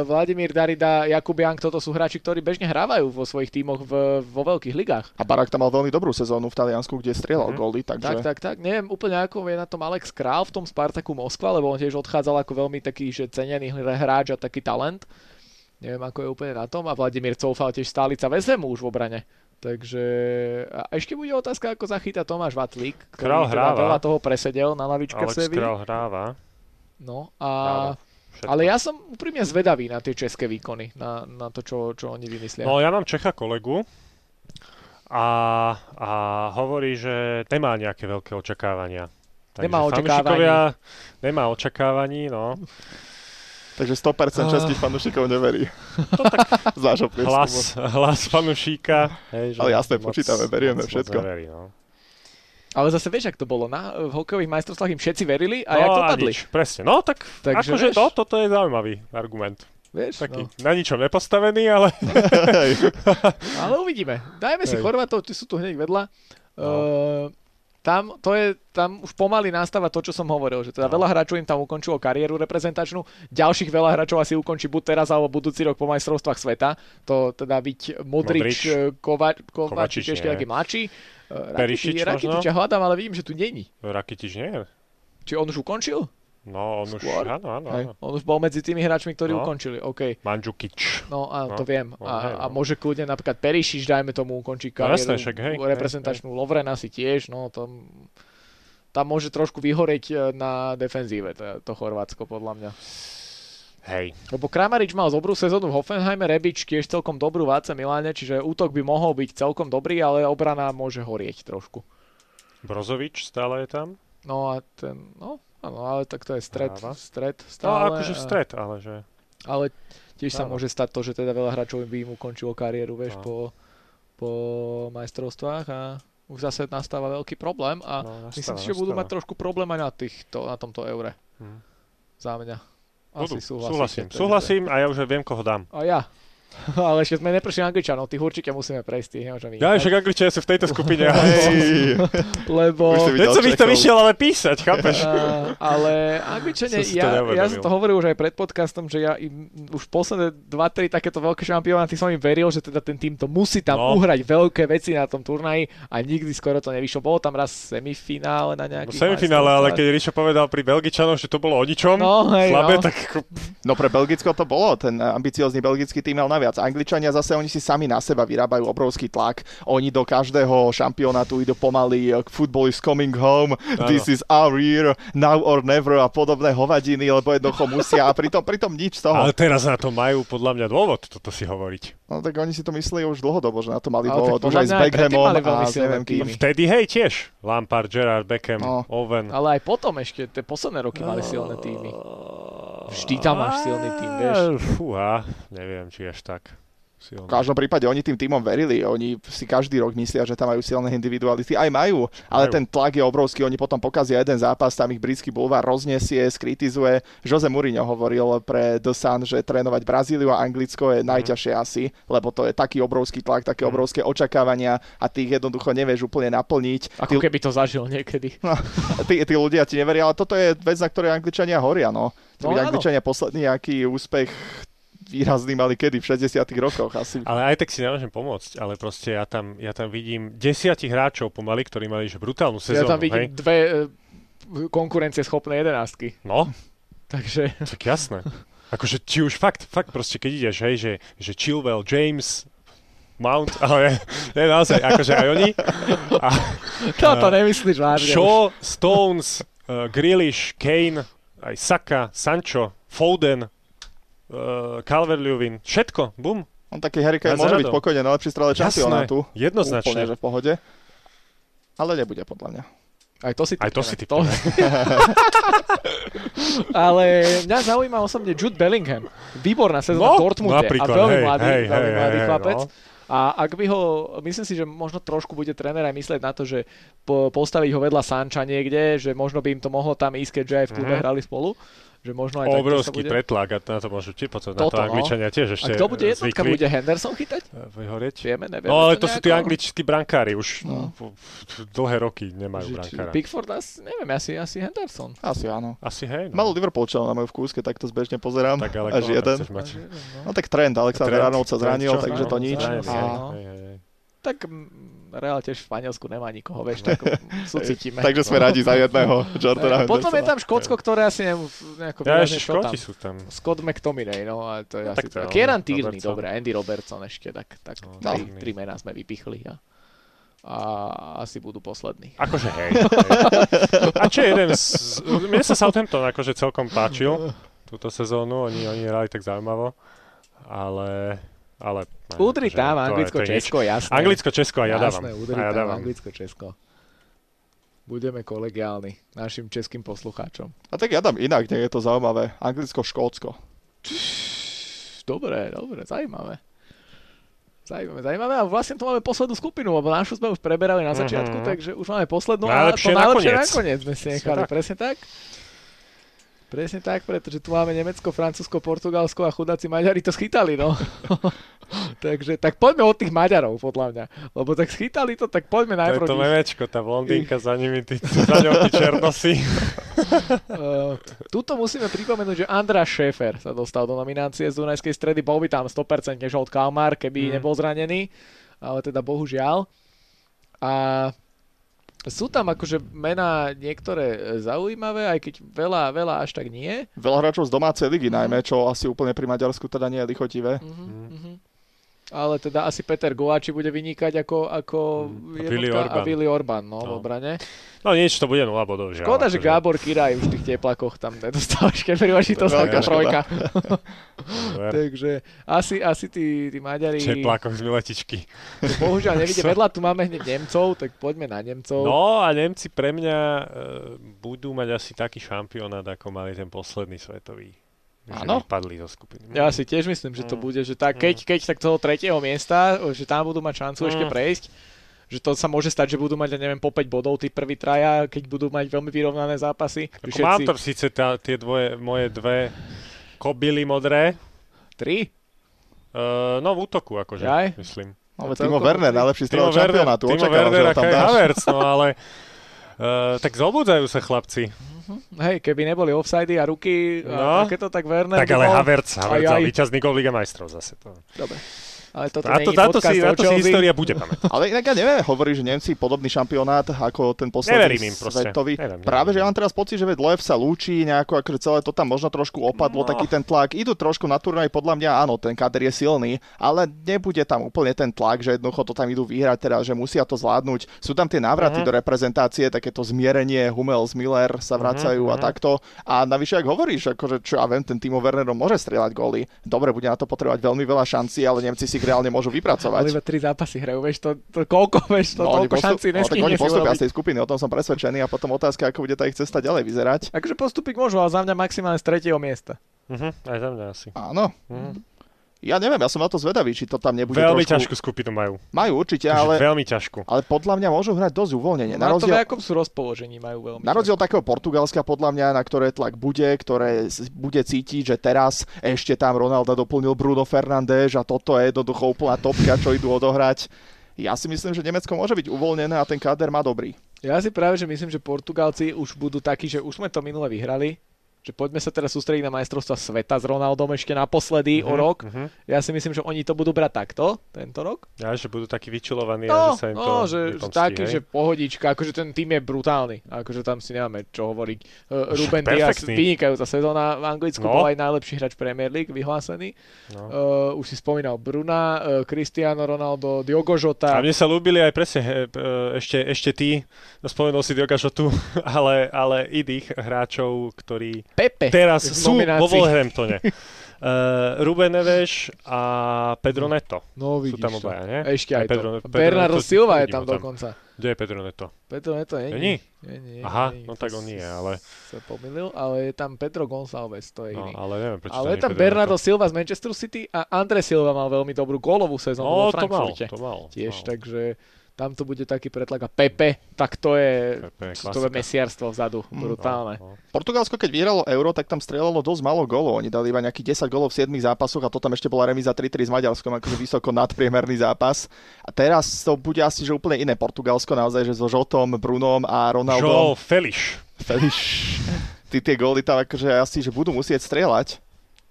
Speaker 3: Vladimír Darida, Jakub Jank, toto sú hráči, ktorí bežne hrávajú vo svojich tímoch v, vo veľkých ligách.
Speaker 1: A Barak tam mal veľmi dobrú sezónu v Taliansku, kde strieľal
Speaker 2: Mhm.
Speaker 1: góly,
Speaker 3: Tak,
Speaker 1: takže...
Speaker 3: tak, tak. Neviem úplne, ako je na tom Alex Král v tom Spartaku Moskva, lebo on tiež odchádzal ako veľmi taký, že cenený hráč a taký talent. Neviem, ako je úplne na tom. A Vladimír Coufal tiež stálica vezemu už v obrane. Takže a ešte bude otázka, ako zachytá Tomáš Vatlík, ktorý
Speaker 2: Král
Speaker 3: teda
Speaker 2: hráva.
Speaker 3: veľa toho presedel na lavičke v
Speaker 2: Alex
Speaker 3: Seville.
Speaker 2: Král hráva.
Speaker 3: No a...
Speaker 2: Hráva. Všetko.
Speaker 3: Ale ja som úprimne zvedavý na tie české výkony, na, na to, čo, čo oni vymyslia.
Speaker 2: No ja mám Čecha kolegu a, a hovorí, že nemá nejaké veľké očakávania.
Speaker 3: Nemá
Speaker 2: fanúšikovia- Nemá očakávaní, no.
Speaker 1: Takže 100% českých
Speaker 3: Ah.
Speaker 1: fanúšikov neverí. (laughs) Z nášho prieskumu.
Speaker 2: Hlas, hlas fanúšika. Hej, že
Speaker 1: Ale jasné,
Speaker 2: moc-
Speaker 1: počítame, berieme
Speaker 2: moc- moc
Speaker 1: všetko.
Speaker 2: neverí, no.
Speaker 3: Ale zase vieš, ak to bolo. Na, v hokejových majstrovstvách im všetci verili a
Speaker 2: no,
Speaker 3: no, jak dopadli.
Speaker 2: nič, presne. No tak
Speaker 3: Takže
Speaker 2: akože
Speaker 3: vieš.
Speaker 2: no, toto je zaujímavý argument.
Speaker 3: Vieš,
Speaker 2: Taký
Speaker 3: no.
Speaker 2: na ničom nepostavený, ale (laughs)
Speaker 1: Hej.
Speaker 3: Ale uvidíme. Dajme si
Speaker 2: Hej.
Speaker 3: Chorvatov, tí sú tu hneď vedľa.
Speaker 2: No.
Speaker 3: Eh, tam, to je, tam už pomaly nastáva to, čo som hovoril, že teda
Speaker 2: No.
Speaker 3: veľa hráčov im tam ukončilo kariéru reprezentačnú, ďalších veľa hráčov asi ukončí buď teraz alebo budúci rok po majstrovstvách sveta. To teda byť Modrič,
Speaker 2: Modrič.
Speaker 3: Modrič. Kova, Kovačič,
Speaker 2: Kovačič
Speaker 3: ešte
Speaker 2: nie.
Speaker 3: taký mladší. Eh,
Speaker 2: Perišič
Speaker 3: Rakiti-
Speaker 2: možno?
Speaker 3: Rakitiča hľadám, ale vidím, že tu není.
Speaker 2: Rakitič nie je.
Speaker 3: Či on už ukončil?
Speaker 2: No, on už,
Speaker 3: Skôr?
Speaker 2: áno, áno,
Speaker 1: Hej.
Speaker 2: áno.
Speaker 3: On už bol medzi tými hráčmi, ktorí
Speaker 2: No.
Speaker 3: ukončili, OK.
Speaker 2: Mandžukič.
Speaker 3: No a
Speaker 2: No,
Speaker 3: to viem.
Speaker 2: no, hej,
Speaker 3: A, a
Speaker 2: no.
Speaker 3: môže kľudne napríklad Perišiš, dajme tomu, ukončí
Speaker 2: No
Speaker 3: kariéru.
Speaker 2: jasné, však, hej, hej,
Speaker 3: reprezentačnú Lovrena si tiež, no tam, tam môže trošku vyhoreť e, na defenzíve to, to Chorvátsko, podľa mňa.
Speaker 2: Hej.
Speaker 3: Lebo Kramarič mal dobrú sezónu v Hoffenheime, Rebič tiež celkom dobrú v AC Miláne, čiže útok by mohol byť celkom dobrý, ale obrana môže horieť trošku.
Speaker 2: Brozovič stále je tam?
Speaker 3: No a ten, no, áno, ale tak to je stred,
Speaker 2: Práva.
Speaker 3: stred
Speaker 2: No,
Speaker 3: stále. e,
Speaker 2: akože
Speaker 3: a-
Speaker 2: stred, ale že...
Speaker 3: Ale tiež sa
Speaker 2: Áno.
Speaker 3: môže stať to, že teda veľa hráčov by im ukončilo kariéru, vieš,
Speaker 2: No.
Speaker 3: po, po majstrovstvách a už zase nastáva veľký problém a
Speaker 2: No, nastáva,
Speaker 3: myslím si, že budú
Speaker 2: nastáva.
Speaker 3: mať trošku problém aj na, týchto, na tomto eure.
Speaker 2: Hm.
Speaker 3: Za mňa.
Speaker 2: Budú,
Speaker 3: Asi súhlasíte, teda.
Speaker 2: súhlasím.
Speaker 3: takže-
Speaker 2: Súhlasím a ja už aj viem, koho dám.
Speaker 3: A ja. (laughs) Ale ešte sme neprešli Angličanov, tých určite musíme prejsť, tých nemôžem
Speaker 2: Ja
Speaker 3: vynechať.
Speaker 2: však Angličania sú v tejto skupine.
Speaker 1: Hej,
Speaker 3: Lebo...
Speaker 1: Už si
Speaker 2: Veď som ich to vyšiel ale písať, chápeš?
Speaker 3: Uh, ale Angličania,
Speaker 2: Som si to
Speaker 3: ja, ja som
Speaker 2: neuvedomil.
Speaker 3: to hovoril už aj pred podcastom, že ja im už posledné 2-3 takéto veľké šampionáty som im veril, že teda ten tým to musí tam
Speaker 2: No.
Speaker 3: uhrať veľké veci na tom turnaji a nikdy skoro to nevyšlo. Bolo tam raz semifinále na
Speaker 2: V
Speaker 3: nejaký
Speaker 2: No, semifinále, ale keď Rišo povedal pri Belgičanoch, že to bolo o ničom,
Speaker 3: No, hej,
Speaker 2: slabé,
Speaker 3: no.
Speaker 2: tak ako-
Speaker 1: No pre Belgicko to bolo, ten ambiciózny belgický tým mal naviac. Angličania zase oni si sami na seba vyrábajú obrovský tlak. Oni do každého šampionátu idú pomaly, eh, football is coming home,
Speaker 2: Áno.
Speaker 1: this is our year, now or never a podobné hovadiny, lebo jednoducho musia a pritom, pritom nič z toho.
Speaker 2: Ale teraz na to majú podľa mňa dôvod toto si hovoriť.
Speaker 1: No tak oni si to myslí už dlhodobo, že na to mali
Speaker 3: Ale tak
Speaker 1: dôvod, už
Speaker 3: podľa
Speaker 1: aj s
Speaker 3: mňa aj predtým
Speaker 1: Beckhamom
Speaker 3: mali veľmi
Speaker 1: a s
Speaker 3: silné
Speaker 1: neviem kým.
Speaker 3: týmy.
Speaker 2: Vtedy hej tiež. Lampard, Gerard, Beckham,
Speaker 1: No.
Speaker 2: Owen.
Speaker 3: Ale aj potom ešte, tie posledné roky
Speaker 2: No.
Speaker 3: mali silné týmy. Vždy tam máš silný tým, vieš.
Speaker 2: Fúha, neviem, či až tak.
Speaker 1: V
Speaker 2: Silný.
Speaker 1: každom prípade oni tým týmom verili, oni si každý rok myslia, že tam majú silné individuality, aj majú, ale
Speaker 2: Majú.
Speaker 1: ten tlak je obrovský, oni potom pokazia jeden zápas, tam ich britský bulvár roznesie, skritizuje. Jose Mourinho hovoril pre The Sun, že trénovať Brazíliu a Anglicko
Speaker 3: Mhm.
Speaker 1: je najťažšie asi, lebo to je taký obrovský tlak, také
Speaker 2: Mm.
Speaker 1: obrovské očakávania a ty ich jednoducho nevieš úplne naplniť. Tí,
Speaker 3: Ako keby to zažil niekedy.
Speaker 1: tí, tí ľudia ti neveria, ale toto je vec, na ktorej Angličania horia, no. To
Speaker 3: No
Speaker 1: by
Speaker 3: áno.
Speaker 1: Angličania posledný nejaký úspech výrazný mali kedy, v 60 rokoch asi.
Speaker 2: Ale aj tak si nemôžem pomôcť, ale proste ja tam, ja tam vidím desiatich hráčov pomaly, ktorí mali že brutálnu
Speaker 3: Ja
Speaker 2: sezónu,
Speaker 3: tam
Speaker 2: hej?
Speaker 3: vidím dve e, konkurencieschopné jedenástky.
Speaker 2: No, (laughs)
Speaker 3: Takže (laughs)
Speaker 2: tak jasné. Akože či už fakt, fakt proste, keď ideš, hej, že, že Chilwell, James, Mount, ale (laughs) ne, naozaj, akože aj oni. A
Speaker 3: toto nemyslíš vážne. už.
Speaker 2: Shaw, Stones, (laughs) uh, Grealish, Kane, aj Saka, Sancho, Foden, uh, Calvert-Lewin, všetko, bum,
Speaker 1: On taký Harry Kane
Speaker 2: Viac
Speaker 1: môže byť no,
Speaker 2: radov.
Speaker 1: pokojne najlepší strelec
Speaker 2: Jasné,
Speaker 1: šampionátu. Úplne,
Speaker 2: jednoznačne.
Speaker 1: že v pohode. Ale nebude podľa mňa.
Speaker 3: Aj to si
Speaker 2: Aj to si
Speaker 3: typne. (laughs) Ale mňa zaujíma osobne Jude Bellingham. Výborná sezóna
Speaker 2: No,
Speaker 3: v Dortmunde a
Speaker 2: napríklad,
Speaker 3: veľmi
Speaker 2: hej,
Speaker 3: mladý,
Speaker 2: hej,
Speaker 3: veľmi
Speaker 2: hej,
Speaker 3: mladý
Speaker 2: hej,
Speaker 3: chlapec.
Speaker 2: no.
Speaker 3: A ak by ho, myslím si, že možno trošku bude tréner aj myslieť na to, že po, postaviť ho vedľa Sanča niekde, že možno by im to mohlo tam ísť, keďže aj v klube
Speaker 2: Mhm.
Speaker 3: hrali spolu. Že možno aj takto
Speaker 2: Obrovský
Speaker 3: sa bude...
Speaker 2: pretlak a na to môžu tie, potom na to
Speaker 3: Toto, no.
Speaker 2: Angličania tiež
Speaker 3: A
Speaker 2: ešte
Speaker 3: kto bude
Speaker 2: eh,
Speaker 3: jednotka?
Speaker 2: zvykli,
Speaker 3: Bude Henderson chytať?
Speaker 2: eh, Vyhorieť.
Speaker 3: Vieme, nevieme.
Speaker 2: No ale to sú tí
Speaker 3: nejako?
Speaker 2: angličtí brankári, už
Speaker 1: No.
Speaker 2: po- po- dlhé roky nemajú
Speaker 3: Že- či
Speaker 2: brankára.
Speaker 3: Pickford asi, neviem, asi, asi Henderson.
Speaker 1: Asi áno.
Speaker 2: Asi hej,
Speaker 1: Malo
Speaker 2: no.
Speaker 1: Liverpoolčanov na majú v kúske, tak to zbežne pozerám.
Speaker 2: Tak ale
Speaker 1: Až
Speaker 2: koho
Speaker 1: jeden.
Speaker 2: tam chceš mať?
Speaker 3: Až jeden, no.
Speaker 1: No tak trend, Alexander
Speaker 2: Trent,
Speaker 1: Arnold sa
Speaker 2: Trent,
Speaker 1: zranil,
Speaker 2: čo? No,
Speaker 1: takže to
Speaker 3: Áno,
Speaker 1: nič. No.
Speaker 2: Zranil sa,
Speaker 1: A...
Speaker 3: áno.
Speaker 2: hej, hej, hej.
Speaker 3: Tak mm, reál tiež v Španielsku nemá nikoho, vieš,
Speaker 1: (laughs)
Speaker 3: tak mm,
Speaker 2: No.
Speaker 3: súcitíme.
Speaker 1: Takže sme radi za
Speaker 2: (laughs)
Speaker 1: jedného Jordana
Speaker 3: Potom je
Speaker 1: Hendersona.
Speaker 3: tam Škótsko, ktoré asi nem, nejako
Speaker 2: Ja ešte
Speaker 3: výrazne čo
Speaker 2: Škóti sú tam.
Speaker 3: Scott McTominay, no a to
Speaker 2: No,
Speaker 3: je
Speaker 2: tak
Speaker 3: asi
Speaker 2: to
Speaker 3: to.
Speaker 2: áno,
Speaker 3: Kieran Tierney,
Speaker 2: Robertson.
Speaker 3: dobre, Andy Robertson ešte, tak, tak
Speaker 2: No,
Speaker 3: tri,
Speaker 2: Tierney.
Speaker 3: tri mená sme vypichli a, a asi budú poslední.
Speaker 2: Akože hej. hej. (laughs) A čo je jeden z... z- Mne sa Southampton akože celkom páčil túto sezónu, oni, oni hrali tak zaujímavo, ale... ale ne,
Speaker 3: Udri
Speaker 2: akože
Speaker 3: tam,
Speaker 2: to je- to
Speaker 3: Anglicko,
Speaker 2: je nič.
Speaker 3: Česko, jasné.
Speaker 2: Anglicko, Česko a ja dávam.
Speaker 3: Jasné, udri
Speaker 2: A ja
Speaker 3: tam,
Speaker 2: dávam.
Speaker 3: Anglicko, Česko. Budeme kolegiálni našim českým poslucháčom.
Speaker 1: A tak ja dám inak, nie je to zaujímavé. Anglicko, Škótsko.
Speaker 3: Dobre, dobre, zaujímavé. Zaujímavé, zaujímavé. A vlastne tu máme poslednú skupinu, lebo našu sme už preberali na začiatku,
Speaker 2: Mhm.
Speaker 3: takže už máme poslednú.
Speaker 2: Najlepšie
Speaker 3: a to najlepšie
Speaker 2: nakoniec.
Speaker 3: nakoniec sme si nechali,
Speaker 2: tak.
Speaker 3: presne tak. Presne tak, pretože tu máme Nemecko, Francúzsko, Portugalsko a chudáci Maďari to schytali, no. (laughs) takže tak poďme od tých Maďarov, podľa mňa. Lebo tak schytali to, tak poďme
Speaker 2: To je to
Speaker 3: najprv. tých-
Speaker 2: memečko, tá blondinka za nimi, tí, za ňou tí
Speaker 3: (laughs)
Speaker 2: černosy.
Speaker 3: Uh, tuto musíme pripomenúť, že Andra Šéfer sa dostal do nominácie z Dunajskej stredy. Bol by tam 100% Žolt Kalmár, keby
Speaker 2: Mm.
Speaker 3: nebol zranený. Ale teda bohužiaľ. A sú tam akože mená niektoré e, zaujímavé, aj keď veľa, veľa až tak nie.
Speaker 1: Veľa hráčov z domácej ligy najmä, čo asi úplne pri Maďarsku teda nie je lichotivé.
Speaker 3: Mhm,
Speaker 2: Mm.
Speaker 3: mhm. Ale teda asi Peter Gováči bude vynikať ako, ako
Speaker 2: Mm, a Willy
Speaker 3: jednotka- a
Speaker 2: Orban.
Speaker 3: Willy Orban no, v
Speaker 2: No.
Speaker 3: obrane.
Speaker 2: No niečo to bude 0 bodov, že? ale
Speaker 3: Škoda, že
Speaker 2: akože-
Speaker 3: Gábor Kiraj už v tých teplakoch tam nedostal ešte príležitosť,
Speaker 1: Veľká
Speaker 3: taká
Speaker 1: škoda.
Speaker 3: trojka.
Speaker 2: Ver.
Speaker 3: Takže asi, asi tí, tí Maďari,
Speaker 2: Čeplákov z Miletičky.
Speaker 3: (laughs) bohužiaľ nevidie vedľa, tu máme hneď Nemcov, tak poďme na Nemcov.
Speaker 2: No a Nemci pre mňa e, budú mať asi taký šampionát, ako mali ten posledný svetový. Že
Speaker 3: Áno.
Speaker 2: Vypadli zo skupiny.
Speaker 3: Ja si tiež myslím, že to
Speaker 2: Mm.
Speaker 3: bude, že tá,
Speaker 2: Mm.
Speaker 3: keď, keď tak toho tretieho miesta, že tam budú mať šancu ešte
Speaker 2: Mm.
Speaker 3: prejsť, že to sa môže stať, že budú mať, ja neviem, po 5 bodov tí prví traja, keď budú mať veľmi vyrovnané zápasy.
Speaker 2: Ako
Speaker 3: Všetci-
Speaker 2: mám tam síce tá, tie dvoje, moje dve kobily modré,
Speaker 3: Tri?
Speaker 2: Uh, no v útoku akože,
Speaker 3: Jaj?
Speaker 2: myslím.
Speaker 1: No, Ale Timo
Speaker 3: Celkom
Speaker 1: Werner,
Speaker 3: dobrý.
Speaker 1: najlepší strelec šampionátu.
Speaker 2: Timo
Speaker 1: Očakával, že
Speaker 2: Werner
Speaker 1: ho
Speaker 2: a
Speaker 1: tam
Speaker 2: Kai
Speaker 1: dáš.
Speaker 2: Havertz, no ale uh, tak zobudzajú sa chlapci.
Speaker 3: Hej, keby neboli offsidy a ruky a
Speaker 2: No.
Speaker 3: takéto, tak Werner no,
Speaker 2: tak
Speaker 3: by
Speaker 2: ale
Speaker 3: mal-
Speaker 2: Havertz, Havertz,
Speaker 3: Aj, aj.
Speaker 2: aj, víťazný gol Liga majstrov zase. To.
Speaker 3: Dobre. Ale toto
Speaker 2: A to,
Speaker 3: není
Speaker 2: na to,
Speaker 3: podcast
Speaker 2: si,
Speaker 3: o
Speaker 2: na to si
Speaker 3: Chelsea.
Speaker 2: história bude pamätať.
Speaker 1: Ale inak ja neviem, hovorí, že Nemci podobný šampionát ako ten posledný
Speaker 2: Neverím im proste.
Speaker 1: svetový.
Speaker 2: Neviem, neviem.
Speaker 1: Práve, že ja mám teraz pocit, že veď Lev sa lúči, nejako akože celé to tam možno trošku opadlo,
Speaker 2: No.
Speaker 1: taký ten tlak. Idú trošku na turnaj, podľa mňa áno, ten kader je silný, ale nebude tam úplne ten tlak, že jednoducho to tam idú vyhrať, teda, že musia to zvládnuť. Sú tam tie návraty
Speaker 2: Mhm.
Speaker 1: do reprezentácie, takéto zmierenie, Hummels, Miller sa vracajú a
Speaker 2: mhm.
Speaker 1: takto. A navyše, ak hovoríš, akože čo ja viem, ten Timo Wernerom môže strieľať góly. Dobre, bude na to potrebovať veľmi veľa šancí, ale Nemci si ich reálne môžu
Speaker 3: Ale
Speaker 1: vypracovať
Speaker 3: iba tri zápasy hrajú, vieš, to, to koľko, vieš, to,
Speaker 1: oni
Speaker 3: toľko
Speaker 1: postup-
Speaker 3: šancí
Speaker 1: no, tak oni
Speaker 3: nestihne si
Speaker 1: postupia z
Speaker 3: urobiť.
Speaker 1: tej skupiny, o tom som presvedčený a potom otázka, ako bude tá ich cesta ďalej vyzerať.
Speaker 3: Akože postúpiť môžu, ale za mňa maximálne z tretieho miesta.
Speaker 2: Mhm, aj za mňa asi.
Speaker 1: Áno.
Speaker 2: Mhm.
Speaker 1: Ja neviem, ja som na to zvedavý, či to tam nebude
Speaker 2: Veľmi
Speaker 1: trošku...
Speaker 2: ťažkú skupinu majú.
Speaker 1: Majú určite,
Speaker 2: Ale...
Speaker 1: ale,
Speaker 2: Veľmi ťažkú.
Speaker 1: ale podľa mňa môžu hrať dosť uvoľnenie. Na
Speaker 3: Na to, v
Speaker 1: rozdiel,
Speaker 3: akom sú rozpoložení, majú veľmi.
Speaker 1: na rozdiel takého Portugalska, podľa mňa, na ktoré tlak bude, ktoré s- bude cítiť, že teraz ešte tam Ronalda doplnil Bruno Fernández a toto je jednoducho úplná topka, čo idú odohrať. Ja si myslím, že Nemecko môže byť uvoľnené a ten káder má dobrý.
Speaker 3: Ja si práve, že myslím, že Portugálci už budú takí, že už sme to minule vyhrali, že poďme sa teraz sústrediť na majstrovstva sveta s Ronaldom ešte naposledy o rok.
Speaker 2: Mhm.
Speaker 3: Ja si myslím, že oni to budú brať takto, tento rok.
Speaker 2: Ja, že budú takí vyčilovaní a
Speaker 3: No,
Speaker 2: že sa im to
Speaker 3: no, že, že
Speaker 2: vypomstí,
Speaker 3: taký,
Speaker 2: hej?
Speaker 3: že pohodička, akože ten tým je brutálny, akože tam si nemáme čo hovoriť. Uh,
Speaker 2: Už
Speaker 3: Ruben Dias,
Speaker 2: perfektný.
Speaker 3: vynikajúca sezóna v Anglicku,
Speaker 2: No.
Speaker 3: bol aj najlepší hráč Premier League vyhlásený.
Speaker 2: No.
Speaker 3: Uh, už si spomínal Bruna, uh, Cristiano Ronaldo,
Speaker 2: A
Speaker 3: Diogo Jota.
Speaker 2: mne sa ľúbili aj presne he, p- e, ešte, ešte tí, no spomenul si Dioga Žotu, (laughs) ale, ale iných hráčov, ktorí
Speaker 3: Pepe
Speaker 2: teraz
Speaker 3: v
Speaker 2: sú vo
Speaker 3: Eh, nominácii. (laughs)
Speaker 2: Wolverhamptone. Uh, Ruben Neves a Pedro Neto.
Speaker 3: No
Speaker 2: Sú
Speaker 3: vidíš
Speaker 2: tam
Speaker 3: to.
Speaker 2: obaja, nie?
Speaker 3: Ešte aj,
Speaker 2: Aj Pedro-
Speaker 3: to.
Speaker 2: Pedro
Speaker 3: Bernardo
Speaker 2: Neto-
Speaker 3: Silva je
Speaker 2: nevidím
Speaker 3: tam
Speaker 2: ho tam.
Speaker 3: dokonca.
Speaker 2: Kde je Pedro Neto?
Speaker 3: Pedro Neto není.
Speaker 2: Není?
Speaker 3: Není,
Speaker 2: Aha,
Speaker 3: není,
Speaker 2: no
Speaker 3: to
Speaker 2: tak on
Speaker 3: si-
Speaker 2: nie, ale-
Speaker 3: Sa pomýlil, ale je tam Pedro Gonçalves, to je
Speaker 2: No,
Speaker 3: iný.
Speaker 2: ale neviem, prečo
Speaker 3: Ale
Speaker 2: tam
Speaker 3: je
Speaker 2: nie
Speaker 3: tam
Speaker 2: Pedro
Speaker 3: Bernardo
Speaker 2: Neto.
Speaker 3: Silva z Manchester City a Andre Silva mal veľmi dobrú gólovú sezónu
Speaker 2: No,
Speaker 3: vo
Speaker 2: to mal,
Speaker 3: Frankfurte.
Speaker 2: to mal. No,
Speaker 3: Tiež,
Speaker 2: mal.
Speaker 3: takže tam to bude taký pretlak. A Pepe, tak to je,
Speaker 2: Pepe je
Speaker 3: to je
Speaker 2: klasika.
Speaker 3: mesiarstvo vzadu,
Speaker 1: Mm,
Speaker 3: brutálne.
Speaker 2: No, no.
Speaker 1: Portugalsko, keď vyhralo Euro, tak tam strelalo dosť málo golov. Oni dali iba nejakých 10 golov v 7 zápasoch a to tam ešte bola remiza 3-3 s Maďarskom, akože vysoko nadpriemerný zápas. A teraz to bude asi že úplne iné Portugalsko, naozaj, že so Žotom, Brunom a
Speaker 2: João
Speaker 1: Ronaldom.
Speaker 2: Feliš.
Speaker 1: (laughs) Feliš. Ty tie góly tam akože asi, že budú musieť strieľať.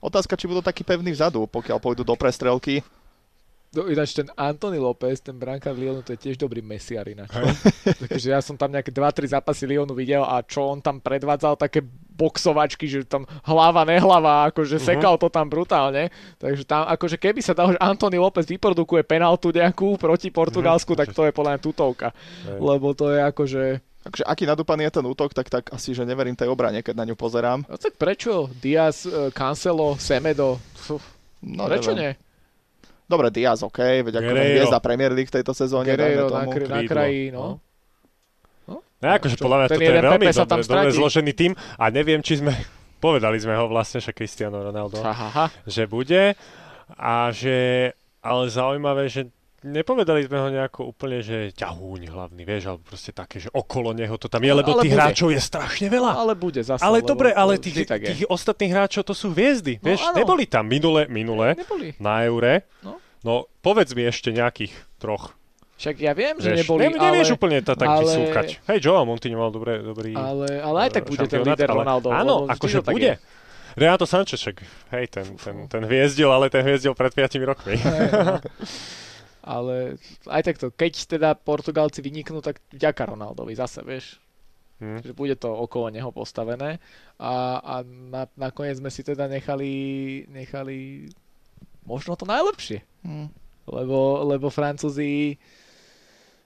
Speaker 1: Otázka, či budú takí pevní vzadu, pokiaľ pôjdu do prestrelky.
Speaker 3: No, ináč ten Anthony López, ten brankár Lyonu, to je tiež dobrý mesiar ináč. no. Takže ja som tam nejaké 2-3 zápasy Lyonu videl a čo on tam predvádzal, také boxovačky, že tam hlava, nehlava,
Speaker 1: Mhm.
Speaker 3: akože sekal to tam brutálne. Takže tam, akože keby sa dalo, že Anthony López vyprodukuje penaltu
Speaker 1: Mhm.
Speaker 3: nejakú proti Portugalsku, tak to je podľa mňa tutovka.
Speaker 2: Hej.
Speaker 3: Lebo to je akože...
Speaker 1: Takže aký nadúpaný je ten útok, tak, tak asi, že neverím tej obrane, keď na ňu pozerám.
Speaker 3: No tak prečo Diaz, eh, Cancelo, Semedo? Fú,
Speaker 1: No,
Speaker 3: prečo
Speaker 1: neviem.
Speaker 3: nie?
Speaker 1: Dobre, Diaz, OK, veď ako
Speaker 2: Guerreiro.
Speaker 1: hviezda Premier League v tejto sezóne, dajme
Speaker 3: Guerreiro na,
Speaker 1: no, tomu.
Speaker 3: kri- na
Speaker 2: Krídlo.
Speaker 3: kraji, no.
Speaker 2: No akože
Speaker 3: Čo,
Speaker 2: podľa mňa
Speaker 3: ten
Speaker 2: toto je
Speaker 3: jeden
Speaker 2: veľmi
Speaker 3: Pepe sa tam
Speaker 2: dobre, dobre
Speaker 3: stratí.
Speaker 2: zložený tým a neviem, či sme, (laughs) povedali sme ho vlastne, že Cristiano
Speaker 1: No,
Speaker 2: Ronaldo,
Speaker 3: Ha, ha, ha.
Speaker 2: že bude a že, ale zaujímavé, že nepovedali sme ho nejako úplne, že ťahúň hlavný, vieš, alebo proste také, že okolo neho to tam je, lebo
Speaker 3: Ale
Speaker 2: tých
Speaker 3: bude.
Speaker 2: hráčov je strašne
Speaker 1: No.
Speaker 2: veľa.
Speaker 3: Ale bude zase.
Speaker 2: Ale
Speaker 3: lebo
Speaker 2: dobre,
Speaker 3: to
Speaker 2: ale
Speaker 3: vždy
Speaker 2: tých,
Speaker 3: tak je.
Speaker 2: tých ostatných hráčov to sú hviezdy,
Speaker 3: No
Speaker 2: vieš,
Speaker 3: áno.
Speaker 2: neboli tam minule, minule
Speaker 3: Neboli.
Speaker 2: na Eure,
Speaker 3: No.
Speaker 2: no povedz mi ešte nejakých troch.
Speaker 3: Však ja viem, že
Speaker 2: Vieš,
Speaker 3: neboli,
Speaker 2: ne, nevieš
Speaker 3: ale,
Speaker 2: úplne to tak
Speaker 3: ale-
Speaker 2: vysúkať. Hej, Joao Montini mal dobré, dobrý...
Speaker 3: ale, ale No aj tak bude ten
Speaker 2: šampionát,
Speaker 3: líder Ronaldo.
Speaker 2: Áno,
Speaker 3: lebo vždy
Speaker 2: akože
Speaker 3: to tak
Speaker 2: bude.
Speaker 3: je.
Speaker 2: Renato Sanchez, však, hej, ten, ten, ten hviezdil, ale ten hviezdil pred 5 rokmi.
Speaker 3: Hej, no. Ale aj takto, keď teda Portugálci vyniknú, tak vďaka Ronaldovi zase, vieš,
Speaker 2: Hm.
Speaker 3: že bude to okolo neho postavené a, a na, nakoniec sme si teda nechali, nechali možno to najlepšie.
Speaker 1: Hm.
Speaker 3: lebo, lebo Francúzi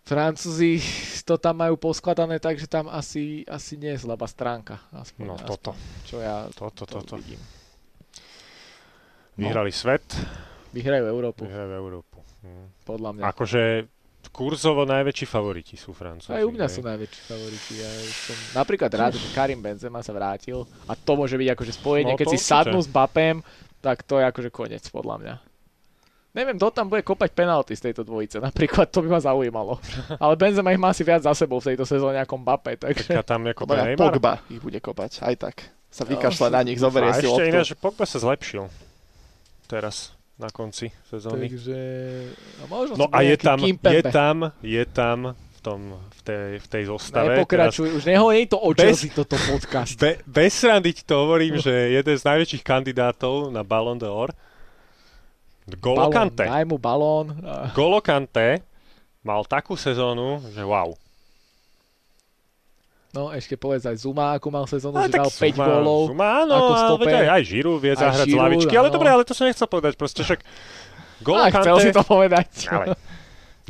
Speaker 3: Francúzi to tam majú poskladané, takže tam asi, asi nie je slabá stránka. Aspoň,
Speaker 2: No
Speaker 3: aspoň,
Speaker 2: toto,
Speaker 3: Čo ja
Speaker 2: toto,
Speaker 3: to
Speaker 2: toto.
Speaker 3: vidím.
Speaker 2: Vyhrali svet,
Speaker 3: Vyhrajú Európu,
Speaker 2: vyhrali Európu. Hm.
Speaker 3: podľa mňa.
Speaker 2: Akože kurzovo najväčší favoriti sú Francúzi.
Speaker 3: Aj u mňa
Speaker 2: hej.
Speaker 3: sú najväčší favoriti. Ja som napríklad rád, že Karim Benzema sa vrátil a to môže byť akože spojenie,
Speaker 2: No,
Speaker 3: keď
Speaker 2: to
Speaker 3: si
Speaker 2: určite.
Speaker 3: sadnú s Bapem, tak to je akože koniec podľa mňa. Neviem, kto tam bude kopať penalty z tejto dvojice. Napríklad to by ma
Speaker 2: (laughs)
Speaker 3: zaujímalo. Ale Benzema ich má asi viac za sebou v tejto sezóne ako Mbappé, takže
Speaker 2: Čaká tam ako
Speaker 1: Podľa mňa
Speaker 2: Neymar.
Speaker 1: Pogba ich bude kopať, aj tak. Sa
Speaker 3: No,
Speaker 1: vykašle na nich, zoberie
Speaker 2: A
Speaker 1: si
Speaker 2: ešte
Speaker 1: loptu.
Speaker 2: ináč, že Pogba sa zlepšil teraz na konci sezóny.
Speaker 3: Takže... No, možno
Speaker 2: No
Speaker 3: to
Speaker 2: a
Speaker 3: bude
Speaker 2: je
Speaker 3: nejaký
Speaker 2: tam, je
Speaker 3: Kimpembe.
Speaker 2: tam, je tam v, tom, v, tej, v tej zostave. Teraz
Speaker 3: Nepokračuj, už neho je to o
Speaker 2: Bez-
Speaker 3: Chelsea toto podcast.
Speaker 2: Be, bez srandy ti to hovorím, že jeden z najväčších kandidátov na Ballon d'Or Golo
Speaker 3: Balón,
Speaker 2: Kanté.
Speaker 3: daj mu balón. A...
Speaker 2: Golo Kanté mal takú sezónu, že wow.
Speaker 3: No ešte povedz aj Zuma, ako mal sezónu,
Speaker 2: Ale
Speaker 3: že dal 5 gólov.
Speaker 2: No, Zuma, áno,
Speaker 3: ako
Speaker 2: ale veď
Speaker 3: stoper.
Speaker 2: aj, aj Žiru vie
Speaker 3: Aj
Speaker 2: zahrať z
Speaker 3: Giroud,
Speaker 2: lavičky, ale
Speaker 3: áno.
Speaker 2: dobre, ale to som nechcel povedať, proste však Golo
Speaker 3: Á,
Speaker 2: Kanté...
Speaker 3: No, chcel si to povedať.
Speaker 2: Ale,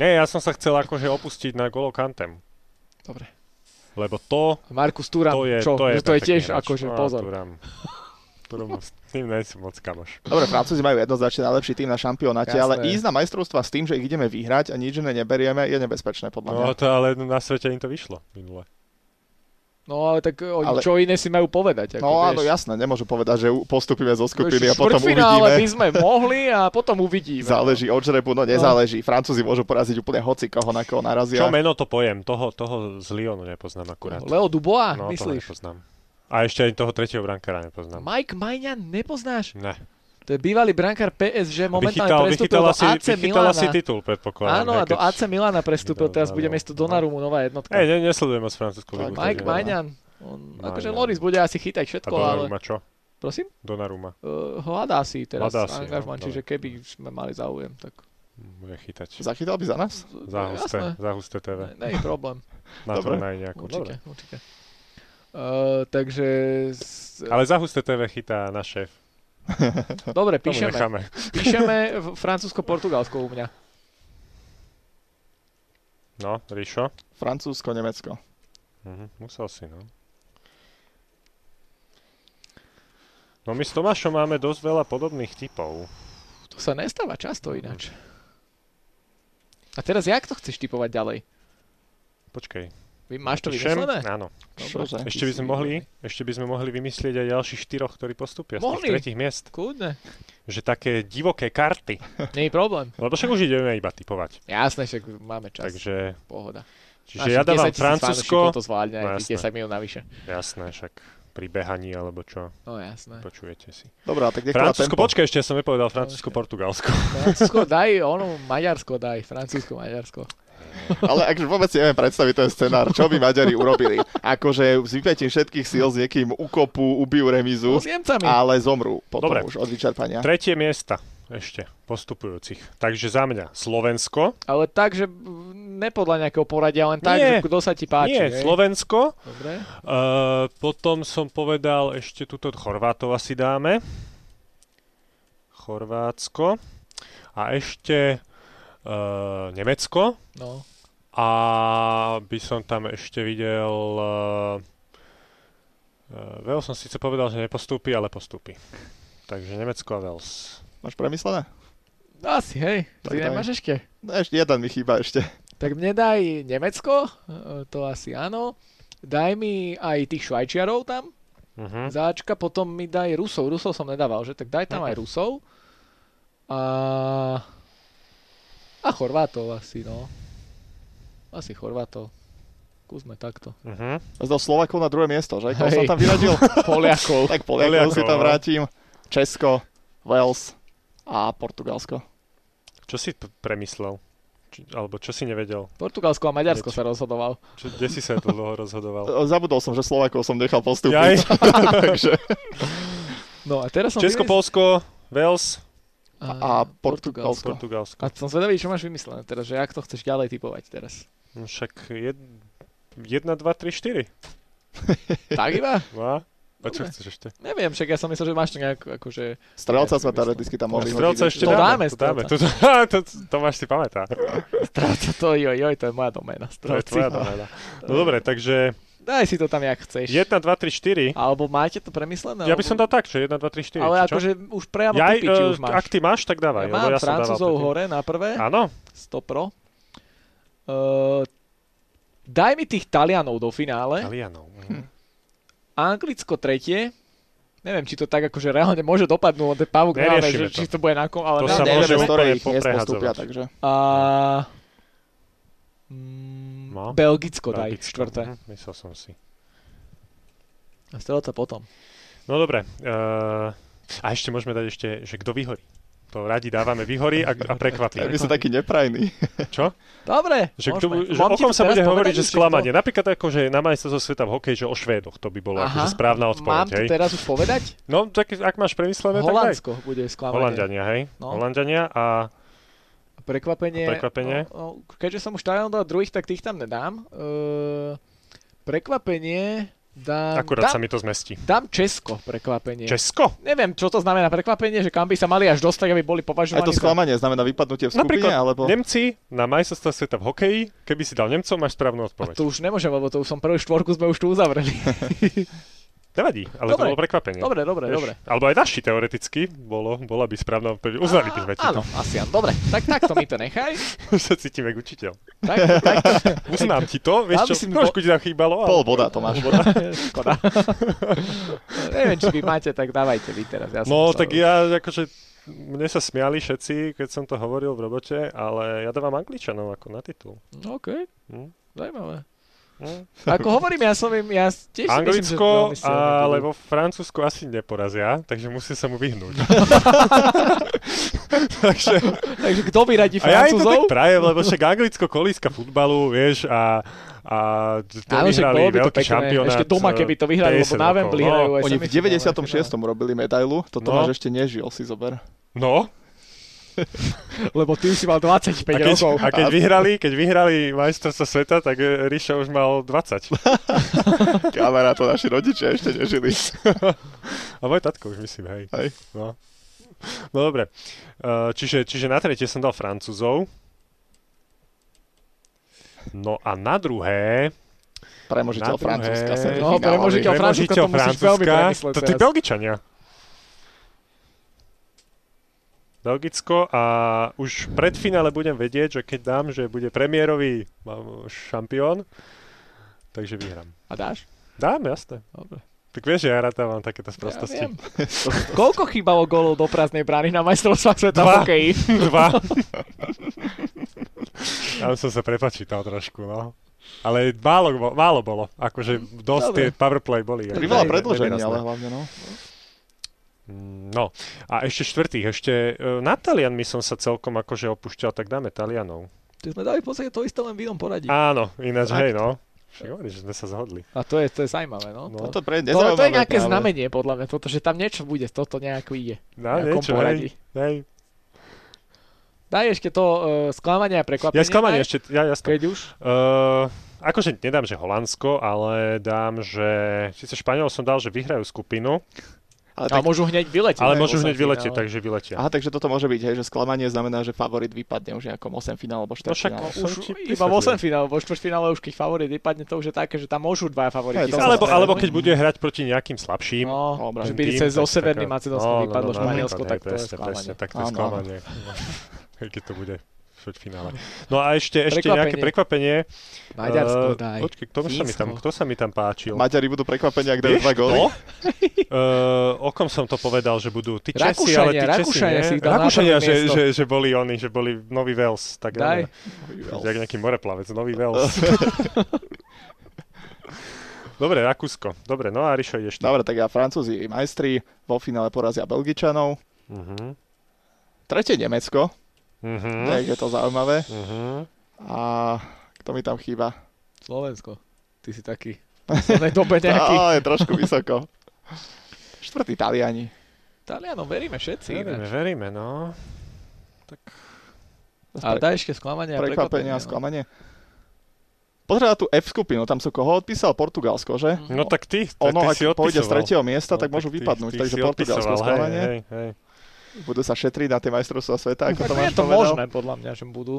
Speaker 2: nie, ja som sa chcel akože opustiť na Golo Kantem,
Speaker 3: Dobre.
Speaker 2: lebo to,
Speaker 3: Markus Turam,
Speaker 2: to je,
Speaker 3: čo?
Speaker 2: to je,
Speaker 3: Že to je
Speaker 2: perfektný
Speaker 3: tiež
Speaker 2: hráč. No,
Speaker 3: akože
Speaker 2: Á,
Speaker 3: pozor.
Speaker 2: Turam. Turam, s tým nie som moc kamoš.
Speaker 1: Dobre, Francúzi majú jednoznačne najlepší tým na šampionáte,
Speaker 3: Jasné.
Speaker 1: ale ísť na majstrovstva s tým, že ich ideme vyhrať a nič iné neberieme, je nebezpečné podľa mňa.
Speaker 2: No to ale na svete im to vyšlo minule.
Speaker 3: No ale tak oni
Speaker 1: Ale-
Speaker 3: čo iné si majú povedať. Ako,
Speaker 1: No
Speaker 3: vieš.
Speaker 1: áno, jasné, nemôžu povedať, že u- postupíme zo skupiny a
Speaker 3: Vieš,
Speaker 1: potom
Speaker 3: štvrtfinále by
Speaker 1: uvidíme.
Speaker 3: sme mohli a potom uvidíme.
Speaker 1: Záleží od žrebu, no nezáleží. Francúzi môžu poraziť úplne hoci koho, na koho narazia.
Speaker 2: Čo meno to pojem? Toho, toho z Lyonu nepoznám akurát.
Speaker 3: Leo Dubois,
Speaker 2: no, toho
Speaker 3: myslíš?
Speaker 2: nepoznám. A ešte aj toho tretieho brankára nepoznám.
Speaker 3: Mike Majňa nepoznáš?
Speaker 2: Ne.
Speaker 3: To je bývalý brankár PSG, momentálne
Speaker 2: Vychytal,
Speaker 3: prestúpil
Speaker 2: vychytala
Speaker 3: do
Speaker 2: si,
Speaker 3: AC
Speaker 2: vychytala
Speaker 3: Milana.
Speaker 2: si titul, predpokladám.
Speaker 3: Áno,
Speaker 2: hej,
Speaker 3: a do
Speaker 2: keď-
Speaker 3: AC Milana prestúpil,
Speaker 2: Do-
Speaker 3: teraz bude
Speaker 2: do-
Speaker 3: miesto
Speaker 2: no.
Speaker 3: Donarumu nová jednotka.
Speaker 2: Hej, ne, nesledujem moc francúzsku
Speaker 1: Tak,
Speaker 2: ligu.
Speaker 3: Mike
Speaker 1: takže-
Speaker 3: Majňan. On, akože
Speaker 2: Majňan.
Speaker 3: Loris bude asi chytať
Speaker 2: A
Speaker 3: všetko, ale...
Speaker 2: Donnarumma čo?
Speaker 3: Prosím?
Speaker 2: Donnarumma
Speaker 3: Uh, hľadá si teraz
Speaker 2: Hľadá
Speaker 3: hľadá
Speaker 2: si,
Speaker 3: angažman,
Speaker 2: no,
Speaker 3: čiže
Speaker 2: dobre.
Speaker 3: keby sme mali záujem, tak
Speaker 2: bude chytať.
Speaker 1: Zachytal by za nás?
Speaker 2: Za husté,
Speaker 3: jasné.
Speaker 2: za husté TV.
Speaker 3: Ne, nie je
Speaker 2: (laughs)
Speaker 3: problém,
Speaker 2: Na
Speaker 1: Dobre.
Speaker 2: turnaji nejako.
Speaker 3: určite, určite. Uh, takže... S,
Speaker 2: Ale za husté TV chytá náš šéf. (laughs)
Speaker 3: dobre,
Speaker 2: Tomu
Speaker 3: píšeme.
Speaker 2: necháme.
Speaker 3: Píšeme v- francúzsko-portugalsko u mňa.
Speaker 2: No, Rišo.
Speaker 1: Francúzsko, Nemecko.
Speaker 2: Mhm, musel si, no. No my s Tomášom máme dosť veľa podobných typov.
Speaker 3: To sa nestáva často ináč.
Speaker 2: Hm.
Speaker 3: A teraz jak to chceš typovať ďalej?
Speaker 2: Počkej.
Speaker 3: Vy máš to
Speaker 2: Píšem?
Speaker 3: vymyslené?
Speaker 2: Áno.
Speaker 1: Čože?
Speaker 2: Ešte by, sme mohli, ešte by sme mohli vymyslieť aj ďalších štyroch, ktorí postupia z tých
Speaker 3: Mohli.
Speaker 2: tretich miest.
Speaker 3: Kľudne,
Speaker 2: Že také divoké karty.
Speaker 3: nie je problém.
Speaker 2: Lebo však už ideme iba typovať.
Speaker 3: Jasné, však máme čas, Takže,
Speaker 2: Takže...
Speaker 3: pohoda.
Speaker 2: Čiže ja dávam Francúzsko.
Speaker 3: to zvládne
Speaker 2: No,
Speaker 3: aj tých
Speaker 2: jasné.
Speaker 3: 10 minút navyše.
Speaker 2: Jasné, však pri behaní alebo čo,
Speaker 3: No jasné.
Speaker 2: počujete si.
Speaker 1: Dobre, tak nech to má
Speaker 2: Francúzsko,
Speaker 1: tempo.
Speaker 2: počkaj, ešte ja som nepovedal Francúzsko-Portugalsko.
Speaker 3: Francúzsko daj, ono, Maďarsko daj, Francúzsko, Maďarsko.
Speaker 1: Ale akože vôbec si neviem predstaviť ten scenár, čo by Maďari urobili. Akože s vypätím všetkých síl s niekým ukopú, ubijú remizu,
Speaker 3: S Nemcami.
Speaker 1: ale zomrú potom
Speaker 2: No, Dobre.
Speaker 1: už od vyčerpania.
Speaker 2: Tretie miesta ešte postupujúcich. Takže za mňa Slovensko.
Speaker 3: Ale tak, že mm, ne podľa nejakého poradia, len tak,
Speaker 2: Nie.
Speaker 3: že kto sa ti páči.
Speaker 2: Nie,
Speaker 3: hej?
Speaker 2: Slovensko.
Speaker 3: Dobre.
Speaker 2: Uh, potom som povedal ešte túto Chorvátov asi dáme. Chorvátsko. A ešte uh, Nemecko.
Speaker 3: No.
Speaker 2: A by som tam ešte videl... Uh, Wales som síce povedal, že nepostúpi, ale postúpi. Takže Nemecko a Wales.
Speaker 1: Máš premyslené?
Speaker 3: Asi, hej.
Speaker 1: Tak
Speaker 3: Ty
Speaker 1: daj.
Speaker 3: nemáš ešte?
Speaker 1: No, ešte jeden mi chýba ešte.
Speaker 3: Tak mne daj Nemecko, e, to asi áno. Daj mi aj tých Švajčiarov tam,
Speaker 2: Mhm.
Speaker 3: záčka, potom mi daj Rusov. Rusov som nedával, že? Tak daj tam aj Rusov. A... A Chorvátov asi, no. Asi Chorvátov. Skúsme takto.
Speaker 2: Mhm.
Speaker 1: Zdal Slovakov na druhé miesto, že? Koho
Speaker 3: Hej.
Speaker 1: som tam vyradil?
Speaker 3: Poliakov.
Speaker 1: tak Poliakov si
Speaker 2: (laughs) Poliakov,
Speaker 1: tam
Speaker 2: no.
Speaker 1: vrátim. Česko, Wales a Portugalsko.
Speaker 2: Čo si p- premyslel? Či, alebo čo si nevedel?
Speaker 3: Portugalsko a Maďarsko sa rozhodoval.
Speaker 2: Čo, kde si sa to dlho rozhodoval?
Speaker 1: E, Zabudol som, že Slovakov som nechal
Speaker 2: Jaj. (laughs)
Speaker 1: postúpiť. (laughs) Takže,
Speaker 3: No a teraz som...
Speaker 2: Česko,
Speaker 3: vymysl-
Speaker 2: Polsko, Wales,
Speaker 1: a Portugalsko.
Speaker 2: Portugalsko.
Speaker 3: A som zvedavý, čo máš vymyslené teraz, že jak to chceš ďalej typovať teraz.
Speaker 2: No Však jed... 1, 2, 3, 4.
Speaker 3: Tak iba?
Speaker 2: A? A čo chceš ešte?
Speaker 3: Neviem, však ja som myslel, že máš to nejak, akože...
Speaker 1: Strelca sme
Speaker 3: Ja si myslím.
Speaker 1: teoreticky tam mohli
Speaker 2: Strelca
Speaker 1: hodiť.
Speaker 2: ešte
Speaker 3: To dáme,
Speaker 2: dáme. to dáme. To, (laughs)
Speaker 3: strelca.
Speaker 2: to, to, to máš si pamätá.
Speaker 3: Stráca to, joj, joj, to je moja doména.
Speaker 2: To je
Speaker 3: Strelci.
Speaker 2: tvoja doména. No dobre, takže
Speaker 3: Daj si to tam, jak chceš.
Speaker 2: 1, 2, 3, 4.
Speaker 3: Alebo máte to premyslené?
Speaker 2: Ja by
Speaker 3: alebo-
Speaker 2: som dal tak, že 1, 2, 3, 4.
Speaker 3: Ale
Speaker 2: čo?
Speaker 3: akože už priamo
Speaker 2: Jaj,
Speaker 3: typy, či
Speaker 2: eh,
Speaker 3: už máš.
Speaker 2: ak ty máš, tak dávaj.
Speaker 3: ja
Speaker 2: lebo
Speaker 3: mám
Speaker 2: ja som dával
Speaker 3: Francúzov
Speaker 2: predtým.
Speaker 3: hore na prvé,
Speaker 2: Áno,
Speaker 3: 100 pro. Uh, daj mi tých Talianov do finále.
Speaker 2: Talianov.
Speaker 1: Hm.
Speaker 3: Anglicko tretie. Neviem, či to tak akože reálne môže dopadnúť, lebo to je pavúk na
Speaker 2: Neriešime
Speaker 3: že
Speaker 2: to.
Speaker 3: či to bude na kom, ale
Speaker 1: No,
Speaker 2: To
Speaker 3: na,
Speaker 2: sa
Speaker 1: nevieme,
Speaker 2: môže
Speaker 1: z
Speaker 2: úplne
Speaker 1: ktorých miest
Speaker 2: poprehadzovať.
Speaker 1: postúpia, takže...
Speaker 3: A... Mm,
Speaker 2: No.
Speaker 3: Belgicko, daj,
Speaker 2: Belgicko.
Speaker 3: štvrté.
Speaker 2: Hm, Myslel som si.
Speaker 3: A strelca potom.
Speaker 2: No dobre. eh, a ešte môžeme dať ešte, že kto vyhorí. To radi dávame vyhorí a, a
Speaker 1: Ja by
Speaker 2: prekvapí.
Speaker 1: som taký neprajný.
Speaker 2: Čo?
Speaker 3: Dobre,
Speaker 2: Že, kto,
Speaker 3: môžeme.
Speaker 2: že
Speaker 3: Mám
Speaker 2: o
Speaker 3: ti
Speaker 2: kom
Speaker 3: to
Speaker 2: sa
Speaker 3: teraz
Speaker 2: bude hovoriť,
Speaker 3: povedať,
Speaker 2: že
Speaker 3: už, že
Speaker 2: sklamanie. Napríklad ako, že na majstrovstvo sveta v hokeji, že o Švédoch to by bolo
Speaker 3: Aha.
Speaker 2: akože správna
Speaker 3: kto- Mám
Speaker 2: odpoveď,
Speaker 3: to
Speaker 2: hej?
Speaker 3: teraz už povedať?
Speaker 2: (laughs) No, tak ak máš premyslené, tak daj.
Speaker 3: Holandsko bude sklamanie.
Speaker 2: Holandiania, hej?
Speaker 3: No.
Speaker 2: Holandiania a
Speaker 3: Prekvapenie.
Speaker 2: A prekvapenie?
Speaker 3: O, o, keďže som už Talianov dal druhých, tak tých tam nedám. E, prekvapenie dám...
Speaker 2: akurát
Speaker 3: Ehm, dám,
Speaker 2: sa mi to zmestí.
Speaker 3: Dám Česko prekvapenie.
Speaker 2: Česko!
Speaker 3: Neviem, čo to znamená prekvapenie, že kam by sa mali až dostať, aby boli
Speaker 1: Aj
Speaker 3: považovaní
Speaker 1: to
Speaker 3: za...
Speaker 1: sklamanie znamená vypadnutie v skupine,
Speaker 2: Napríklad
Speaker 1: alebo...
Speaker 2: Nemci na majstrovstve sveta v hokeji, keby si dal Nemcom, máš správnu
Speaker 3: A
Speaker 2: odpoveď.
Speaker 3: to už nemôžem, lebo to už som prvú štvorku sme už tu
Speaker 2: (laughs)
Speaker 3: uzavreli.
Speaker 2: Nevadí, ale to
Speaker 3: Dobre.
Speaker 2: bolo prekvapenie.
Speaker 3: dobre, dobre,
Speaker 2: Vieš,
Speaker 3: dobre.
Speaker 2: Alebo aj naši teoreticky, bolo, bola by správna odpoveď. Uznali by sme ti (laughs) to.
Speaker 3: Áno, asi áno. Dobre, tak takto mi to nechaj.
Speaker 2: Už sa cítim jak učiteľ.
Speaker 3: Tak, tak, (laughs)
Speaker 2: Uznám ti to, vieš
Speaker 3: Dal by
Speaker 2: čo,
Speaker 3: si mi
Speaker 2: trošku ti tam chýbalo. ale-
Speaker 1: Pol boda, Tomáš.
Speaker 3: škoda. Neviem, či vy máte, tak dávajte vy teraz. Ja som
Speaker 2: No,
Speaker 3: sa-
Speaker 2: tak ja, akože, mne sa smiali všetci, keď som to hovoril v robote, ale ja dávam Angličanov ako na titul.
Speaker 3: No, OK,
Speaker 2: Hm?
Speaker 3: zajímavé.
Speaker 2: Hm?
Speaker 3: Ako hovorím, ja som im, ja tiež si myslím, že
Speaker 2: Anglicko,
Speaker 3: veľmi silný
Speaker 2: ale
Speaker 3: budú.
Speaker 2: vo Francúzsku asi neporazia, takže musím sa mu
Speaker 3: (laughs)
Speaker 2: vyhnúť. takže,
Speaker 3: Takže kto by radí
Speaker 2: a ja im to tak
Speaker 3: Francúzov?
Speaker 2: prajem, lebo však Anglicko kolíska futbalu, vieš, a, a to
Speaker 3: Áno, však
Speaker 2: vyhrali
Speaker 3: bolo by to
Speaker 2: veľký
Speaker 3: pekné.
Speaker 2: šampionát. eh, no.
Speaker 3: Ešte doma, keby to vyhrali, lebo
Speaker 2: 50
Speaker 3: na
Speaker 2: rokov.
Speaker 3: Wembley hrajú aj
Speaker 1: Oni v
Speaker 3: semifinále,
Speaker 1: 96. robili medailu, to
Speaker 2: No.
Speaker 1: Tomáš ešte nežil, si zober.
Speaker 2: No,
Speaker 3: finále. Lebo ty už si mal 25
Speaker 2: a keď,
Speaker 3: rokov.
Speaker 2: a
Speaker 3: (laughs)
Speaker 2: keď vyhrali, keď vyhrali majstrovstvo sveta, tak e, Ríša už mal 20.
Speaker 1: Kamera, to naši rodičia ešte nežili.
Speaker 2: A môj tatko už myslím, hej.
Speaker 1: Hej.
Speaker 2: No. No dobre. Eh, Čiže, čiže na tretie som dal Francúzov. No a na druhé...
Speaker 1: Premožiteľ
Speaker 2: Na druhé.
Speaker 1: Francúzska.
Speaker 2: No,
Speaker 1: semifinálový.
Speaker 3: premožiteľ Francúzska, to musíš veľmi premyslieť
Speaker 2: To tí
Speaker 3: teraz.
Speaker 2: Belgičania. Belgicko a už pred finále budem vedieť, že keď dám, že bude premiérový mám, šampión, takže vyhrám.
Speaker 3: A dáš?
Speaker 2: Dám, jasné.
Speaker 3: Dobre.
Speaker 2: Tak vieš, že ja rád mám takéto sprostosti.
Speaker 3: Ja (laughs) viem. Koľko chýbalo golov do prázdnej brány na majstrovstvách sveta v
Speaker 2: Dva.
Speaker 3: hokeji?
Speaker 2: (laughs) Dva. Tam som sa prepačítal trošku, no. Ale málo, bo- málo bolo. Akože dosť
Speaker 3: Dobre.
Speaker 2: tie powerplay boli.
Speaker 1: Pri veľa
Speaker 2: Ne-
Speaker 1: predlžení,
Speaker 2: nevýrazné.
Speaker 1: ale hlavne, no.
Speaker 2: Mm, No. A ešte štvrtých. Ešte e, na Talianmi som sa celkom akože opúšťal, tak dáme Talianov.
Speaker 3: To sme dali v podstate to isté len v inom poradí.
Speaker 2: Áno, ináč
Speaker 3: Fakt.
Speaker 2: hej, no. Však hovoríš, že sme sa zhodli.
Speaker 3: A to je, to je zaujímavé, no.
Speaker 2: No.
Speaker 3: To,
Speaker 1: Toto pre
Speaker 3: to, to je nejaké
Speaker 1: práve.
Speaker 3: znamenie, podľa mňa, toto, že tam niečo bude, toto nejako ide.
Speaker 2: Na
Speaker 3: v nejakom
Speaker 2: niečo,
Speaker 3: poradí.
Speaker 2: hej, hej.
Speaker 3: Daj ešte to uh, sklamanie a prekvapenie.
Speaker 2: Ja sklamanie
Speaker 3: daj,
Speaker 2: ešte, ja jasné.
Speaker 3: Keď už.
Speaker 2: Uh, akože nedám, že Holandsko, ale dám, že... Sice Španielov som dal, že vyhrajú skupinu,
Speaker 1: Ale
Speaker 3: A
Speaker 1: tak,
Speaker 3: môžu hneď vyletieť.
Speaker 2: ale
Speaker 3: aj
Speaker 2: môžu
Speaker 3: v
Speaker 2: hneď vyletieť,
Speaker 3: osem finále.
Speaker 2: takže vyletia.
Speaker 1: aha, takže toto môže byť, hej, že sklamanie znamená, že favorit vypadne už v nejakom 8 finále alebo 4
Speaker 3: No
Speaker 2: no však-
Speaker 1: finále.
Speaker 2: Som
Speaker 3: Už
Speaker 2: ti
Speaker 3: iba v
Speaker 2: vysvetlil.
Speaker 3: 8 finále, vo štvrťfinále už keď favorit vypadne, to už je také, že tam môžu dvaja favoriti.
Speaker 1: Hej, to
Speaker 3: sa
Speaker 1: sa
Speaker 2: Alebo,
Speaker 1: zase
Speaker 3: stretnúť.
Speaker 2: alebo keď bude hrať proti nejakým slabším,
Speaker 3: No,
Speaker 1: Obrany.
Speaker 3: že by
Speaker 2: ten tým,
Speaker 3: cez zo
Speaker 2: tak no,
Speaker 3: Severným
Speaker 2: taká-
Speaker 3: Macedónskom vypadlo
Speaker 2: napríklad,
Speaker 3: Španielsko,
Speaker 2: hej,
Speaker 3: tak
Speaker 2: no,
Speaker 3: to je
Speaker 2: presne, presne,
Speaker 3: sklamanie.
Speaker 2: tak to je
Speaker 1: Áno.
Speaker 2: sklamanie. (laughs) Hej, keď to bude v finále. No a ešte, ešte
Speaker 3: Prekvapenie.
Speaker 2: nejaké prekvapenie.
Speaker 3: Maďarsko
Speaker 2: Eh,
Speaker 3: daj.
Speaker 2: Počkej, kto sa mi tam,
Speaker 3: Fínsko.
Speaker 2: kto sa mi tam páčil?
Speaker 1: Maďari budú prekvapení, ak dajú dva góly.
Speaker 3: (laughs)
Speaker 2: kto? Eh, o kom som to povedal, že budú tí Česi,
Speaker 3: Rakúšania,
Speaker 2: ale tí Česi
Speaker 3: Rakúšania
Speaker 2: nie.
Speaker 3: si ich dal na
Speaker 2: Rakúšania,
Speaker 3: prvé
Speaker 2: že,
Speaker 3: miesto.
Speaker 2: že, že, boli oni, že boli Nový Wales. Tak ja
Speaker 3: Daj.
Speaker 2: neviem. Jak nejaký moreplavec, Nový
Speaker 3: (laughs)
Speaker 2: Wales. Dobre, Rakúsko. Dobre, no a Rišo ideš ty.
Speaker 1: (laughs) Dobre, tak ja Francúzi majstri vo finále porazia Belgičanov.
Speaker 2: Mhm.
Speaker 1: Tretie Nemecko,
Speaker 2: Mhm.
Speaker 1: tak je to zaujímavé.
Speaker 2: Mhm.
Speaker 1: A kto mi tam chýba?
Speaker 3: Slovensko. Ty si taký. (laughs) V poslednej
Speaker 1: (laughs)
Speaker 3: dobe nejaký.
Speaker 1: Á, je trošku
Speaker 3: (laughs)
Speaker 1: vysoko. Štvrtý Taliani.
Speaker 3: Talianom veríme všetci.
Speaker 2: Veríme,
Speaker 3: ináč.
Speaker 2: veríme, no.
Speaker 3: A daj ešte sklamanie a
Speaker 1: Prekvapenie a
Speaker 3: no.
Speaker 1: sklamanie. Pozrela tu F skupinu, tam sú koho odpísal Portugalsko, že?
Speaker 3: Mhm.
Speaker 2: No tak ty, tak
Speaker 1: Ono,
Speaker 2: ty
Speaker 1: ak
Speaker 2: si
Speaker 1: pôjde z
Speaker 2: odpisoval.
Speaker 1: tretieho miesta, tak
Speaker 2: No,
Speaker 1: môžu
Speaker 2: ty-
Speaker 1: vypadnúť.
Speaker 2: ty
Speaker 1: Takže
Speaker 2: si
Speaker 1: Portugalsko
Speaker 2: odpisoval, hej,
Speaker 1: skladanie.
Speaker 2: hej, hej.
Speaker 1: Budú sa šetriť na tie majstrovstvá sveta, ako
Speaker 3: No, Tak
Speaker 1: to
Speaker 3: je
Speaker 1: máš
Speaker 3: to
Speaker 1: povedal.
Speaker 3: možné, podľa mňa, že budú.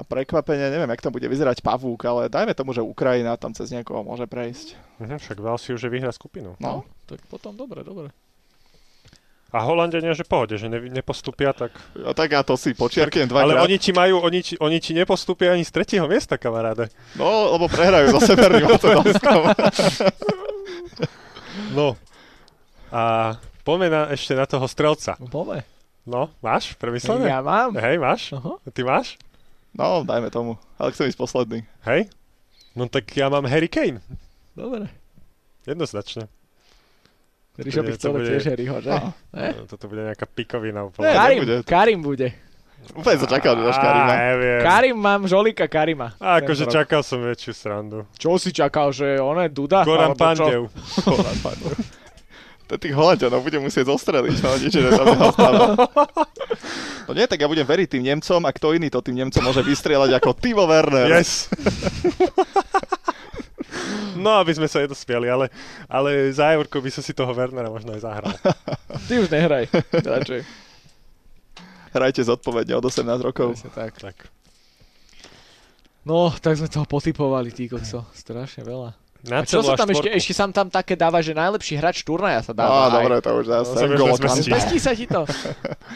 Speaker 1: A prekvapenie, neviem, jak tam bude vyzerať pavúk, ale dajme tomu, že Ukrajina tam cez niekoho môže prejsť.
Speaker 2: Mhm, však dal si ju, že vyhra skupinu.
Speaker 1: No,
Speaker 3: Tak potom dobre, dobre.
Speaker 2: A Holandenia, že pohode, že ne, nepostupia, tak...
Speaker 1: no tak ja to si počiarknem
Speaker 2: Ale
Speaker 1: dvakrát.
Speaker 2: oni ti majú, oni ti, oni ti nepostupia ani z tretieho miesta, kamaráde.
Speaker 1: No, lebo prehrajú so Severným
Speaker 2: (laughs)
Speaker 1: Macedónskom.
Speaker 2: No. A poďme na, ešte na toho strelca.
Speaker 3: No Poďme.
Speaker 2: No, máš premyslené?
Speaker 3: Ja mám.
Speaker 2: Hej, máš?
Speaker 3: Aha.
Speaker 2: Ty máš?
Speaker 1: No, dajme tomu. Ale chcem ísť posledný.
Speaker 2: Hej? No tak ja mám Harry Kane.
Speaker 3: Dobre.
Speaker 2: Jednoznačne.
Speaker 3: Ríšo by
Speaker 2: to
Speaker 3: chcel dať
Speaker 2: bude-
Speaker 3: tiež Harryho, že?
Speaker 1: No.
Speaker 3: Ne?
Speaker 2: No, Toto bude nejaká pikovina
Speaker 1: Ne,
Speaker 2: úplne.
Speaker 3: Karim,
Speaker 1: nebude.
Speaker 3: Karim bude.
Speaker 1: Úplne sa čakal, že no. dáš Karima.
Speaker 2: Á, neviem.
Speaker 3: Karim mám žolika Karima.
Speaker 2: Á, akože
Speaker 3: Tento rok.
Speaker 2: čakal som väčšiu srandu.
Speaker 3: Čo si čakal, že on je Duda?
Speaker 2: Goran
Speaker 3: Alebo čo?
Speaker 2: Pandev.
Speaker 1: Goran Pandev. To tých Holandianov budem musieť zostreliť, no nič, že tam neostalo. No nie, tak ja budem veriť tým Nemcom a kto iný to tým Nemcom môže vystrieľať ako Timo Werner.
Speaker 3: (laughs)
Speaker 2: Yes. No, aby sme sa nedospiali, ale, ale za Eurko by som si toho Wernera možno aj
Speaker 3: (laughs)
Speaker 2: zahral.
Speaker 3: Ty už (laughs) nehraj. Radšej.
Speaker 1: Hrajte zodpovedne od 18 rokov.
Speaker 3: Presne tak.
Speaker 2: Tak.
Speaker 3: No, tak sme toho potypovali, tí kokso. Strašne veľa.
Speaker 2: Na
Speaker 3: A čo
Speaker 2: celú
Speaker 3: sa
Speaker 2: až
Speaker 3: tam ešte,
Speaker 2: štvorku.
Speaker 3: ešte sa tam také dáva, že najlepší hráč turnaja sa dáva.
Speaker 1: Á,
Speaker 3: aj.
Speaker 1: dobre, to už
Speaker 2: No,
Speaker 1: zase.
Speaker 2: sa
Speaker 1: No,
Speaker 2: vieš,
Speaker 1: golo
Speaker 2: že sme
Speaker 1: klam.
Speaker 2: si-
Speaker 3: Zmestí sa ti (laughs) to?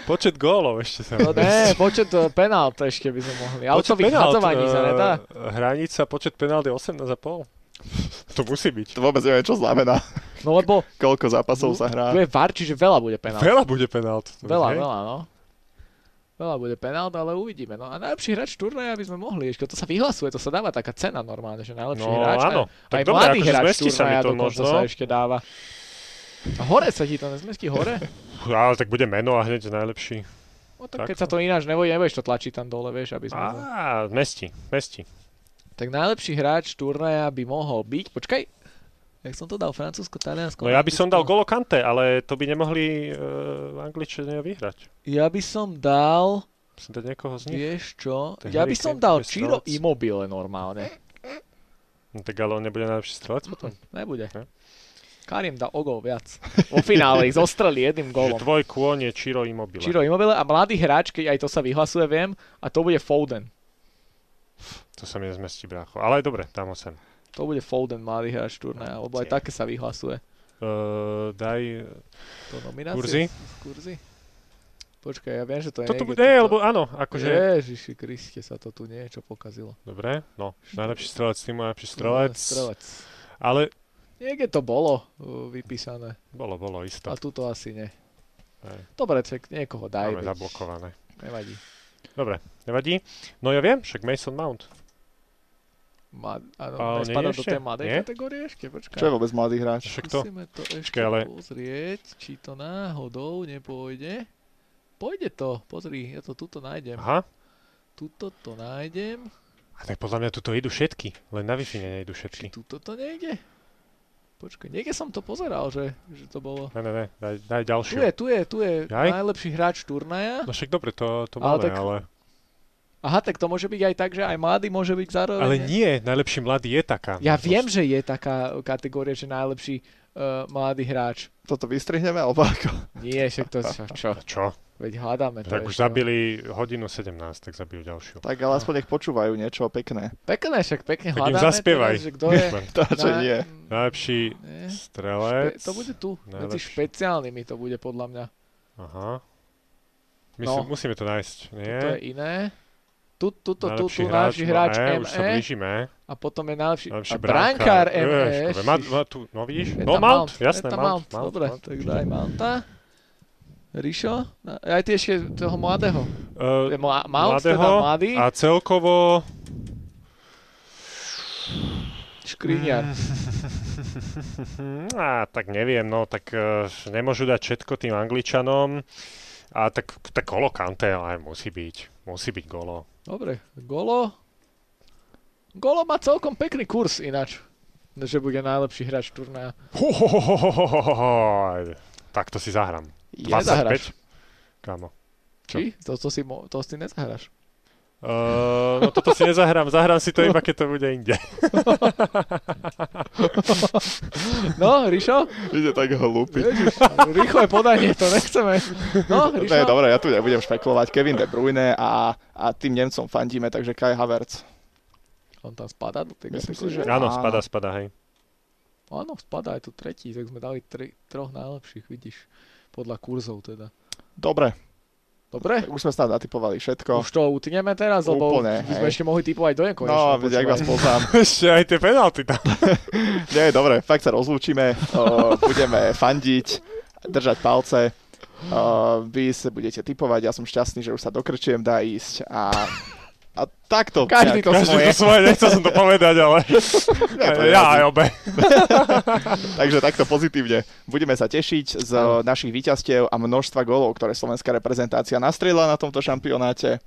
Speaker 2: Počet gólov ešte sa...
Speaker 3: No ne, (laughs) počet eh, penált ešte by sme mohli. Autových hatovaní sa nedá.
Speaker 2: eh, Hranica, počet penált je 18,5. To musí byť.
Speaker 1: To vôbec neviem, čo znamená.
Speaker 3: No lebo
Speaker 1: Koľko zápasov sa
Speaker 3: tu
Speaker 1: hrá.
Speaker 3: je VAR, čiže veľa bude penált.
Speaker 2: Veľa bude penált.
Speaker 3: Veľa,
Speaker 2: Hej.
Speaker 3: veľa, no. Veľa bude penált, ale uvidíme. No a najlepší hráč turnaja by sme mohli, ešte to sa vyhlasuje, to sa dáva taká cena normálne, že najlepší
Speaker 2: No
Speaker 3: hráč.
Speaker 2: áno.
Speaker 3: Aj,
Speaker 2: Tak
Speaker 3: aj
Speaker 2: dobre,
Speaker 3: mladý
Speaker 2: akože
Speaker 3: hráč
Speaker 2: zmestí sa mi
Speaker 3: turnaja
Speaker 2: to
Speaker 3: dokonca
Speaker 2: možno.
Speaker 3: sa ešte dáva. A hore sa ti to nezmestí hore?
Speaker 2: Pú, Ale tak bude meno a hneď najlepší.
Speaker 3: No tak,
Speaker 2: Tak.
Speaker 3: keď sa to ináč neboj, nebudeš to tlačiť tam dole, vieš, aby sme... to-
Speaker 2: Á, mesti, mesti.
Speaker 3: Tak najlepší hráč turnaja by mohol byť... Počkaj, jak som to dal? Francúzsko,
Speaker 2: No
Speaker 3: Taliansko?
Speaker 2: ja by som dal
Speaker 3: Anglicko.
Speaker 2: golo Kante, ale to by nemohli uh, Angličania vyhrať.
Speaker 3: Ja by som dal...
Speaker 2: Musím dať niekoho z nich.
Speaker 3: Vieš
Speaker 2: Hm.
Speaker 3: čo?
Speaker 2: To je
Speaker 3: Ja by
Speaker 2: Harry
Speaker 3: som
Speaker 2: Kane,
Speaker 3: dal
Speaker 2: to je
Speaker 3: Ciro
Speaker 2: strelec.
Speaker 3: Immobile normálne.
Speaker 2: No tak ale on nebude najlepší strelec potom.
Speaker 3: Nebude.
Speaker 2: Ne?
Speaker 3: Karim dá o gol viac. Vo finále ich zostreli
Speaker 2: Že
Speaker 3: jedným golom.
Speaker 2: tvoj kôň je Čiro Immobile.
Speaker 3: Ciro Immobile a mladý hráč, keď aj to sa vyhlasuje, viem, a to bude Foden.
Speaker 2: To sa mi nezmestí, brácho. Ale dobre, dám ho sem.
Speaker 3: To bude Foden, mladý hráč turnaja, lebo aj
Speaker 2: Tie.
Speaker 3: také sa vyhlasuje.
Speaker 2: Uh, daj
Speaker 3: To nominácie.
Speaker 2: Kurzy?
Speaker 3: z- z Kurzy? Počkaj, ja viem, že to je
Speaker 2: Toto bude,
Speaker 3: niekde
Speaker 2: nie,
Speaker 3: tuto.
Speaker 2: lebo áno, akože...
Speaker 3: Ježiši Kriste, sa to tu niečo pokazilo.
Speaker 2: Dobre, no. Najlepší strelec, tým najlepší strelec.
Speaker 3: No, Strelec.
Speaker 2: Ale
Speaker 3: Niekde to bolo uh, vypísané.
Speaker 2: bolo, bolo, isto.
Speaker 3: A tuto asi nie.
Speaker 2: Hej.
Speaker 3: Dobre, tak niekoho daj.
Speaker 2: Máme
Speaker 3: veď
Speaker 2: zablokované.
Speaker 3: Nevadí.
Speaker 2: Dobre, nevadí. No ja viem, však Mason Mount.
Speaker 3: Ma, áno,
Speaker 2: Ale nie
Speaker 3: nespadá do
Speaker 2: ešte?
Speaker 3: tej mladej
Speaker 2: Nie?
Speaker 3: kategórie ešte, počkaj.
Speaker 1: Čo je vôbec mladý hráč?
Speaker 2: Však to...
Speaker 3: Musíme to ešte
Speaker 2: Počkaj, ale-
Speaker 3: pozrieť, či to náhodou nepôjde. Pôjde to, pozri, ja to tuto nájdem.
Speaker 2: Aha.
Speaker 3: Tuto to nájdem,
Speaker 2: A tak podľa mňa tuto idú všetky. Len na Wi-Fi nejdu
Speaker 3: či
Speaker 2: všetky.
Speaker 3: tuto to nejde? Počkaj, niekde som to pozeral, že, že to bolo.
Speaker 2: Ne, ne, ne, daj, daj
Speaker 3: Tu
Speaker 2: ďalšiu.
Speaker 3: je, tu je, tu je
Speaker 2: Jaj?
Speaker 3: najlepší hráč turnaja.
Speaker 2: No však dobre, to, to máme,
Speaker 3: Ale
Speaker 2: ale...
Speaker 3: tak-
Speaker 2: Ale,
Speaker 3: Aha, tak to môže byť aj tak, že aj mladý môže byť zároveň.
Speaker 2: ale
Speaker 3: ne?
Speaker 2: nie, najlepší mladý je taká. No,
Speaker 3: Ja
Speaker 2: možnosť.
Speaker 3: viem, že je taká kategória, že najlepší uh, mladý hráč.
Speaker 1: Toto vystrihneme, alebo ako?
Speaker 3: Nie, však to čo, čo?
Speaker 2: Čo?
Speaker 3: Veď hľadáme to.
Speaker 2: Tak už
Speaker 3: ešte. no.
Speaker 2: zabili hodinu 17, tak zabijú ďalšiu.
Speaker 1: Tak ale aspoň nech počúvajú niečo pekné.
Speaker 3: Pekné, však pekne
Speaker 2: Tak im
Speaker 3: hľadáme.
Speaker 2: zaspievaj.
Speaker 3: Teraz, že kto
Speaker 1: (laughs)
Speaker 3: je...
Speaker 2: Len
Speaker 1: To, čo nie.
Speaker 2: Najlepší
Speaker 3: Nie.
Speaker 2: strelec.
Speaker 3: Špe- to bude tu, medzi
Speaker 2: najlepší.
Speaker 3: špeciálnymi to bude podľa mňa.
Speaker 2: Aha. My no.
Speaker 3: No.
Speaker 2: musíme to nájsť, nie?
Speaker 3: To je iné. Tu, tu, tu, tu,
Speaker 2: Najlepší
Speaker 3: tu, náš hráč
Speaker 2: no, e, už sa
Speaker 3: ME
Speaker 2: blížime.
Speaker 3: a potom je najlepší,
Speaker 2: Najlepší
Speaker 3: a brankár ME.
Speaker 2: Ježiš, Má,
Speaker 3: šiš.
Speaker 2: má tu, no vidíš?
Speaker 3: Je
Speaker 2: no
Speaker 3: tam
Speaker 2: Mount,
Speaker 3: je
Speaker 2: jasné,
Speaker 3: tam
Speaker 2: Mount. Mount,
Speaker 3: Dobre,
Speaker 2: Mount.
Speaker 3: tak daj Mounta. Rišo? Na- Aj ty ešte toho mladého.
Speaker 2: Eh,
Speaker 3: Je mla- Mount,
Speaker 2: mladého
Speaker 3: teda mladý.
Speaker 2: Eh, A celkovo...
Speaker 3: Škriniar.
Speaker 2: Hm, Á, tak neviem, no tak eh, nemôžu dať všetko tým Angličanom. A tak, tak golo Kante, ale musí byť. Musí byť golo.
Speaker 3: Dobre, Golo. Golo má celkom pekný kurz ináč. Že bude najlepší hráč turnaja.
Speaker 2: Ho, ho, ho, ho, ho, ho, ho, ho, ho. Tak to si zahrám.
Speaker 3: Nezahráš.
Speaker 2: 25? Kámo. Čo?
Speaker 3: Či? To, to, si, mo- to si nezahráš. (laughs)
Speaker 2: A Uh, no toto si nezahrám, zahrám si to iba, keď to bude
Speaker 3: (laughs)
Speaker 2: inde.
Speaker 3: No, Rišo?
Speaker 1: Ide tak hlúpy.
Speaker 3: Rýchle podanie, to nechceme. No,
Speaker 1: Ne,
Speaker 3: Rišo?
Speaker 1: dobre, ja tu nebudem špekulovať. Kevin De Bruyne a, a tým Nemcom fandíme, takže Kai Havertz.
Speaker 3: On tam spadá do tej
Speaker 1: Myslím si,
Speaker 3: kategórie?
Speaker 1: že-
Speaker 2: Áno,
Speaker 1: Áno.
Speaker 2: spada, spada, hej.
Speaker 3: Áno, spadá aj tu tretí, tak sme dali tri, troch najlepších, vidíš. Podľa kurzov teda.
Speaker 1: Dobre,
Speaker 3: Dobre?
Speaker 1: tak už sme snad natypovali všetko.
Speaker 3: Už to utneme teraz, lebo
Speaker 1: Úplne,
Speaker 3: by sme
Speaker 1: hej.
Speaker 3: ešte mohli typovať do nekonečna.
Speaker 1: No, veď, ak
Speaker 3: počúvaj.
Speaker 1: vás poznám.
Speaker 2: Ešte aj tie penalty tam.
Speaker 1: Nie, dobre, fakt sa rozlúčime. O, budeme fandiť, držať palce. O, vy sa budete typovať, ja som šťastný, že už sa dokrčiem, dá ísť. A, a takto.
Speaker 3: Každý
Speaker 1: nejak-
Speaker 3: to
Speaker 2: Každý
Speaker 3: svoje.
Speaker 2: to svoje, nechcel som to povedať,
Speaker 3: (laughs)
Speaker 2: ale
Speaker 1: nejak to
Speaker 2: ja aj
Speaker 1: vyrazí.
Speaker 2: obe.
Speaker 1: Takže takto pozitívne. Budeme sa tešiť z našich víťazstiev a množstva gólov, ktoré slovenská reprezentácia nastrieľa na tomto šampionáte.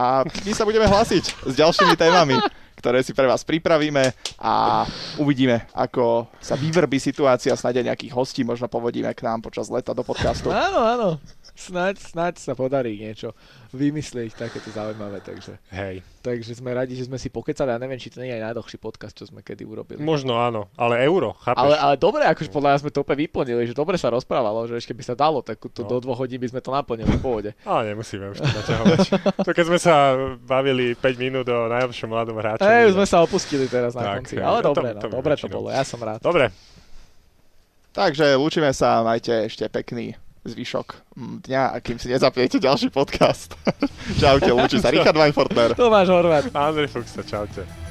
Speaker 1: A my sa budeme hlásiť s ďalšími témami, ktoré si pre vás pripravíme a uvidíme, ako sa vyvrbí situácia, snáď aj nejakých hostí možno povodíme k nám počas leta do podcastu.
Speaker 3: Áno, áno. Snaď, snaď sa podarí niečo vymyslieť takéto zaujímavé, takže,
Speaker 2: Hej,
Speaker 3: takže sme radi, že sme si pokecali a neviem, či to nie je aj najdlhší podcast, čo sme kedy urobili.
Speaker 2: možno áno, ale euro,
Speaker 3: Ale,
Speaker 2: chápeš?
Speaker 3: ale dobre, akože podľa nás sme to úplne vyplnili, že dobre sa rozprávalo, že ešte by sa dalo, tak to
Speaker 2: No.
Speaker 3: do dvoch hodín by sme to naplnili
Speaker 2: (laughs)
Speaker 3: v pohode.
Speaker 2: Ale nemusíme už to naťahovať. To keď sme sa bavili 5 minút o najlepšom mladom hráčovi.
Speaker 3: Ej, už sme sa opustili teraz na
Speaker 2: Tak,
Speaker 3: konci,
Speaker 2: hej,
Speaker 3: ale
Speaker 2: no to-
Speaker 3: dobre, no,
Speaker 2: to by
Speaker 3: dobre to
Speaker 2: väčšinou.
Speaker 3: bolo, ja som rád.
Speaker 2: Dobre,
Speaker 1: Takže lúčime sa, majte ešte pekný zvyšok mm, dňa a kým si nezapnete (laughs) ďalší podcast. Čaute, lúči sa Richard Weinfortner.
Speaker 3: Tomáš Horvát.
Speaker 2: Andrej Fuchs, čaute.